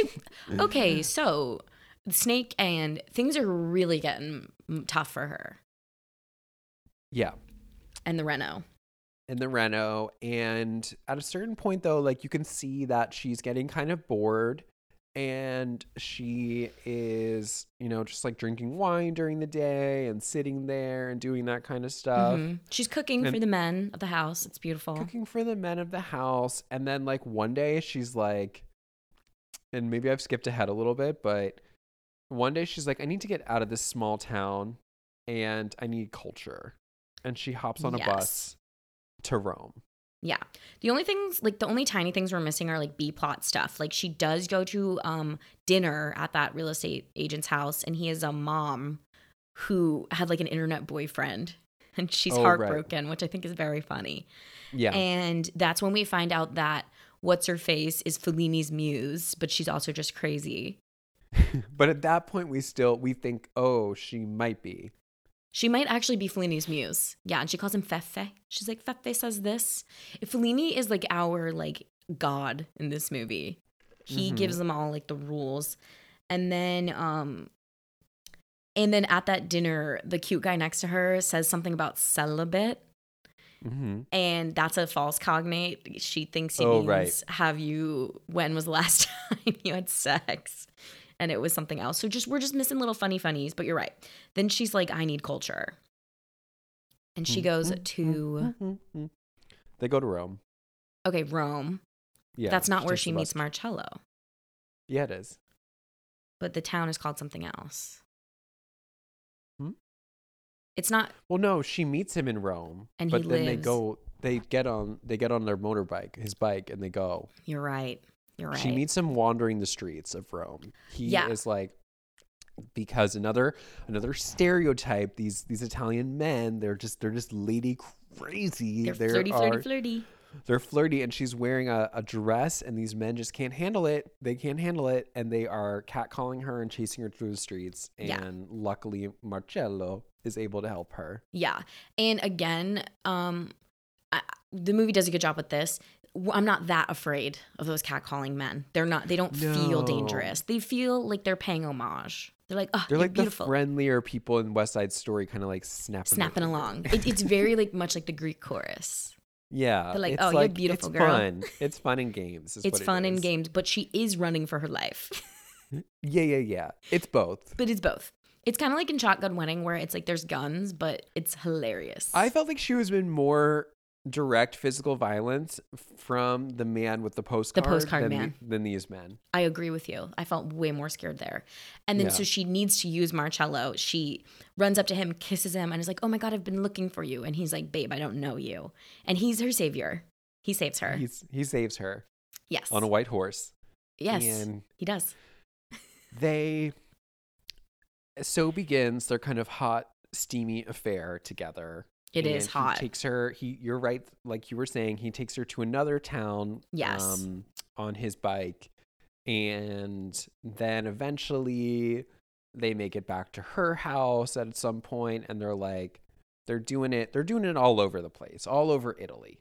Speaker 2: *laughs*
Speaker 1: okay, so the snake and things are really getting mm, tough for her
Speaker 2: yeah
Speaker 1: and the Reno.
Speaker 2: in the Reno. And at a certain point, though, like you can see that she's getting kind of bored and she is you know just like drinking wine during the day and sitting there and doing that kind of stuff
Speaker 1: Mhm. She's cooking for
Speaker 2: and-
Speaker 1: the men of the house. It's beautiful.
Speaker 2: cooking for the men of the house and then like one day she's like and maybe i've skipped ahead a little bit but one day she's like i need to get out of this small town and i need culture and she hops on a
Speaker 1: Yes.
Speaker 2: bus to rome
Speaker 1: Yeah. The only things like the only tiny things we're missing are like B plot stuff. Like she does go to um dinner at that real estate agent's house and he is a mom who had like an internet boyfriend and she's
Speaker 2: Oh, right.
Speaker 1: heartbroken, which I think is very funny.
Speaker 2: yeah
Speaker 1: And that's when we find out that what's her face is Fellini's muse, but she's also just crazy.
Speaker 2: but at that point we still we think oh she might be
Speaker 1: She might actually be Fellini's muse. Yeah, and she calls him Fefe. She's like, Fefe says this. If Fellini is like our like god in this movie. He
Speaker 2: Mhm.
Speaker 1: gives them all like the rules. And then um and then at that dinner, the cute guy next to her says something about celibate,
Speaker 2: mm-hmm.
Speaker 1: and that's a false cognate. She thinks he
Speaker 2: Oh,
Speaker 1: means
Speaker 2: right.
Speaker 1: have you when was the last *laughs* time you had sex? And it was something else. So just we're just missing little funny funnies, but you're right. Then she's like, I need culture. And
Speaker 2: Mm-hmm.
Speaker 1: she goes to
Speaker 2: they go to rome
Speaker 1: okay, Rome.
Speaker 2: yeah
Speaker 1: that's not where
Speaker 2: takes
Speaker 1: she
Speaker 2: the bus
Speaker 1: meets
Speaker 2: to-
Speaker 1: Marcello,
Speaker 2: yeah it is
Speaker 1: but the town is called something else.
Speaker 2: Hmm?
Speaker 1: It's not
Speaker 2: well no she meets him in rome
Speaker 1: And
Speaker 2: but
Speaker 1: he
Speaker 2: then they
Speaker 1: lives.
Speaker 2: go they get on they get on their motorbike his bike and they go
Speaker 1: You're right. You're right.
Speaker 2: She meets him wandering the streets of Rome. He
Speaker 1: Yeah.
Speaker 2: is like because another another stereotype these these Italian men they're just they're just lady crazy.
Speaker 1: They're
Speaker 2: There
Speaker 1: flirty, flirty,
Speaker 2: are-
Speaker 1: flirty.
Speaker 2: They're flirty and she's wearing a, a dress and these men just can't handle it. They can't handle it and they are catcalling her and chasing her through the streets and
Speaker 1: Yeah.
Speaker 2: luckily Marcello is able to help her.
Speaker 1: Yeah. And again, um, I, the movie does a good job with this. W- I'm not that afraid of those catcalling men. They're not. They don't feel
Speaker 2: No.
Speaker 1: dangerous. They feel like they're paying homage. They're like, oh,
Speaker 2: They're like
Speaker 1: beautiful.
Speaker 2: the friendlier people in West Side Story kind of like snapping their
Speaker 1: snapping
Speaker 2: fingers.
Speaker 1: along. It, it's very like much like the Greek
Speaker 2: *laughs*
Speaker 1: chorus.
Speaker 2: Yeah.
Speaker 1: They're like,
Speaker 2: it's
Speaker 1: "Oh, you're beautiful,
Speaker 2: it's
Speaker 1: girl."
Speaker 2: Fun. It's fun in games. is
Speaker 1: It's
Speaker 2: what it
Speaker 1: fun and
Speaker 2: is.
Speaker 1: games, but she is running for her life. *laughs*
Speaker 2: Yeah, yeah, yeah. It's both.
Speaker 1: but it's both. It's kind of like in Shotgun Wedding where it's like there's guns, but it's hilarious.
Speaker 2: I felt like she was in more direct physical violence from the man with the postcard,
Speaker 1: postcard
Speaker 2: than,
Speaker 1: man.
Speaker 2: the- than these men.
Speaker 1: I agree with you. I felt way more scared there. And then
Speaker 2: Yeah.
Speaker 1: so she needs to use Marcello. She runs up to him, kisses him, and is like, "Oh my god, I've been looking for you." And he's like, "Babe, I don't know you." And he's her savior. He saves her.
Speaker 2: He's, he saves her
Speaker 1: yes.
Speaker 2: on a white horse.
Speaker 1: yes.
Speaker 2: And
Speaker 1: He does.
Speaker 2: they. So begins their kind of hot, steamy affair together.
Speaker 1: It
Speaker 2: and
Speaker 1: is
Speaker 2: he
Speaker 1: hot.
Speaker 2: Takes her. He, you're right. Like you were saying, he takes her to another town.
Speaker 1: Yes.
Speaker 2: Um, on his bike, and then eventually they make it back to her house at some point, and they're like, they're doing it. They're doing it all over the place, all over Italy.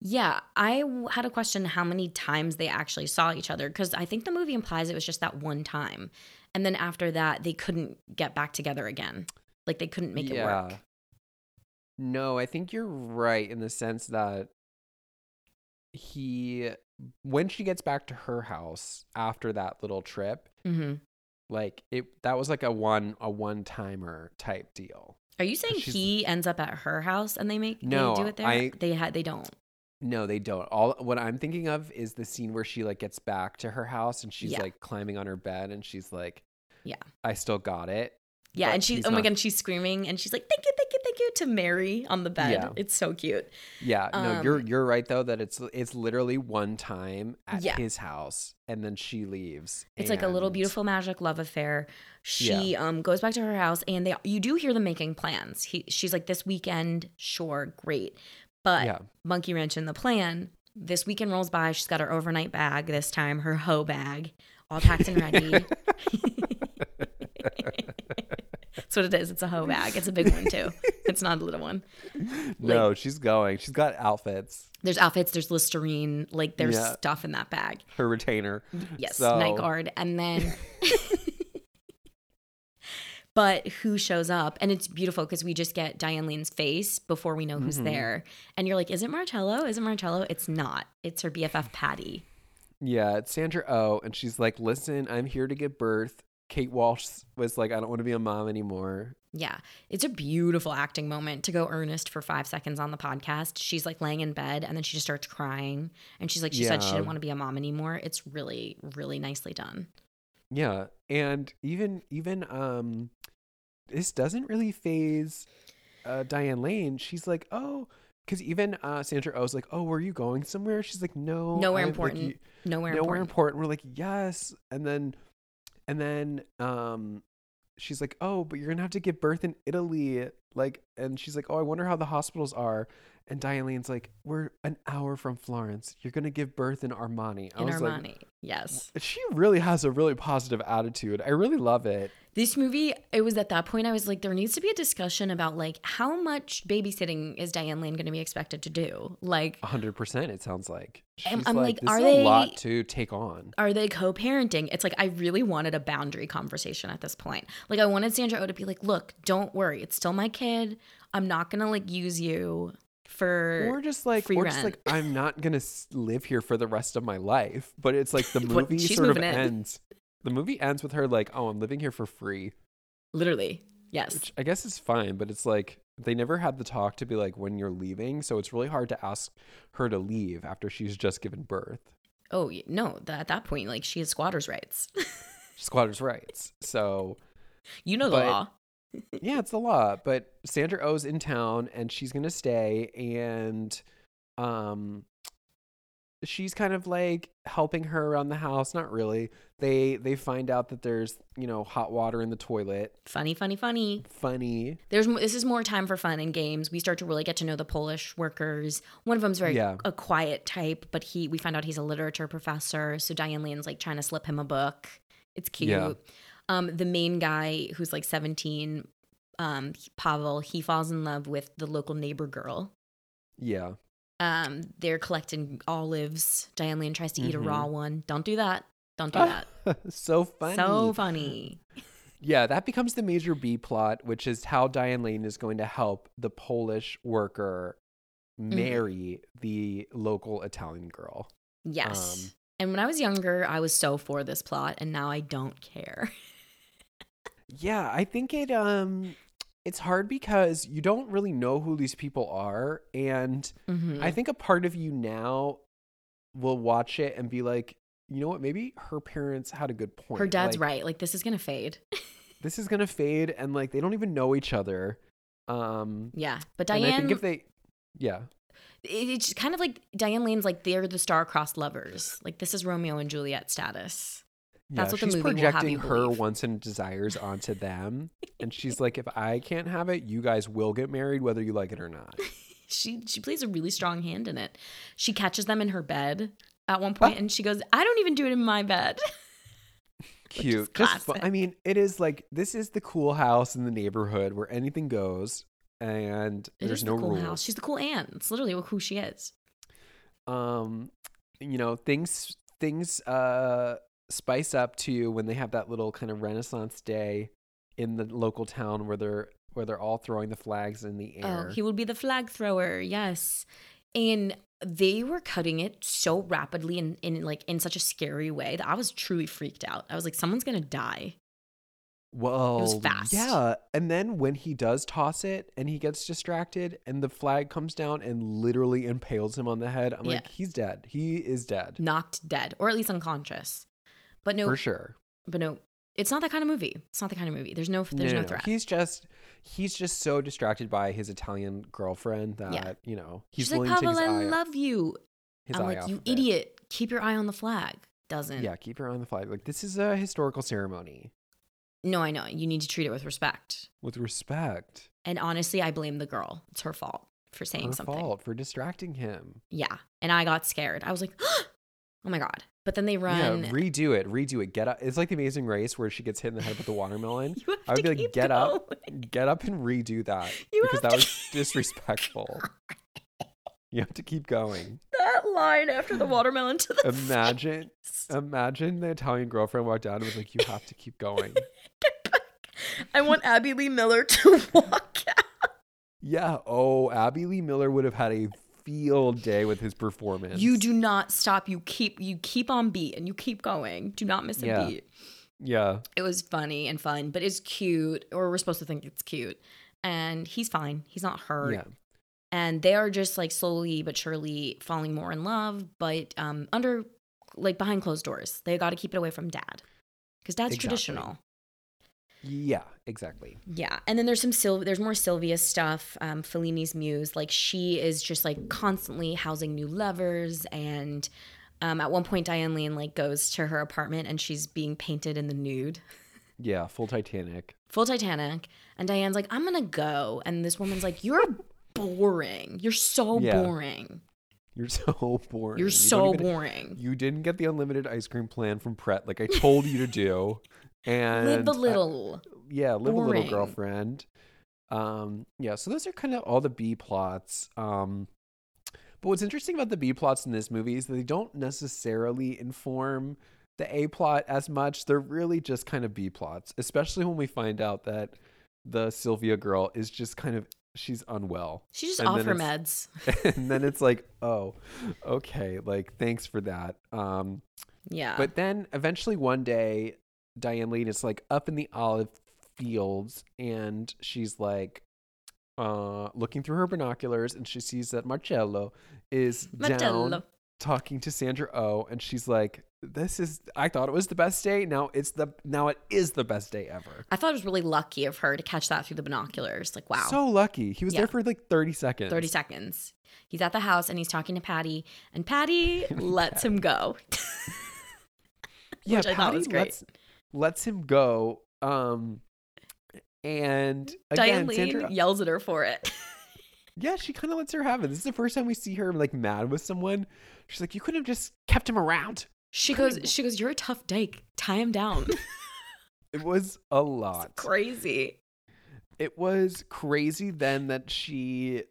Speaker 1: yeah, I w- had a question how many times they actually saw each other cuz I think the movie implies it was just that one time. And then after that, they couldn't get back together again. Like they couldn't make it work.
Speaker 2: No, I think you're right in the sense that he, when she gets back to her house after that little trip,
Speaker 1: Mhm.
Speaker 2: like it that was like a one a one timer type deal
Speaker 1: Are you saying
Speaker 2: She's-
Speaker 1: he ends up at her house and they make
Speaker 2: No,
Speaker 1: they do it there?
Speaker 2: I-
Speaker 1: they had they don't.
Speaker 2: no they don't all what i'm thinking of is the scene where she like gets back to her house and she's
Speaker 1: Yeah.
Speaker 2: like climbing on her bed and she's like
Speaker 1: Yeah.
Speaker 2: i still got it
Speaker 1: Yeah,
Speaker 2: but
Speaker 1: and she
Speaker 2: he's
Speaker 1: oh my
Speaker 2: not-
Speaker 1: god, and she's screaming and she's like, "Thank you, thank you, thank you" to Mary on the bed.
Speaker 2: Yeah.
Speaker 1: It's so cute.
Speaker 2: yeah no you're
Speaker 1: Um,
Speaker 2: you're right though that it's it's literally one time at
Speaker 1: Yeah.
Speaker 2: his house and then she leaves
Speaker 1: It's like a little
Speaker 2: and-
Speaker 1: beautiful magic love affair. She um goes back to her house and they you do hear them making plans. He she's like this weekend, sure, great. But
Speaker 2: yeah
Speaker 1: monkey wrench in the plan. This weekend rolls by, she's got her overnight bag this time, her hoe bag, all packed and
Speaker 2: *laughs*
Speaker 1: ready. That's what it is. It's a hoe bag. It's a big one too. It's not a little one.
Speaker 2: no she's going she's got outfits
Speaker 1: There's outfits, there's Listerine, like there's
Speaker 2: Yeah.
Speaker 1: stuff in that bag.
Speaker 2: her retainer
Speaker 1: Yes,
Speaker 2: So-
Speaker 1: night guard. And
Speaker 2: *laughs*
Speaker 1: then But who shows up? And it's beautiful because we just get Diane Lane's face before we know who's
Speaker 2: Mhm.
Speaker 1: there. And you're like, is it Marcello? Is it Marcello? It's not. It's her BFF Patty.
Speaker 2: Yeah, it's Sandra O, oh, and she's like, "Listen, I'm here to give birth." Kate Walsh was like, "I don't want to be a mom anymore."
Speaker 1: Yeah, it's a beautiful acting moment to go earnest for five seconds on the podcast. She's like laying in bed, and then she just starts crying, and she's like, she said she
Speaker 2: Yeah.
Speaker 1: didn't want to be a mom anymore. It's really, really nicely done.
Speaker 2: Yeah, and even even um, this doesn't really phase uh, Diane Lane. She's like, "Oh." Because even uh, Sandra O's like, oh, were you going somewhere? She's like, no.
Speaker 1: Nowhere
Speaker 2: I'm- like,
Speaker 1: important.
Speaker 2: you-
Speaker 1: Nowhere,
Speaker 2: nowhere
Speaker 1: important.
Speaker 2: important. We're like, yes. And then, and then, um, she's like, oh, but you're gonna have to give birth in Italy. Like, and she's like, oh, I wonder how the hospitals are. And Diane's like, we're an hour from Florence. You're gonna give birth in Armani. I
Speaker 1: In
Speaker 2: was
Speaker 1: Armani,
Speaker 2: like,
Speaker 1: yes.
Speaker 2: she really has a really positive attitude. I really love it.
Speaker 1: This movie, it was at that point I was like, there needs to be a discussion about like how much babysitting is Diane Lane going to be expected to do? Like,
Speaker 2: A hundred percent. It sounds like she's
Speaker 1: I'm- I'm like,
Speaker 2: this
Speaker 1: are
Speaker 2: is
Speaker 1: they-
Speaker 2: a lot to take on.
Speaker 1: are they co-parenting? It's like I really wanted a boundary conversation at this point. Like I wanted Sandra O to be like, look, don't worry, it's still my kid. I'm not gonna like use you for
Speaker 2: or just like,
Speaker 1: free
Speaker 2: or just
Speaker 1: rent.
Speaker 2: like, I'm not gonna s- live here for the rest of my life. But
Speaker 1: *laughs*
Speaker 2: it's like the
Speaker 1: But
Speaker 2: movie
Speaker 1: she's
Speaker 2: sort of
Speaker 1: moving in.
Speaker 2: ends. The movie ends with her like, oh, I'm living here for free,
Speaker 1: literally. Yes.
Speaker 2: which I guess is fine. But it's like they never had the talk to be like when you're leaving, so it's really hard to ask her to leave after she's just given birth.
Speaker 1: oh y- no, th- at that point, like she has squatters' rights. *laughs*
Speaker 2: Squatters' rights. So
Speaker 1: you know the
Speaker 2: But-
Speaker 1: law.
Speaker 2: yeah, it's the law. But Sandra O's in town and she's gonna stay and um she's kind of like helping her around the house. Not really. They they find out that there's, you know, hot water in the toilet.
Speaker 1: Funny, funny, funny.
Speaker 2: Funny.
Speaker 1: there's mo- this is more time for fun and games. We start to really get to know the Polish workers. One of them's very
Speaker 2: Yeah.
Speaker 1: a quiet type, but he we found out he's a literature professor. So Diane Lane's like trying to slip him a book. It's cute.
Speaker 2: Yeah.
Speaker 1: Um, the main guy who's like 17, um, Pavel, he falls in love with the local neighbor girl.
Speaker 2: Yeah. *laughs*
Speaker 1: Um, they're collecting olives. Diane Lane tries to eat a
Speaker 2: Mhm.
Speaker 1: raw one. Don't do that. Don't do that.
Speaker 2: so Ah, funny.
Speaker 1: So funny.
Speaker 2: yeah, that becomes the major B plot, which is how Diane Lane is going to help the Polish worker marry the local Italian girl.
Speaker 1: Yes.
Speaker 2: Um,
Speaker 1: and when I was younger, I was so for this plot, and now I don't care.
Speaker 2: Yeah, I think it um it's hard because you don't really know who these people are and
Speaker 1: Mhm.
Speaker 2: I think a part of you now will watch it and be like, you know what, maybe her parents had a good point.
Speaker 1: Her dad's
Speaker 2: Like,
Speaker 1: right. Like this is gonna fade.
Speaker 2: This is going to fade and like they don't even know each other. Um
Speaker 1: yeah, but
Speaker 2: and I
Speaker 1: Diane,
Speaker 2: think if they yeah.
Speaker 1: it- it's just kind of like Diane Lane's like they're the star-crossed lovers. Like this is Romeo and Juliet status. That's
Speaker 2: yeah,
Speaker 1: what the
Speaker 2: she's
Speaker 1: movie will have
Speaker 2: projecting
Speaker 1: you
Speaker 2: her
Speaker 1: believe.
Speaker 2: wants and desires onto them, and
Speaker 1: *laughs*
Speaker 2: she's like, "If I can't have it, you guys will get married, whether you like it or not."
Speaker 1: She she plays a really strong hand in it. She catches them in her bed at one point, and she goes, "I don't even do it in my bed." *laughs* which is
Speaker 2: cute. Just fun. I
Speaker 1: classic.
Speaker 2: mean, it is like this is the cool house in the neighborhood where anything goes and
Speaker 1: It
Speaker 2: there's
Speaker 1: is
Speaker 2: no
Speaker 1: the cool
Speaker 2: rules.
Speaker 1: house. She's the cool aunt. It's literally who she is.
Speaker 2: Um you know, things things uh spice up to when they have that little kind of renaissance day in the local town where they're where they're all throwing the flags in the air.
Speaker 1: Oh, he will be the flag thrower. Yes. And they were cutting it so rapidly and in like in such a scary way that I was truly freaked out. I was like, someone's gonna die.
Speaker 2: well,
Speaker 1: fast.
Speaker 2: yeah. And then when he does toss it and he gets distracted and the flag comes down and literally impales him on the head, I'm
Speaker 1: Yeah.
Speaker 2: like, he's dead. He is dead.
Speaker 1: Knocked dead, or at least unconscious. But no
Speaker 2: For sure.
Speaker 1: but no it's not that kind of movie. It's not the kind of movie. There's no there's no, threat.
Speaker 2: He's just he's just so distracted by his Italian girlfriend that
Speaker 1: Yeah.
Speaker 2: you know he's
Speaker 1: She's
Speaker 2: willing
Speaker 1: like,
Speaker 2: to take
Speaker 1: Pavel,
Speaker 2: his
Speaker 1: I
Speaker 2: eye,
Speaker 1: love you.
Speaker 2: his
Speaker 1: I'm
Speaker 2: eye
Speaker 1: like,
Speaker 2: off
Speaker 1: you
Speaker 2: of it.
Speaker 1: idiot. Keep your eye on the flag. Doesn't.
Speaker 2: Yeah, keep her on the flag. Like this is a historical ceremony
Speaker 1: No, I know. You need to treat it with respect.
Speaker 2: with respect.
Speaker 1: And honestly, I blame the girl. It's her fault for saying
Speaker 2: her
Speaker 1: something.
Speaker 2: fault for distracting him.
Speaker 1: Yeah. And I got scared. I was like, *gasps* oh my God. But then they run.
Speaker 2: Yeah, redo it, redo it. Get up. It's like the Amazing Race where she gets hit in the head with
Speaker 1: *laughs*
Speaker 2: the watermelon.
Speaker 1: *laughs* you have
Speaker 2: I would
Speaker 1: to
Speaker 2: be like,
Speaker 1: keep
Speaker 2: "Get up."
Speaker 1: going.
Speaker 2: Get up and redo that
Speaker 1: You
Speaker 2: because
Speaker 1: have
Speaker 2: that
Speaker 1: to *laughs*
Speaker 2: was disrespectful. You have to keep going.
Speaker 1: That line after the watermelon to the
Speaker 2: Imagine,
Speaker 1: face.
Speaker 2: imagine the Italian girlfriend walked out and was like, "You have to keep going."
Speaker 1: I want Abby Lee Miller to *laughs* walk out.
Speaker 2: Yeah. Oh, Abby Lee Miller would have had a field day with his performance.
Speaker 1: You do not stop. You keep you keep on beat and you keep going. Do not miss a
Speaker 2: Yeah.
Speaker 1: beat.
Speaker 2: yeah.
Speaker 1: It was funny and fun, but it's cute, or we're supposed to think it's cute. And he's fine. He's not hurt.
Speaker 2: Yeah.
Speaker 1: And they are just like slowly but surely falling more in love, but um under like behind closed doors. They got to keep it away from dad. Cuz dad's
Speaker 2: Exactly.
Speaker 1: traditional.
Speaker 2: Yeah, exactly.
Speaker 1: Yeah, and then there's some Syl- there's more Sylvia stuff. Um, Fellini's muse, like she is just like constantly housing new lovers, and um, at one point Diane Lane like goes to her apartment and she's being painted in the nude,
Speaker 2: Yeah, full Titanic.
Speaker 1: full Titanic, and Diane's like, I'm gonna go, and this woman's like, you're boring, you're so
Speaker 2: Yeah.
Speaker 1: boring,
Speaker 2: You're so *laughs* boring.
Speaker 1: you're
Speaker 2: You don't
Speaker 1: so
Speaker 2: even-
Speaker 1: boring.
Speaker 2: You didn't get the unlimited ice cream plan from Pret like I told you to do. And
Speaker 1: Live a
Speaker 2: uh,
Speaker 1: little.
Speaker 2: yeah, live a
Speaker 1: Boring.
Speaker 2: little girlfriend. Um, yeah, so those are kind of all the B plots. Um, but what's interesting about the B plots in this movie is they don't necessarily inform the A plot as much. They're really just kind of B plots, especially when we find out that the Sylvia girl is just kind of she's unwell. *laughs*
Speaker 1: She's just
Speaker 2: and
Speaker 1: off
Speaker 2: then
Speaker 1: her
Speaker 2: it's-
Speaker 1: meds.
Speaker 2: and then it's like, oh, okay, like thanks for that. Um,
Speaker 1: Yeah,
Speaker 2: but then eventually one day, Diane Lane is like up in the olive fields and she's like uh looking through her binoculars and she sees that Marcello is
Speaker 1: uh,
Speaker 2: down
Speaker 1: Matilda.
Speaker 2: talking to Sandra Oh and she's like this is I thought it was the best day now it's the now it is the best day ever.
Speaker 1: I thought it was really lucky of her to catch that through the binoculars. Like, wow.
Speaker 2: So lucky. He was
Speaker 1: Yeah.
Speaker 2: there for like 30 seconds.
Speaker 1: 30 seconds. He's at the house and he's talking to Patty, and *laughs* Patty lets him go.
Speaker 2: yeah,
Speaker 1: which I thought
Speaker 2: Patty
Speaker 1: was great.
Speaker 2: Lets, lets him go um and again,
Speaker 1: Diane Lane
Speaker 2: Sandra
Speaker 1: yells at her for it.
Speaker 2: Yeah, she kind of lets her have it. This is the first time we see her like mad with someone. She's like, "You could have just kept him around."
Speaker 1: She goes, she goes, You're a tough dyke. Tie him down.
Speaker 2: It was a lot.
Speaker 1: *laughs* Crazy.
Speaker 2: It was crazy then that she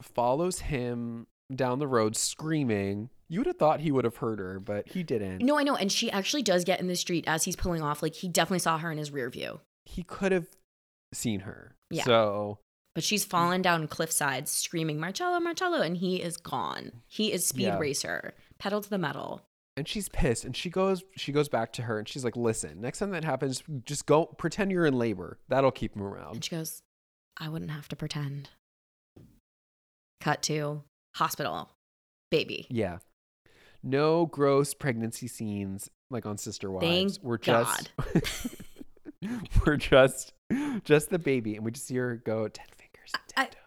Speaker 2: follows him down the road screaming. You would have thought he would have heard her, but he didn't.
Speaker 1: No, I know. And she actually does get in the street as he's pulling off. Like he definitely saw her in his rear view.
Speaker 2: He could have seen her.
Speaker 1: Yeah.
Speaker 2: So,
Speaker 1: But she's fallen down cliff sides screaming, Marcello, Marcello, and he is gone. He is speed
Speaker 2: Yeah.
Speaker 1: racer. Pedal to the metal.
Speaker 2: and she's pissed and she goes she goes back to her and she's like, "Listen, next time that happens, just go pretend you're in labor. That'll keep him around."
Speaker 1: And she goes, I wouldn't have to pretend. Cut to hospital. Baby.
Speaker 2: Yeah. No gross pregnancy scenes like on Sister Wives.
Speaker 1: Thank
Speaker 2: we're just *laughs* we're just just the baby and we just see her go ten fingers and ten
Speaker 1: I-
Speaker 2: toes.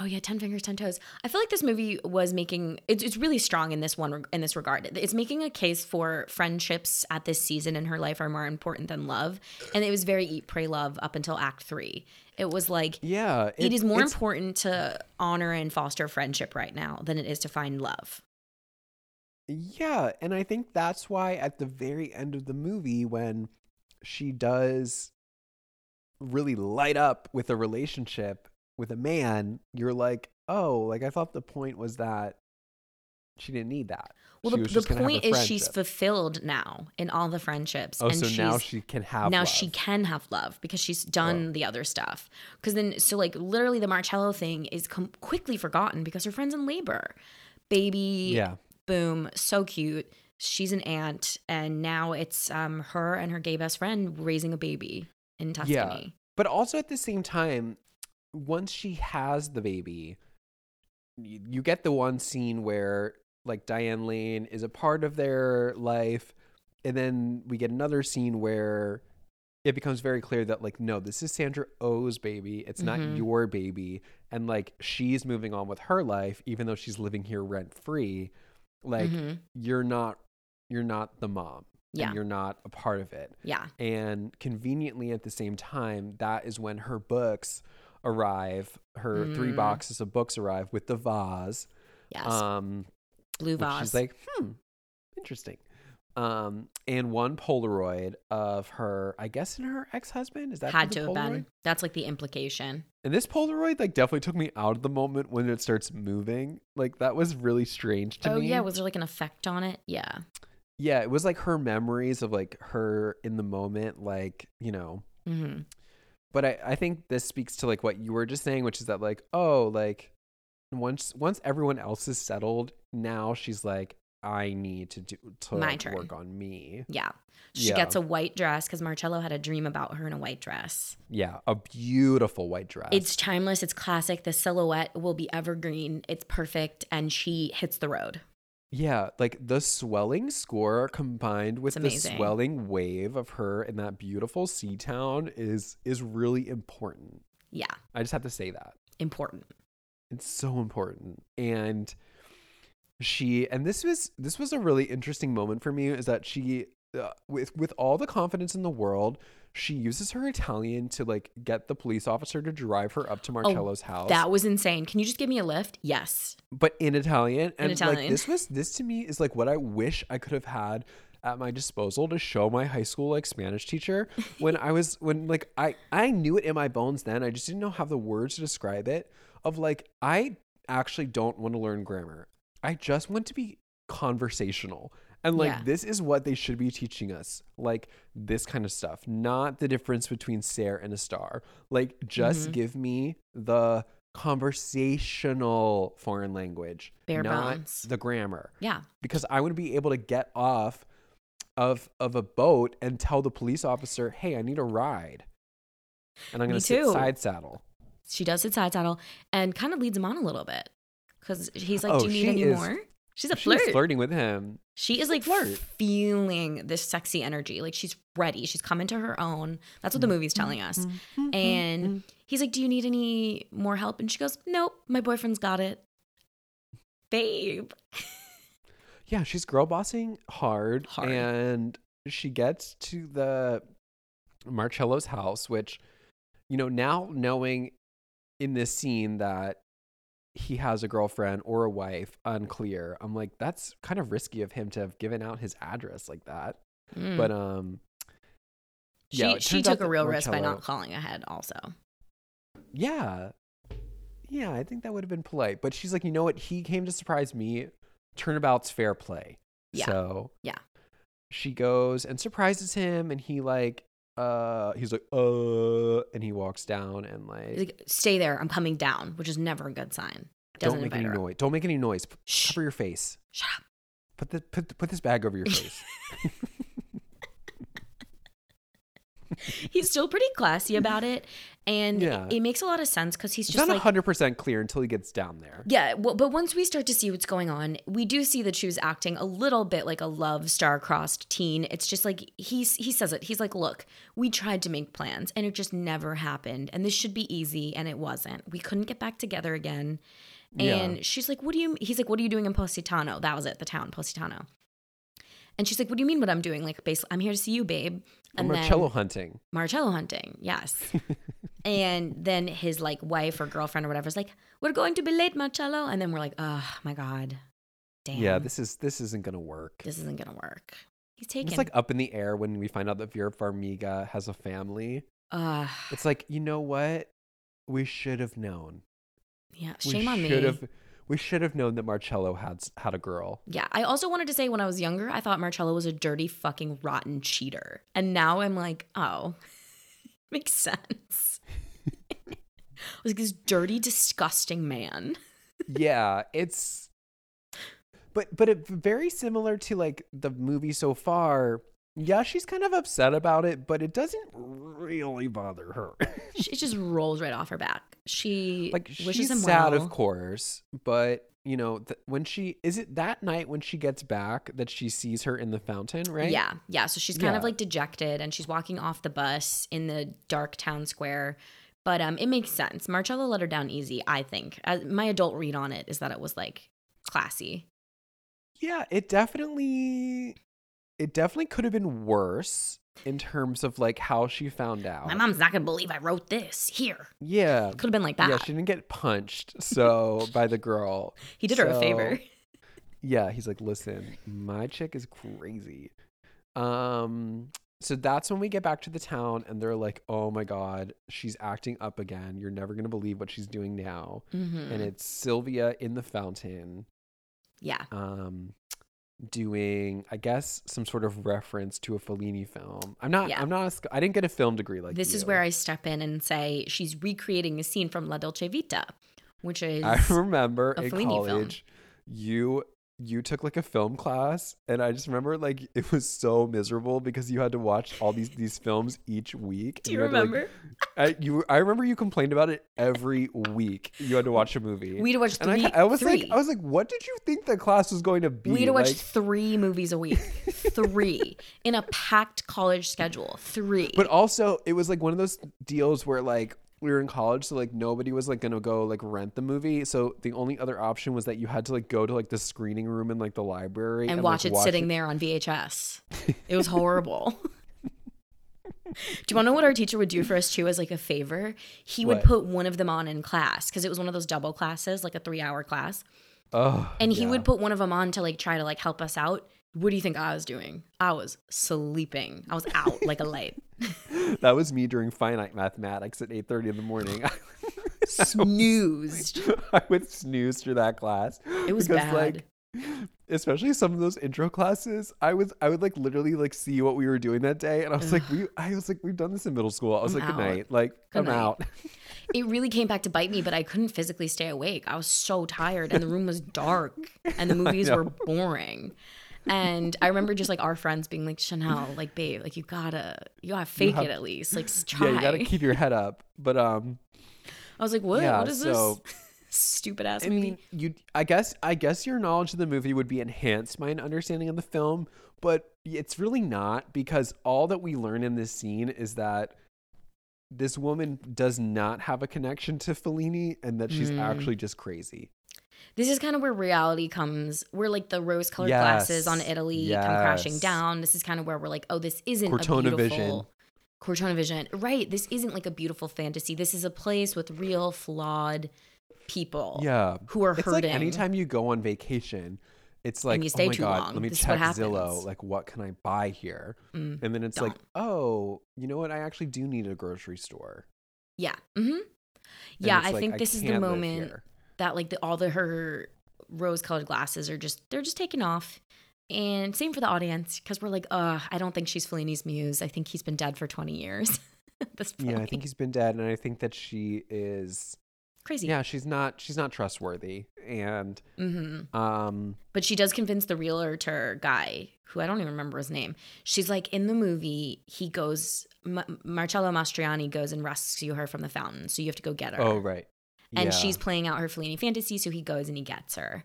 Speaker 1: Oh yeah, ten fingers, ten toes. I feel like this movie was making it's, it's really strong in this one reg- in this regard. It's making a case for friendships at this season in her life are more important than love, and it was very eat, pray, love up until Act Three. It was like
Speaker 2: Yeah.
Speaker 1: it is more
Speaker 2: it's-
Speaker 1: important to honor and foster friendship right now than it is to find love.
Speaker 2: Yeah, and I think that's why at the very end of the movie when she does really light up with a relationship with a man, you're like, "Oh, like I thought the point was that she didn't need that."
Speaker 1: Well,
Speaker 2: She
Speaker 1: the,
Speaker 2: was
Speaker 1: the
Speaker 2: just gonna have
Speaker 1: point
Speaker 2: a
Speaker 1: is she's
Speaker 2: friendship.
Speaker 1: fulfilled now in all the friendships,
Speaker 2: Oh,
Speaker 1: and
Speaker 2: so
Speaker 1: she's
Speaker 2: now she can have
Speaker 1: now
Speaker 2: love.
Speaker 1: she can have love because she's done the other stuff. Because then, so like literally, the Marcello thing is com- quickly forgotten because her friend's in labor. Baby,
Speaker 2: Yeah.
Speaker 1: boom, so cute. She's an aunt, and now it's um her and her gay best friend raising a baby in
Speaker 2: Yeah.
Speaker 1: Tuscany.
Speaker 2: But also at the same time, once she has the baby, y- you get the one scene where like Diane Lane is a part of their life, and then we get another scene where it becomes very clear that like no, this is Sandra O's baby. It's
Speaker 1: Mhm.
Speaker 2: not your baby, and like she's moving on with her life, even though she's living here rent free. Like
Speaker 1: Mhm.
Speaker 2: you're not, you're not the mom. and
Speaker 1: Yeah.
Speaker 2: you're not a part of it.
Speaker 1: yeah,
Speaker 2: And conveniently at the same time, that is when her books arrive, her three
Speaker 1: Mm.
Speaker 2: boxes of books arrive with the vase.
Speaker 1: yes,
Speaker 2: Um
Speaker 1: blue
Speaker 2: which
Speaker 1: vase.
Speaker 2: she's like, hmm, interesting. Um, and one Polaroid of her, I guess in her ex husband. Is that
Speaker 1: had
Speaker 2: the
Speaker 1: to have
Speaker 2: Polaroid?
Speaker 1: been. That's like the implication.
Speaker 2: And this Polaroid like definitely took me out of the moment when it starts moving. Like that was really strange to
Speaker 1: oh
Speaker 2: me.
Speaker 1: yeah, was there like an effect on it? Yeah.
Speaker 2: yeah, it was like her memories of like her in the moment, like, you know,
Speaker 1: hmm
Speaker 2: but I, I think this speaks to like what you were just saying, which is that like, oh, like And once once everyone else is settled, now she's like, I need to do to
Speaker 1: My
Speaker 2: like,
Speaker 1: turn.
Speaker 2: work on me.
Speaker 1: Yeah. She
Speaker 2: Yeah.
Speaker 1: gets a white dress because Marcello had a dream about her in a white dress.
Speaker 2: Yeah, a beautiful white dress.
Speaker 1: It's timeless. It's classic. The silhouette will be evergreen. It's perfect. And she hits the road.
Speaker 2: yeah, like the swelling score combined with the
Speaker 1: amazing.
Speaker 2: swelling wave of her in that beautiful sea town is is really important.
Speaker 1: Yeah.
Speaker 2: I just have to say that.
Speaker 1: Important.
Speaker 2: It's so important. And she and this was this was a really interesting moment for me is that she uh, with with all the confidence in the world, she uses her Italian to like get the police officer to drive her up to Marcello's house.
Speaker 1: That was insane. Can you just give me a lift? Yes.
Speaker 2: but in Italian. And like
Speaker 1: Italian.
Speaker 2: this was this to me is like what I wish I could have had at my disposal to show my high school like Spanish teacher when I was when like I I knew it in my bones then I just didn't know have the words to describe it of like I actually don't want to learn grammar. I just want to be conversational. And like
Speaker 1: Yeah.
Speaker 2: this is what they should be teaching us. Like this kind of stuff, not the difference between Sarah and a star. Like just
Speaker 1: Mm-hmm.
Speaker 2: give me the conversational foreign language,
Speaker 1: Bare
Speaker 2: not
Speaker 1: bones.
Speaker 2: the grammar.
Speaker 1: Yeah.
Speaker 2: Because I want to be able to get off of of a boat and tell the police officer, "Hey, I need a ride." And I'm
Speaker 1: Me
Speaker 2: going to sit
Speaker 1: too.
Speaker 2: side saddle.
Speaker 1: She does hit side saddle and kind of leads him on a little bit because he's like,
Speaker 2: Oh,
Speaker 1: Do you
Speaker 2: she
Speaker 1: need any
Speaker 2: is-
Speaker 1: more? She's a
Speaker 2: She's
Speaker 1: flirt.
Speaker 2: flirting with him.
Speaker 1: She
Speaker 2: She's
Speaker 1: is
Speaker 2: a
Speaker 1: like
Speaker 2: flirt.
Speaker 1: feeling this sexy energy. Like she's ready. She's coming to her own. That's what
Speaker 2: Mm-hmm.
Speaker 1: the movie's telling us. And he's like, Do you need any more help? And she goes, Nope, my boyfriend's got it. Babe.
Speaker 2: yeah, she's girl bossing hard,
Speaker 1: Hard.
Speaker 2: and she gets to the Marcello's house, which you know now knowing in this scene that he has a girlfriend or a wife, unclear. I'm like, that's kind of risky of him to have given out his address like that.
Speaker 1: Mm.
Speaker 2: But um,
Speaker 1: she,
Speaker 2: yeah, it
Speaker 1: she
Speaker 2: turns out
Speaker 1: took a
Speaker 2: that
Speaker 1: real risk by
Speaker 2: Marcello-
Speaker 1: not calling ahead, also.
Speaker 2: Yeah. Yeah, I think that would have been polite. But she's like, you know what? He came to surprise me. Turnabout's fair play.
Speaker 1: Yeah.
Speaker 2: So
Speaker 1: Yeah.
Speaker 2: She goes and surprises him and he like uh he's like, uh and he walks down and like,
Speaker 1: He's like, Stay there. I'm coming down, which is never a good sign. Doesn't
Speaker 2: don't make
Speaker 1: invite
Speaker 2: any
Speaker 1: her. up.
Speaker 2: noise. Don't make any noise. P-
Speaker 1: Shh,
Speaker 2: Cover your face.
Speaker 1: shut up.
Speaker 2: Put the put put this
Speaker 1: *laughs*
Speaker 2: bag over your face.
Speaker 1: He's still pretty classy about it. And
Speaker 2: Yeah.
Speaker 1: it, it makes a lot of sense because he's
Speaker 2: It's
Speaker 1: just
Speaker 2: not
Speaker 1: like,
Speaker 2: hundred percent clear until he gets down there.
Speaker 1: Yeah, well, but once we start to see what's going on, we do see that she was acting a little bit like a love star-crossed teen. It's just like he's he says it. He's like, "Look, we tried to make plans and it just never happened. And this should be easy and it wasn't. We couldn't get back together again."
Speaker 2: Yeah.
Speaker 1: And she's like, "What do you?" He's like, "What are you doing in Positano?" That was it, the town Positano. And she's like, "What do you mean? What I'm doing? Like, basically, I'm here to see you, babe." And then-
Speaker 2: Marcello hunting. *laughs*
Speaker 1: Marcello hunting, yes. and then his like wife or girlfriend or whatever is like, "We're going to be late, Marcello." And then we're like, "Oh my god, damn,
Speaker 2: Yeah, this is this isn't gonna work.
Speaker 1: this isn't gonna work." He's taken.
Speaker 2: It's like up in the air when we find out that Vera Farmiga has a family.
Speaker 1: Ugh.
Speaker 2: It's like, you know what? We should have known.
Speaker 1: yeah,
Speaker 2: We
Speaker 1: shame on me.
Speaker 2: should Have, we should have known that Marcello had s- had a girl.
Speaker 1: Yeah, I also wanted to say when I was younger, I thought Marcello was a dirty, fucking, rotten cheater, and now I'm like, oh, *laughs* makes sense. *laughs* I was like this dirty, disgusting
Speaker 2: *laughs*
Speaker 1: man.
Speaker 2: yeah, it's but but it very similar to like the movie so far. Yeah, she's kind of upset about it, but it doesn't really bother her.
Speaker 1: She- It just rolls right off her back. She
Speaker 2: like
Speaker 1: wishes him
Speaker 2: she's sad,
Speaker 1: well.
Speaker 2: of course, but you know, th- when she is it that night when she gets back that she sees her in the fountain, right?
Speaker 1: Yeah, yeah. So she's kind of
Speaker 2: Yeah.
Speaker 1: like dejected, and she's walking off the bus in the dark town square. But um, it makes sense. Marcello let her down easy, I think. As my adult read on it is that it was like classy.
Speaker 2: yeah it definitely it definitely could have been worse in terms of like how she found out
Speaker 1: My mom's not gonna believe I wrote this. Here,
Speaker 2: yeah
Speaker 1: could have been like *laughs* that.
Speaker 2: yeah she didn't get punched
Speaker 1: *laughs*
Speaker 2: so by the girl
Speaker 1: he did her a
Speaker 2: so- *laughs*
Speaker 1: favor.
Speaker 2: yeah he's like listen my chick is crazy um so that's when we get back to the town and they're like oh my god she's acting up again you're never gonna believe what she's doing now
Speaker 1: Mhm.
Speaker 2: and it's sylvia in the fountain
Speaker 1: yeah,
Speaker 2: um doing i guess some sort of reference to a fellini film i'm not
Speaker 1: Yeah.
Speaker 2: i'm not a sc- i didn't get a film degree like
Speaker 1: this is
Speaker 2: you.
Speaker 1: where I step in and say she's recreating a scene from La Dolce Vita, which is
Speaker 2: *laughs* I remember
Speaker 1: a
Speaker 2: in
Speaker 1: Fellini film.
Speaker 2: college, you you took like a film class, and I just remember like it was so miserable because you had to watch all these these films each week.
Speaker 1: do
Speaker 2: and
Speaker 1: you
Speaker 2: had to, like,
Speaker 1: remember?
Speaker 2: I you I remember you complained about it every week. You had to watch a movie.
Speaker 1: We'd watch
Speaker 2: and
Speaker 1: three.
Speaker 2: I, I was
Speaker 1: three.
Speaker 2: like, I was like, what did you think the class was going to be?
Speaker 1: we had to watch
Speaker 2: Like,
Speaker 1: three movies a week,
Speaker 2: *laughs*
Speaker 1: three in a packed college schedule, three.
Speaker 2: but also, it was like one of those deals where like we were in college, so like nobody was like gonna go like rent the movie. So the only other option was that you had to like go to like the screening room in like the library
Speaker 1: and
Speaker 2: like,
Speaker 1: watch it sitting there on VHS.
Speaker 2: *laughs*
Speaker 1: It was horrible. do you want to know what our teacher would do for us too as like a favor? He would
Speaker 2: What?
Speaker 1: put one of them on in class because it was one of those double classes, like a three hour class.
Speaker 2: Ugh,
Speaker 1: And he
Speaker 2: yeah.
Speaker 1: would put one of them on to like try to like help us out. What do you think I was doing? I was sleeping. I was out like a light.
Speaker 2: *laughs* That was me during finite mathematics at eight thirty in the morning. *laughs*
Speaker 1: Snoozed.
Speaker 2: I would snooze through that class. It
Speaker 1: was bad.
Speaker 2: especially some of those intro classes, I was I would like literally like see what we were doing that day, and I was like, we I was like, we've done this in middle school. I was
Speaker 1: I'm
Speaker 2: like, good
Speaker 1: out.
Speaker 2: night, like
Speaker 1: Good
Speaker 2: I'm
Speaker 1: night.
Speaker 2: out.
Speaker 1: It really came back to bite me, but I couldn't physically stay awake. I was so tired, and the room was dark, and
Speaker 2: *laughs*
Speaker 1: the movies were boring. And I remember just like our friends being like, Chanel, like, babe, like, you gotta, you gotta fake it at least. Like, s- try.
Speaker 2: yeah, you got to keep your head up. But um,
Speaker 1: I was like, *laughs* what?
Speaker 2: Yeah,
Speaker 1: what is
Speaker 2: so-
Speaker 1: this *laughs* stupid ass
Speaker 2: I
Speaker 1: movie?
Speaker 2: mean, you I guess I guess your knowledge of the movie would be enhanced by an understanding of the film, but it's really not because all that we learn in this scene is that this woman does not have a connection to Fellini and that
Speaker 1: Mm.
Speaker 2: she's actually just crazy.
Speaker 1: this is kind of where reality comes, where like the rose colored
Speaker 2: Yes.
Speaker 1: glasses on Italy come crashing
Speaker 2: Yes.
Speaker 1: down. This is kind of where we're like, oh, this isn't a
Speaker 2: Cortona vision.
Speaker 1: beautiful Cortona vision. Right. This isn't like a beautiful fantasy. This is a place with real flawed people.
Speaker 2: Yeah.
Speaker 1: Who are
Speaker 2: it's
Speaker 1: hurting.
Speaker 2: like anytime you go on vacation, it's like,
Speaker 1: you stay
Speaker 2: oh my
Speaker 1: too
Speaker 2: God,
Speaker 1: long.
Speaker 2: let me
Speaker 1: This is what
Speaker 2: check Zillow.
Speaker 1: happens.
Speaker 2: Like, what can I buy here?
Speaker 1: Mm,
Speaker 2: And then it's like, oh, you know what? I actually do need a grocery store.
Speaker 1: yeah. hmm
Speaker 2: And
Speaker 1: Yeah.
Speaker 2: it's
Speaker 1: I
Speaker 2: like,
Speaker 1: think this is the
Speaker 2: can't live
Speaker 1: moment
Speaker 2: here.
Speaker 1: that like the, all the her rose colored glasses are just, they're just taken off. And same for the audience because we're like, uh, I don't think she's Fellini's muse. I think he's been dead for 20 years. *laughs* at this point.
Speaker 2: Yeah, I think he's been dead, and I think that she is.
Speaker 1: crazy.
Speaker 2: Yeah, she's not. She's not trustworthy, and
Speaker 1: hmm
Speaker 2: um,
Speaker 1: But she does convince the realtor guy, who I don't even remember his name. She's like, in the movie, he goes, Ma- Marcello Mastroianni goes and rescue her from the fountain. So you have to go get her.
Speaker 2: oh right,
Speaker 1: and
Speaker 2: Yeah.
Speaker 1: she's playing out her Fellini fantasy. So he goes and he gets her.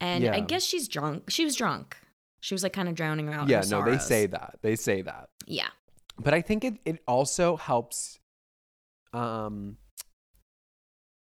Speaker 1: And I
Speaker 2: Yeah.
Speaker 1: guess she's drunk. She was drunk. She was like kind of drowning her out. in
Speaker 2: Yeah,
Speaker 1: her
Speaker 2: no, they
Speaker 1: sorrows.
Speaker 2: say that. They say that.
Speaker 1: Yeah.
Speaker 2: but I think it it also helps. Um,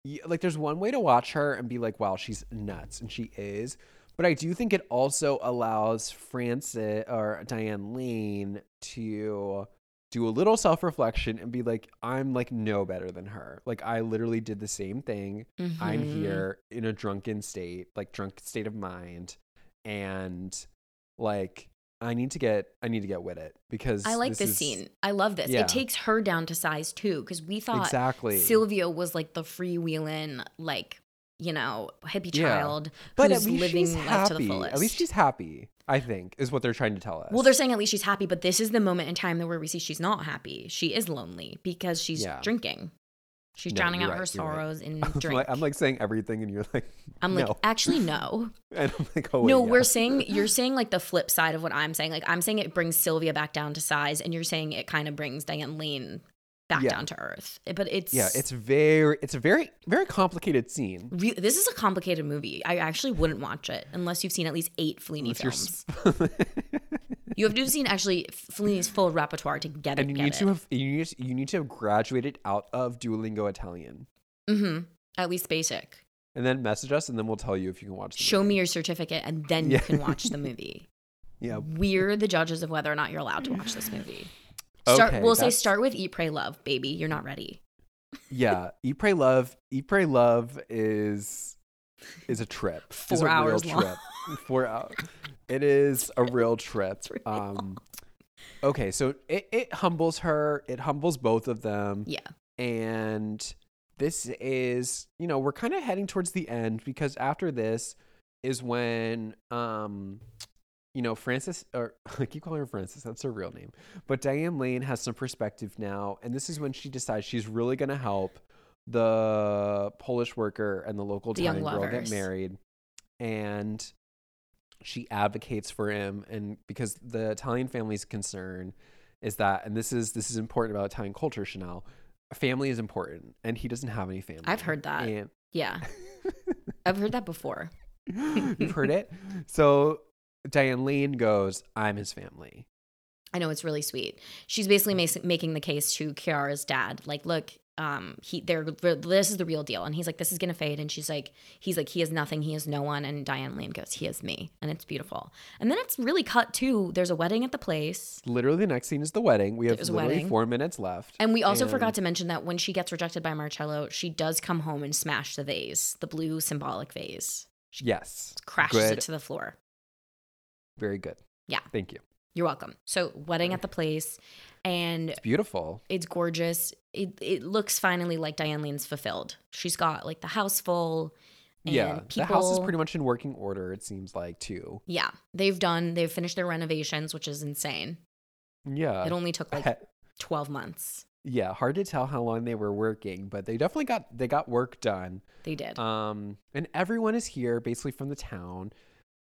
Speaker 2: y- like there's one way to watch her and be like, wow, she's nuts, and she is. But I do think it also allows Francis or Diane Lane to do a little self reflection and be like, I'm like no better than her. Like I literally did the same thing. I'm
Speaker 1: Mhm.
Speaker 2: here in a drunken state, like drunk state of mind, and like I need to get I need to get with it because
Speaker 1: I like this,
Speaker 2: is-
Speaker 1: scene. I love this.
Speaker 2: Yeah.
Speaker 1: It takes her down to size two because we thought
Speaker 2: exactly.
Speaker 1: Sylvia was like the freewheeling, like, you know, hippie
Speaker 2: Yeah.
Speaker 1: child
Speaker 2: but at
Speaker 1: who's
Speaker 2: least
Speaker 1: living
Speaker 2: she's
Speaker 1: life
Speaker 2: happy.
Speaker 1: to the fullest.
Speaker 2: At least she's happy. I think is what they're trying to tell us. *laughs*
Speaker 1: Well, they're saying at least she's happy, but this is the moment in time where we see she's not happy. She is lonely because she's
Speaker 2: Yeah.
Speaker 1: drinking. She's
Speaker 2: No,
Speaker 1: drowning out
Speaker 2: you're
Speaker 1: her
Speaker 2: right, you're right.
Speaker 1: sorrows in
Speaker 2: *laughs* I'm
Speaker 1: drink.
Speaker 2: like, I'm like saying everything, and you're like, *laughs* no.
Speaker 1: actually, no.
Speaker 2: and I'm like, *laughs* oh wait,
Speaker 1: no,
Speaker 2: yeah.
Speaker 1: we're saying, you're saying like the flip side of what I'm saying. Like, I'm saying it brings Sylvia back down to size, and you're saying it kind of brings Diane Lane back
Speaker 2: Yeah.
Speaker 1: down to earth. But it's.
Speaker 2: yeah. It's very, it's a very, very complicated
Speaker 1: *laughs*
Speaker 2: scene.
Speaker 1: Re- this is a complicated movie. I actually wouldn't watch it unless you've seen at least eight Fellini
Speaker 2: Unless you're s-
Speaker 1: films. you have to have seen actually Fellini's full repertoire to get it.
Speaker 2: And you
Speaker 1: get
Speaker 2: need
Speaker 1: it.
Speaker 2: to have you need you need to have graduated out of Duolingo Italian,
Speaker 1: Mm-hmm. At least basic.
Speaker 2: and then message us, and then we'll tell you if you can watch. The
Speaker 1: Show me your certificate and then
Speaker 2: Yeah.
Speaker 1: you can watch the
Speaker 2: *laughs*
Speaker 1: movie.
Speaker 2: movie. Yeah,
Speaker 1: We're the judges of whether or not you're allowed to watch this movie. Start,
Speaker 2: Okay,
Speaker 1: we'll say
Speaker 2: that's-
Speaker 1: start with Eat, Pray, Love, baby. You're not ready.
Speaker 2: yeah. Eat, pray, love. Eat, pray, love is is a trip. Is
Speaker 1: Four
Speaker 2: a
Speaker 1: hours
Speaker 2: real
Speaker 1: long.
Speaker 2: Trip. Four hours. It is a
Speaker 1: *laughs*
Speaker 2: real trip.
Speaker 1: really
Speaker 2: Um, okay, so it, it humbles her. It humbles both of them.
Speaker 1: Yeah.
Speaker 2: and this is you know we're kind of heading towards the end because after this is when um you know francis or *laughs* i keep calling her francis that's her real name but diane lane has some perspective now and this is when she decides she's really going to help the Polish worker and the local
Speaker 1: The young
Speaker 2: Italian girl get
Speaker 1: lovers.
Speaker 2: married, and she advocates for him, and because the Italian family's concern is that, and this is this is important about Italian culture, Chanel. Family is important, and he doesn't have any family.
Speaker 1: I've heard that.
Speaker 2: And- *laughs*
Speaker 1: Yeah. I've heard that before.
Speaker 2: You've heard it. So Diane Lane goes, "I'm his family."
Speaker 1: I know it's really sweet. She's basically mas- making the case to Kiara's dad, like, look, um, he, they're, this is the real deal, and he's like, this is gonna fade, and she's like, he's like, he is nothing, he is no one, and Diane Lane goes, he is me, and it's beautiful. And then it's really cut too. There's a wedding at the place,
Speaker 2: Literally, the next scene is the wedding. We have
Speaker 1: There's a
Speaker 2: literally
Speaker 1: wedding.
Speaker 2: four minutes left.
Speaker 1: and we also forgot
Speaker 2: And-
Speaker 1: to mention that when she gets rejected by Marcello, she does come home and smash the vase, the blue symbolic vase,
Speaker 2: yes,
Speaker 1: crashes
Speaker 2: Good.
Speaker 1: it to the floor.
Speaker 2: Very good.
Speaker 1: Yeah.
Speaker 2: Thank you.
Speaker 1: You're welcome. So wedding at the place, and
Speaker 2: It's beautiful.
Speaker 1: it's gorgeous. It it looks finally like Diane Lane's fulfilled. She's got like the house full. And
Speaker 2: yeah.
Speaker 1: people,
Speaker 2: The house is pretty much in working order, it seems like, too.
Speaker 1: Yeah, they've done. They've finished their renovations, which is insane.
Speaker 2: Yeah. *laughs*
Speaker 1: it only took like twelve months.
Speaker 2: yeah. Hard to tell how long they were working, but they definitely got they got work done.
Speaker 1: They did.
Speaker 2: Um, and everyone is here basically from the town.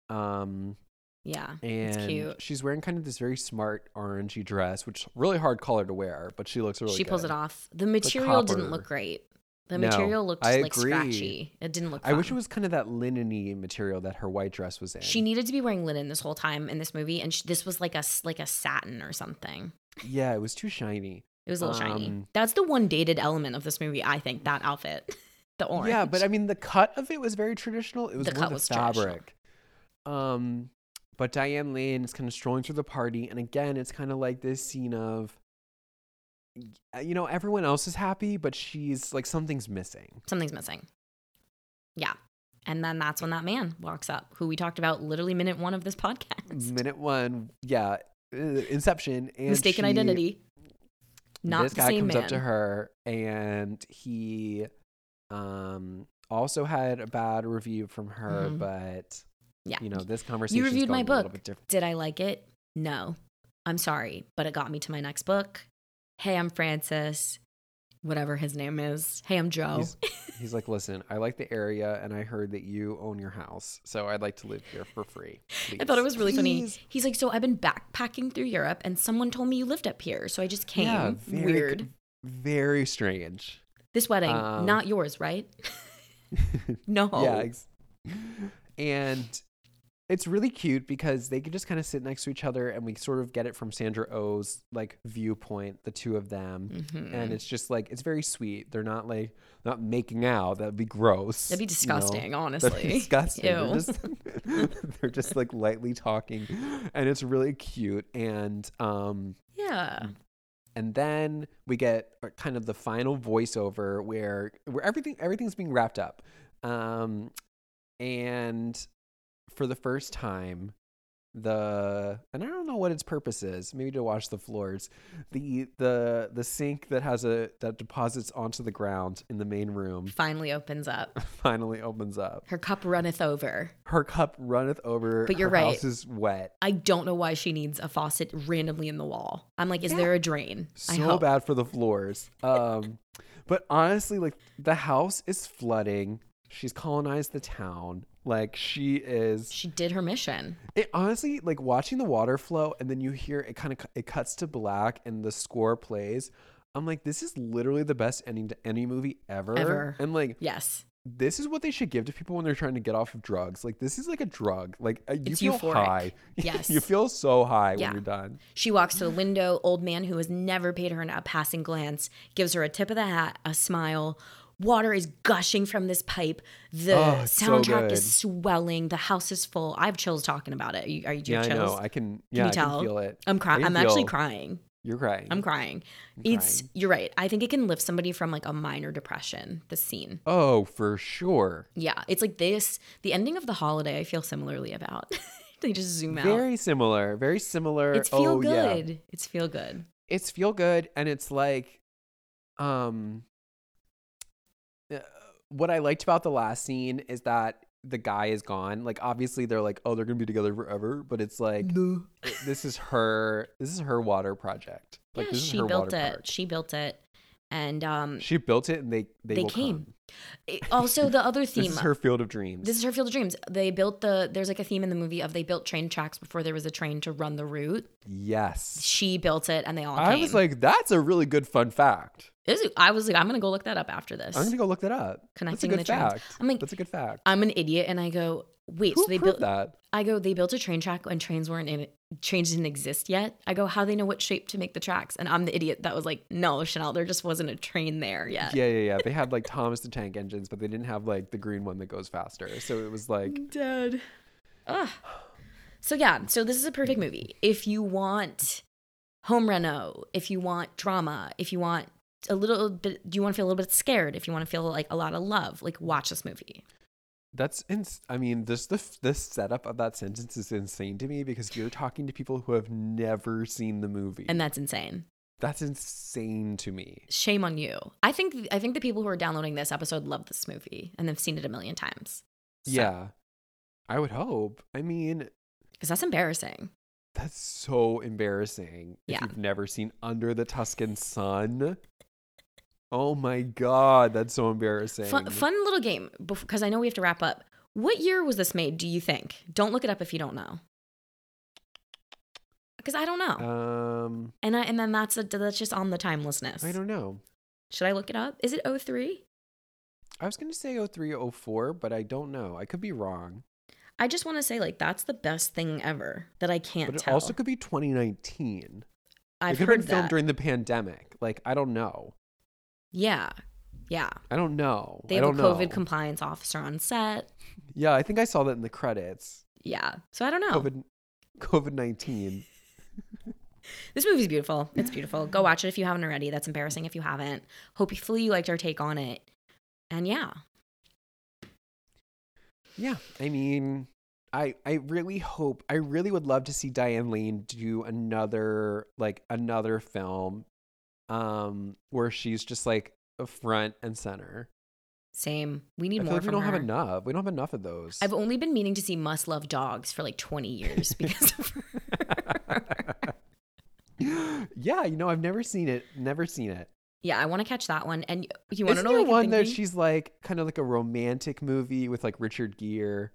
Speaker 2: Um,
Speaker 1: yeah,
Speaker 2: and
Speaker 1: it's cute.
Speaker 2: she's wearing kind of this very smart orangey dress, which is really hard color to wear, but she looks really.
Speaker 1: she pulls
Speaker 2: good.
Speaker 1: it off. The material didn't
Speaker 2: copper-
Speaker 1: look great. The
Speaker 2: No,
Speaker 1: material looked
Speaker 2: I
Speaker 1: like
Speaker 2: agree.
Speaker 1: scratchy. It didn't look.
Speaker 2: I wish it
Speaker 1: fun.
Speaker 2: was kind of that linen-y material that her white dress was in.
Speaker 1: She needed to be wearing linen this whole time in this movie, and sh this was like a s- like a satin or something.
Speaker 2: yeah, it was too shiny.
Speaker 1: It was a little shiny.
Speaker 2: Um,
Speaker 1: That's the one dated element of this movie, I think. That outfit, *laughs* the orange.
Speaker 2: Yeah, but I mean, the cut of it was very traditional. It was
Speaker 1: The
Speaker 2: more
Speaker 1: cut
Speaker 2: the
Speaker 1: was traditional.
Speaker 2: fabric. Um, but Diane Lane is kind of strolling through the party, and again, it's kind of like this scene of, y- you know, everyone else is happy, but she's like something's missing.
Speaker 1: something's missing. Yeah. And then that's when that man walks up, who we talked about literally minute one of this podcast.
Speaker 2: Minute one, yeah, uh, Inception
Speaker 1: *laughs*
Speaker 2: and
Speaker 1: Mistaken
Speaker 2: she-
Speaker 1: identity. Not
Speaker 2: this
Speaker 1: the
Speaker 2: guy
Speaker 1: same
Speaker 2: comes
Speaker 1: man.
Speaker 2: up to her, and he, um, also had a bad review from her,
Speaker 1: Mhm.
Speaker 2: but
Speaker 1: Yeah.
Speaker 2: you know, this conversation
Speaker 1: reviewed my
Speaker 2: going a little
Speaker 1: book.
Speaker 2: bit different.
Speaker 1: Did I like it? No. I'm sorry, but it got me to my next book. Hey, I'm Francis, whatever his name is. Hey, I'm Joe. *laughs*
Speaker 2: He's, he's like, listen, I like the area and I heard that you own your house. So I'd like to live here for free.
Speaker 1: I thought it was really funny.
Speaker 2: Please."
Speaker 1: He's like, So I've been backpacking through Europe and someone told me you lived up here. So I just came.
Speaker 2: Yeah, very,
Speaker 1: Weird.
Speaker 2: Very strange.
Speaker 1: This wedding,
Speaker 2: Um,
Speaker 1: not yours, right?
Speaker 2: *laughs*
Speaker 1: no.
Speaker 2: Yeah. ex- and it's really cute because they can just kind of sit next to each other and we sort of get it from Sandra O's like viewpoint, the two of them.
Speaker 1: Mhm.
Speaker 2: And it's just like, it's very sweet. They're not like, not making out. That'd be gross.
Speaker 1: That'd be
Speaker 2: you know?
Speaker 1: disgusting,
Speaker 2: *laughs* They're
Speaker 1: honestly.
Speaker 2: disgusting. They're
Speaker 1: Ew.
Speaker 2: just,
Speaker 1: *laughs*
Speaker 2: they're just *laughs* like lightly talking, and it's really cute. And um,
Speaker 1: yeah.
Speaker 2: and then we get uh, kind of the final voiceover where where everything everything's being wrapped up, um, and for the first time, the and I don't know what its purpose is. Maybe to wash the floors, the the the sink that has a that deposits onto the ground in the main room *laughs*
Speaker 1: Finally opens up.
Speaker 2: finally opens up.
Speaker 1: Her cup runneth over.
Speaker 2: her cup runneth over.
Speaker 1: But you're
Speaker 2: her
Speaker 1: right.
Speaker 2: House is wet.
Speaker 1: I don't know why she needs a faucet randomly in the wall. I'm like, is
Speaker 2: Yeah.
Speaker 1: there a drain? I
Speaker 2: So
Speaker 1: hope.
Speaker 2: bad for the floors. Um, but honestly, like the house is flooding. She's colonized the town. Like she is.
Speaker 1: She did her mission.
Speaker 2: It honestly, like watching the water flow, and then you hear it kind of it cuts to black, and the score plays. I'm like, this is literally the best ending to any movie ever.
Speaker 1: Ever.
Speaker 2: And like,
Speaker 1: Yes.
Speaker 2: this is what they should give to people when they're trying to get off of drugs. Like, this is like a drug. Like, uh, you
Speaker 1: It's
Speaker 2: feel
Speaker 1: euphoric.
Speaker 2: high. *laughs*
Speaker 1: Yes.
Speaker 2: you feel so high
Speaker 1: Yeah.
Speaker 2: when you're done.
Speaker 1: She walks to the window. Old man who has never paid her a passing glance gives her a tip of the hat, a smile. Water is gushing from this pipe. The
Speaker 2: Oh, it's so
Speaker 1: soundtrack
Speaker 2: good.
Speaker 1: is swelling. The house is full. I have chills talking about it. Are you, are you do you
Speaker 2: Yeah,
Speaker 1: have chills?
Speaker 2: I know. I can.
Speaker 1: you
Speaker 2: Yeah, I can
Speaker 1: tell?
Speaker 2: feel it.
Speaker 1: I'm
Speaker 2: I
Speaker 1: crying.
Speaker 2: can
Speaker 1: I'm actually
Speaker 2: feel-
Speaker 1: crying.
Speaker 2: You're crying.
Speaker 1: I'm crying. it's you're right. I think it can lift somebody from like a minor depression. The scene.
Speaker 2: Oh, for sure.
Speaker 1: Yeah, it's like this. The ending of the holiday. I feel similarly about. *laughs* they just zoom out.
Speaker 2: Very similar. Very similar.
Speaker 1: It's feel
Speaker 2: oh, Yeah.
Speaker 1: good. It's feel good.
Speaker 2: It's feel good, and it's like, um, uh, what I liked about the last scene is that the guy is gone. Like, obviously, they're like, oh, they're gonna be together forever, but it's like, this is her. This is her water project. Like,
Speaker 1: yeah,
Speaker 2: this is
Speaker 1: she
Speaker 2: her
Speaker 1: built
Speaker 2: water
Speaker 1: it.
Speaker 2: park.
Speaker 1: She built it. And um,
Speaker 2: She built it and they they,
Speaker 1: They
Speaker 2: will
Speaker 1: came.
Speaker 2: come. *laughs*
Speaker 1: it- also the other theme.
Speaker 2: This is her field of dreams.
Speaker 1: This is her field of dreams. They built the there's like a theme in the movie of they built train tracks before there was a train to run the route.
Speaker 2: yes.
Speaker 1: She built it and they all
Speaker 2: I
Speaker 1: came.
Speaker 2: was like, that's a really good fun fact.
Speaker 1: This is- I was like, I'm gonna go look that up after this.
Speaker 2: I'm gonna go look that up. that's a
Speaker 1: Connecting
Speaker 2: good
Speaker 1: the trains.
Speaker 2: fact.
Speaker 1: I'm like-
Speaker 2: that's a good fact.
Speaker 1: I'm an idiot and I go, wait,
Speaker 2: Who
Speaker 1: so they
Speaker 2: proved
Speaker 1: built
Speaker 2: that?
Speaker 1: I go, they built a train track when trains weren't in trains didn't exist yet. I go, how they know what shape to make the tracks? And I'm the idiot that was like, no, Chanel, there just wasn't a train there yet.
Speaker 2: Yeah, yeah, yeah. They had like Thomas the Tank Engines, but they didn't have like the green one that goes faster. So it was
Speaker 1: Mm.
Speaker 2: like
Speaker 1: Dead. Ugh. So yeah, so this is a perfect movie. If you want home reno, if you want drama, if you want a little bit, do you want to feel a little bit scared? If you want to feel like a lot of love, like watch this movie.
Speaker 2: that's. Ins- I mean, this the f- this setup of that sentence is insane to me because you're talking to people who have never seen the movie,
Speaker 1: And that's insane.
Speaker 2: that's insane to me.
Speaker 1: Shame on you. I think I think the people who are downloading this episode love this movie and they've seen it a million times.
Speaker 2: Yeah, I would hope. I mean,
Speaker 1: Because that's embarrassing.
Speaker 2: that's so embarrassing. If
Speaker 1: Yeah.
Speaker 2: you've never seen Under the Tuscan Sun. Oh my god, that's so embarrassing.
Speaker 1: Fun, fun little game because I know we have to wrap up. What year was this made? Do you think? Don't look it up if you don't know. Because I don't know, Oh.
Speaker 2: Um,
Speaker 1: and I, and then that's a, that's just on the timelessness.
Speaker 2: I don't know.
Speaker 1: Should I look it up? Is it 03?
Speaker 2: I was going to say 0304, but I don't know. I could be wrong.
Speaker 1: I just want to say like that's the best thing ever that I can't
Speaker 2: But it
Speaker 1: tell.
Speaker 2: also could be 2019. it
Speaker 1: I've
Speaker 2: could have
Speaker 1: heard
Speaker 2: been filmed
Speaker 1: that.
Speaker 2: during the pandemic. Like, I don't know.
Speaker 1: yeah, yeah.
Speaker 2: I don't know.
Speaker 1: They
Speaker 2: I
Speaker 1: have a
Speaker 2: don't
Speaker 1: COVID
Speaker 2: know.
Speaker 1: compliance officer on set.
Speaker 2: yeah, I think I saw that in the credits.
Speaker 1: Yeah, so I don't know.
Speaker 2: COVID COVID 19.
Speaker 1: This movie's beautiful. It's beautiful. Go watch it if you haven't already. That's embarrassing if you haven't. Hopefully you liked our take on it. And yeah,
Speaker 2: Yeah, I mean, I I really hope I really would love to see Diane Lane do another like another film um where she's just like front and center.
Speaker 1: same. We need
Speaker 2: I feel
Speaker 1: more
Speaker 2: like we
Speaker 1: from
Speaker 2: don't
Speaker 1: her.
Speaker 2: have enough. We don't have enough of those.
Speaker 1: I've only been meaning to see Must Love Dogs for like 20 years because of her.
Speaker 2: *laughs* yeah, you know, I've never seen it. Never seen it.
Speaker 1: yeah, I want to catch that one. And you want to
Speaker 2: Isn't
Speaker 1: know
Speaker 2: there
Speaker 1: like,
Speaker 2: one
Speaker 1: thinking?
Speaker 2: that she's like kind of like a romantic movie with like Richard Gere?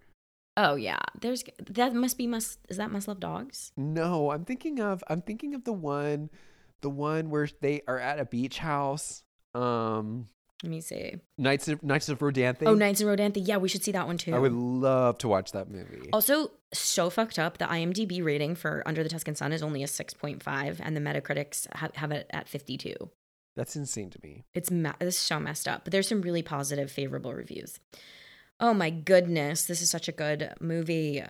Speaker 1: Oh yeah, there's that must be must. Is that Must Love Dogs?
Speaker 2: No, I'm thinking of I'm thinking of the one, the one where they are at a beach house. Um,
Speaker 1: Let me see.
Speaker 2: Knights of Knights of Rodanthe.
Speaker 1: Oh, Knights and Rodanthe. Yeah, Oh. we should see that one too.
Speaker 2: I would love to watch that movie.
Speaker 1: Also, so fucked up. The IMDb rating for Under the Tuscan Sun is only a 6.5, and the Metacritics ha- have it at 52.
Speaker 2: That's insane to me.
Speaker 1: It's, ma- it's so messed up, but there's some really positive, favorable reviews. Oh my goodness, this is such a good movie.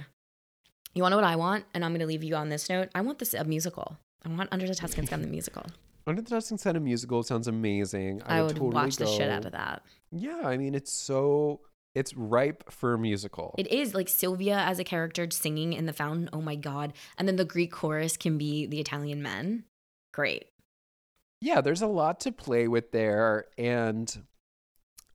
Speaker 1: You want to know what I want? And I'm going to leave you on this note. I want this a musical. I want Under the Tuscan Sun the musical.
Speaker 2: Under the Dusting Sun, a musical sounds amazing. I,
Speaker 1: I, would
Speaker 2: totally
Speaker 1: watch the shit
Speaker 2: go-
Speaker 1: out of that.
Speaker 2: Yeah, I mean, it's so it's ripe for a musical.
Speaker 1: It is like Sylvia as a character singing in the fountain. Oh my god! And then the Greek chorus can be the Italian men. Great.
Speaker 2: yeah, there's a lot to play with there. And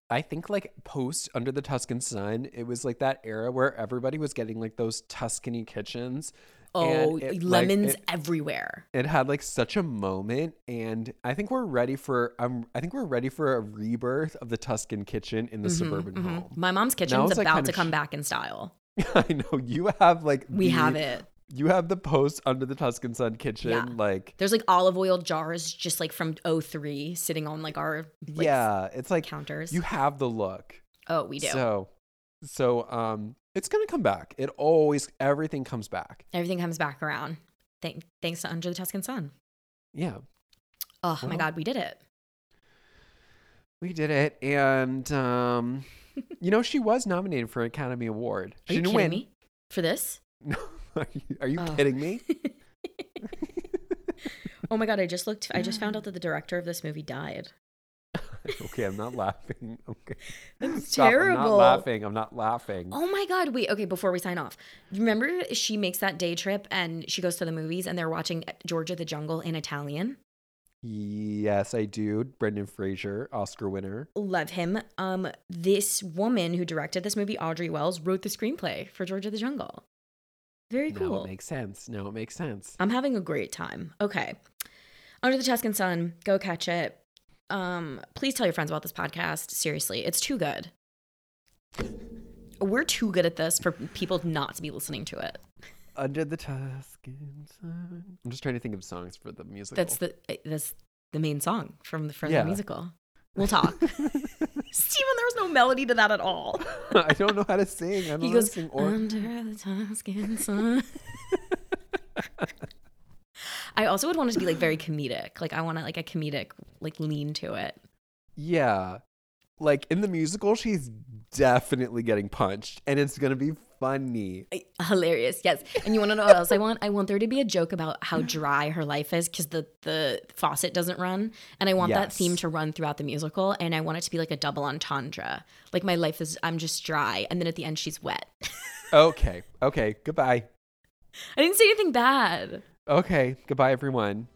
Speaker 2: I think like post Under the Tuscan Sun, it was like that era where everybody was getting like those Tuscany kitchens.
Speaker 1: Oh,
Speaker 2: And it, like,
Speaker 1: lemons
Speaker 2: it-
Speaker 1: everywhere.
Speaker 2: It had like such a moment, and I think we're ready for um, I think we're ready for a rebirth of the Tuscan kitchen in the suburban
Speaker 1: Mhm.
Speaker 2: home. *laughs*
Speaker 1: My mom's kitchen
Speaker 2: Now
Speaker 1: is
Speaker 2: it's,
Speaker 1: about
Speaker 2: like, kind
Speaker 1: to
Speaker 2: of
Speaker 1: come
Speaker 2: sh-
Speaker 1: back in style.
Speaker 2: I know you have like
Speaker 1: We
Speaker 2: the-
Speaker 1: have it.
Speaker 2: You have the post Under the Tuscan Sun kitchen,
Speaker 1: Yeah.
Speaker 2: like
Speaker 1: There's like olive oil jars just like from 03 sitting on like our like,
Speaker 2: yeah, it's like
Speaker 1: counters.
Speaker 2: you have the look.
Speaker 1: oh, we do.
Speaker 2: So, so um, it's gonna come back. It always everything comes back.
Speaker 1: Everything comes back around. Thank, thanks to Under the Tuscan Sun.
Speaker 2: Yeah,
Speaker 1: Oh my
Speaker 2: Well.
Speaker 1: god, we did it.
Speaker 2: we did it, and
Speaker 1: *laughs*
Speaker 2: um, you know she was nominated for an Academy Award.
Speaker 1: Are
Speaker 2: she
Speaker 1: you
Speaker 2: didn't
Speaker 1: kidding
Speaker 2: win.
Speaker 1: me? For this?
Speaker 2: No, *laughs* are you, are you
Speaker 1: Oh.
Speaker 2: kidding
Speaker 1: *laughs*
Speaker 2: me? *laughs*
Speaker 1: Oh my god, I just looked. I just found out that the director of this movie died.
Speaker 2: okay, I'm not laughing. *laughs* Okay,
Speaker 1: That's
Speaker 2: *laughs* Stop, I'm
Speaker 1: terrible.
Speaker 2: not laughing. I'm not laughing.
Speaker 1: Oh my god, wait, okay, before we sign off. you Remember she makes that day trip and she goes to the movies and they're watching Georgia the Jungle in Italian?
Speaker 2: Yes, I do. Brendan Fraser, Oscar winner.
Speaker 1: Love him. Um this woman who directed this movie, Audrey Wells, wrote the screenplay for Georgia the Jungle. Very
Speaker 2: Now
Speaker 1: cool.
Speaker 2: it makes sense. Now it makes sense.
Speaker 1: I'm having a great time. Okay. Under the Tuscan Sun, go catch it. um, please tell your friends about this podcast. Seriously, it's too good. We're too good at this for people not to be listening to it.
Speaker 2: Under the Tuscan sun. I'm just trying to think of songs for the musical.
Speaker 1: That's the eh, that's the main song from the from
Speaker 2: Yeah.
Speaker 1: the musical. We'll talk. Steven, there was no melody to that at all.
Speaker 2: *laughs* I don't know how to sing. I don't
Speaker 1: He
Speaker 2: know how to
Speaker 1: goes "Um."
Speaker 2: sing or
Speaker 1: under the Tuscan
Speaker 2: *laughs*
Speaker 1: sun. I also would want it to be like very comedic. Like I want it like a comedic like lean to it.
Speaker 2: Yeah. Like in the musical, she's definitely getting punched and it's going to be funny.
Speaker 1: *laughs* Hilarious, yes. And you want to know what else I want? I want there to be a joke about how dry her life is because the the faucet doesn't run, and I want that
Speaker 2: Yes.
Speaker 1: theme to run throughout the musical. And I want it to be like a double entendre, like my life is I'm just dry, and then at the end she's wet. *laughs*
Speaker 2: Okay. Okay. Goodbye.
Speaker 1: I didn't say anything bad.
Speaker 2: Okay. Goodbye, everyone.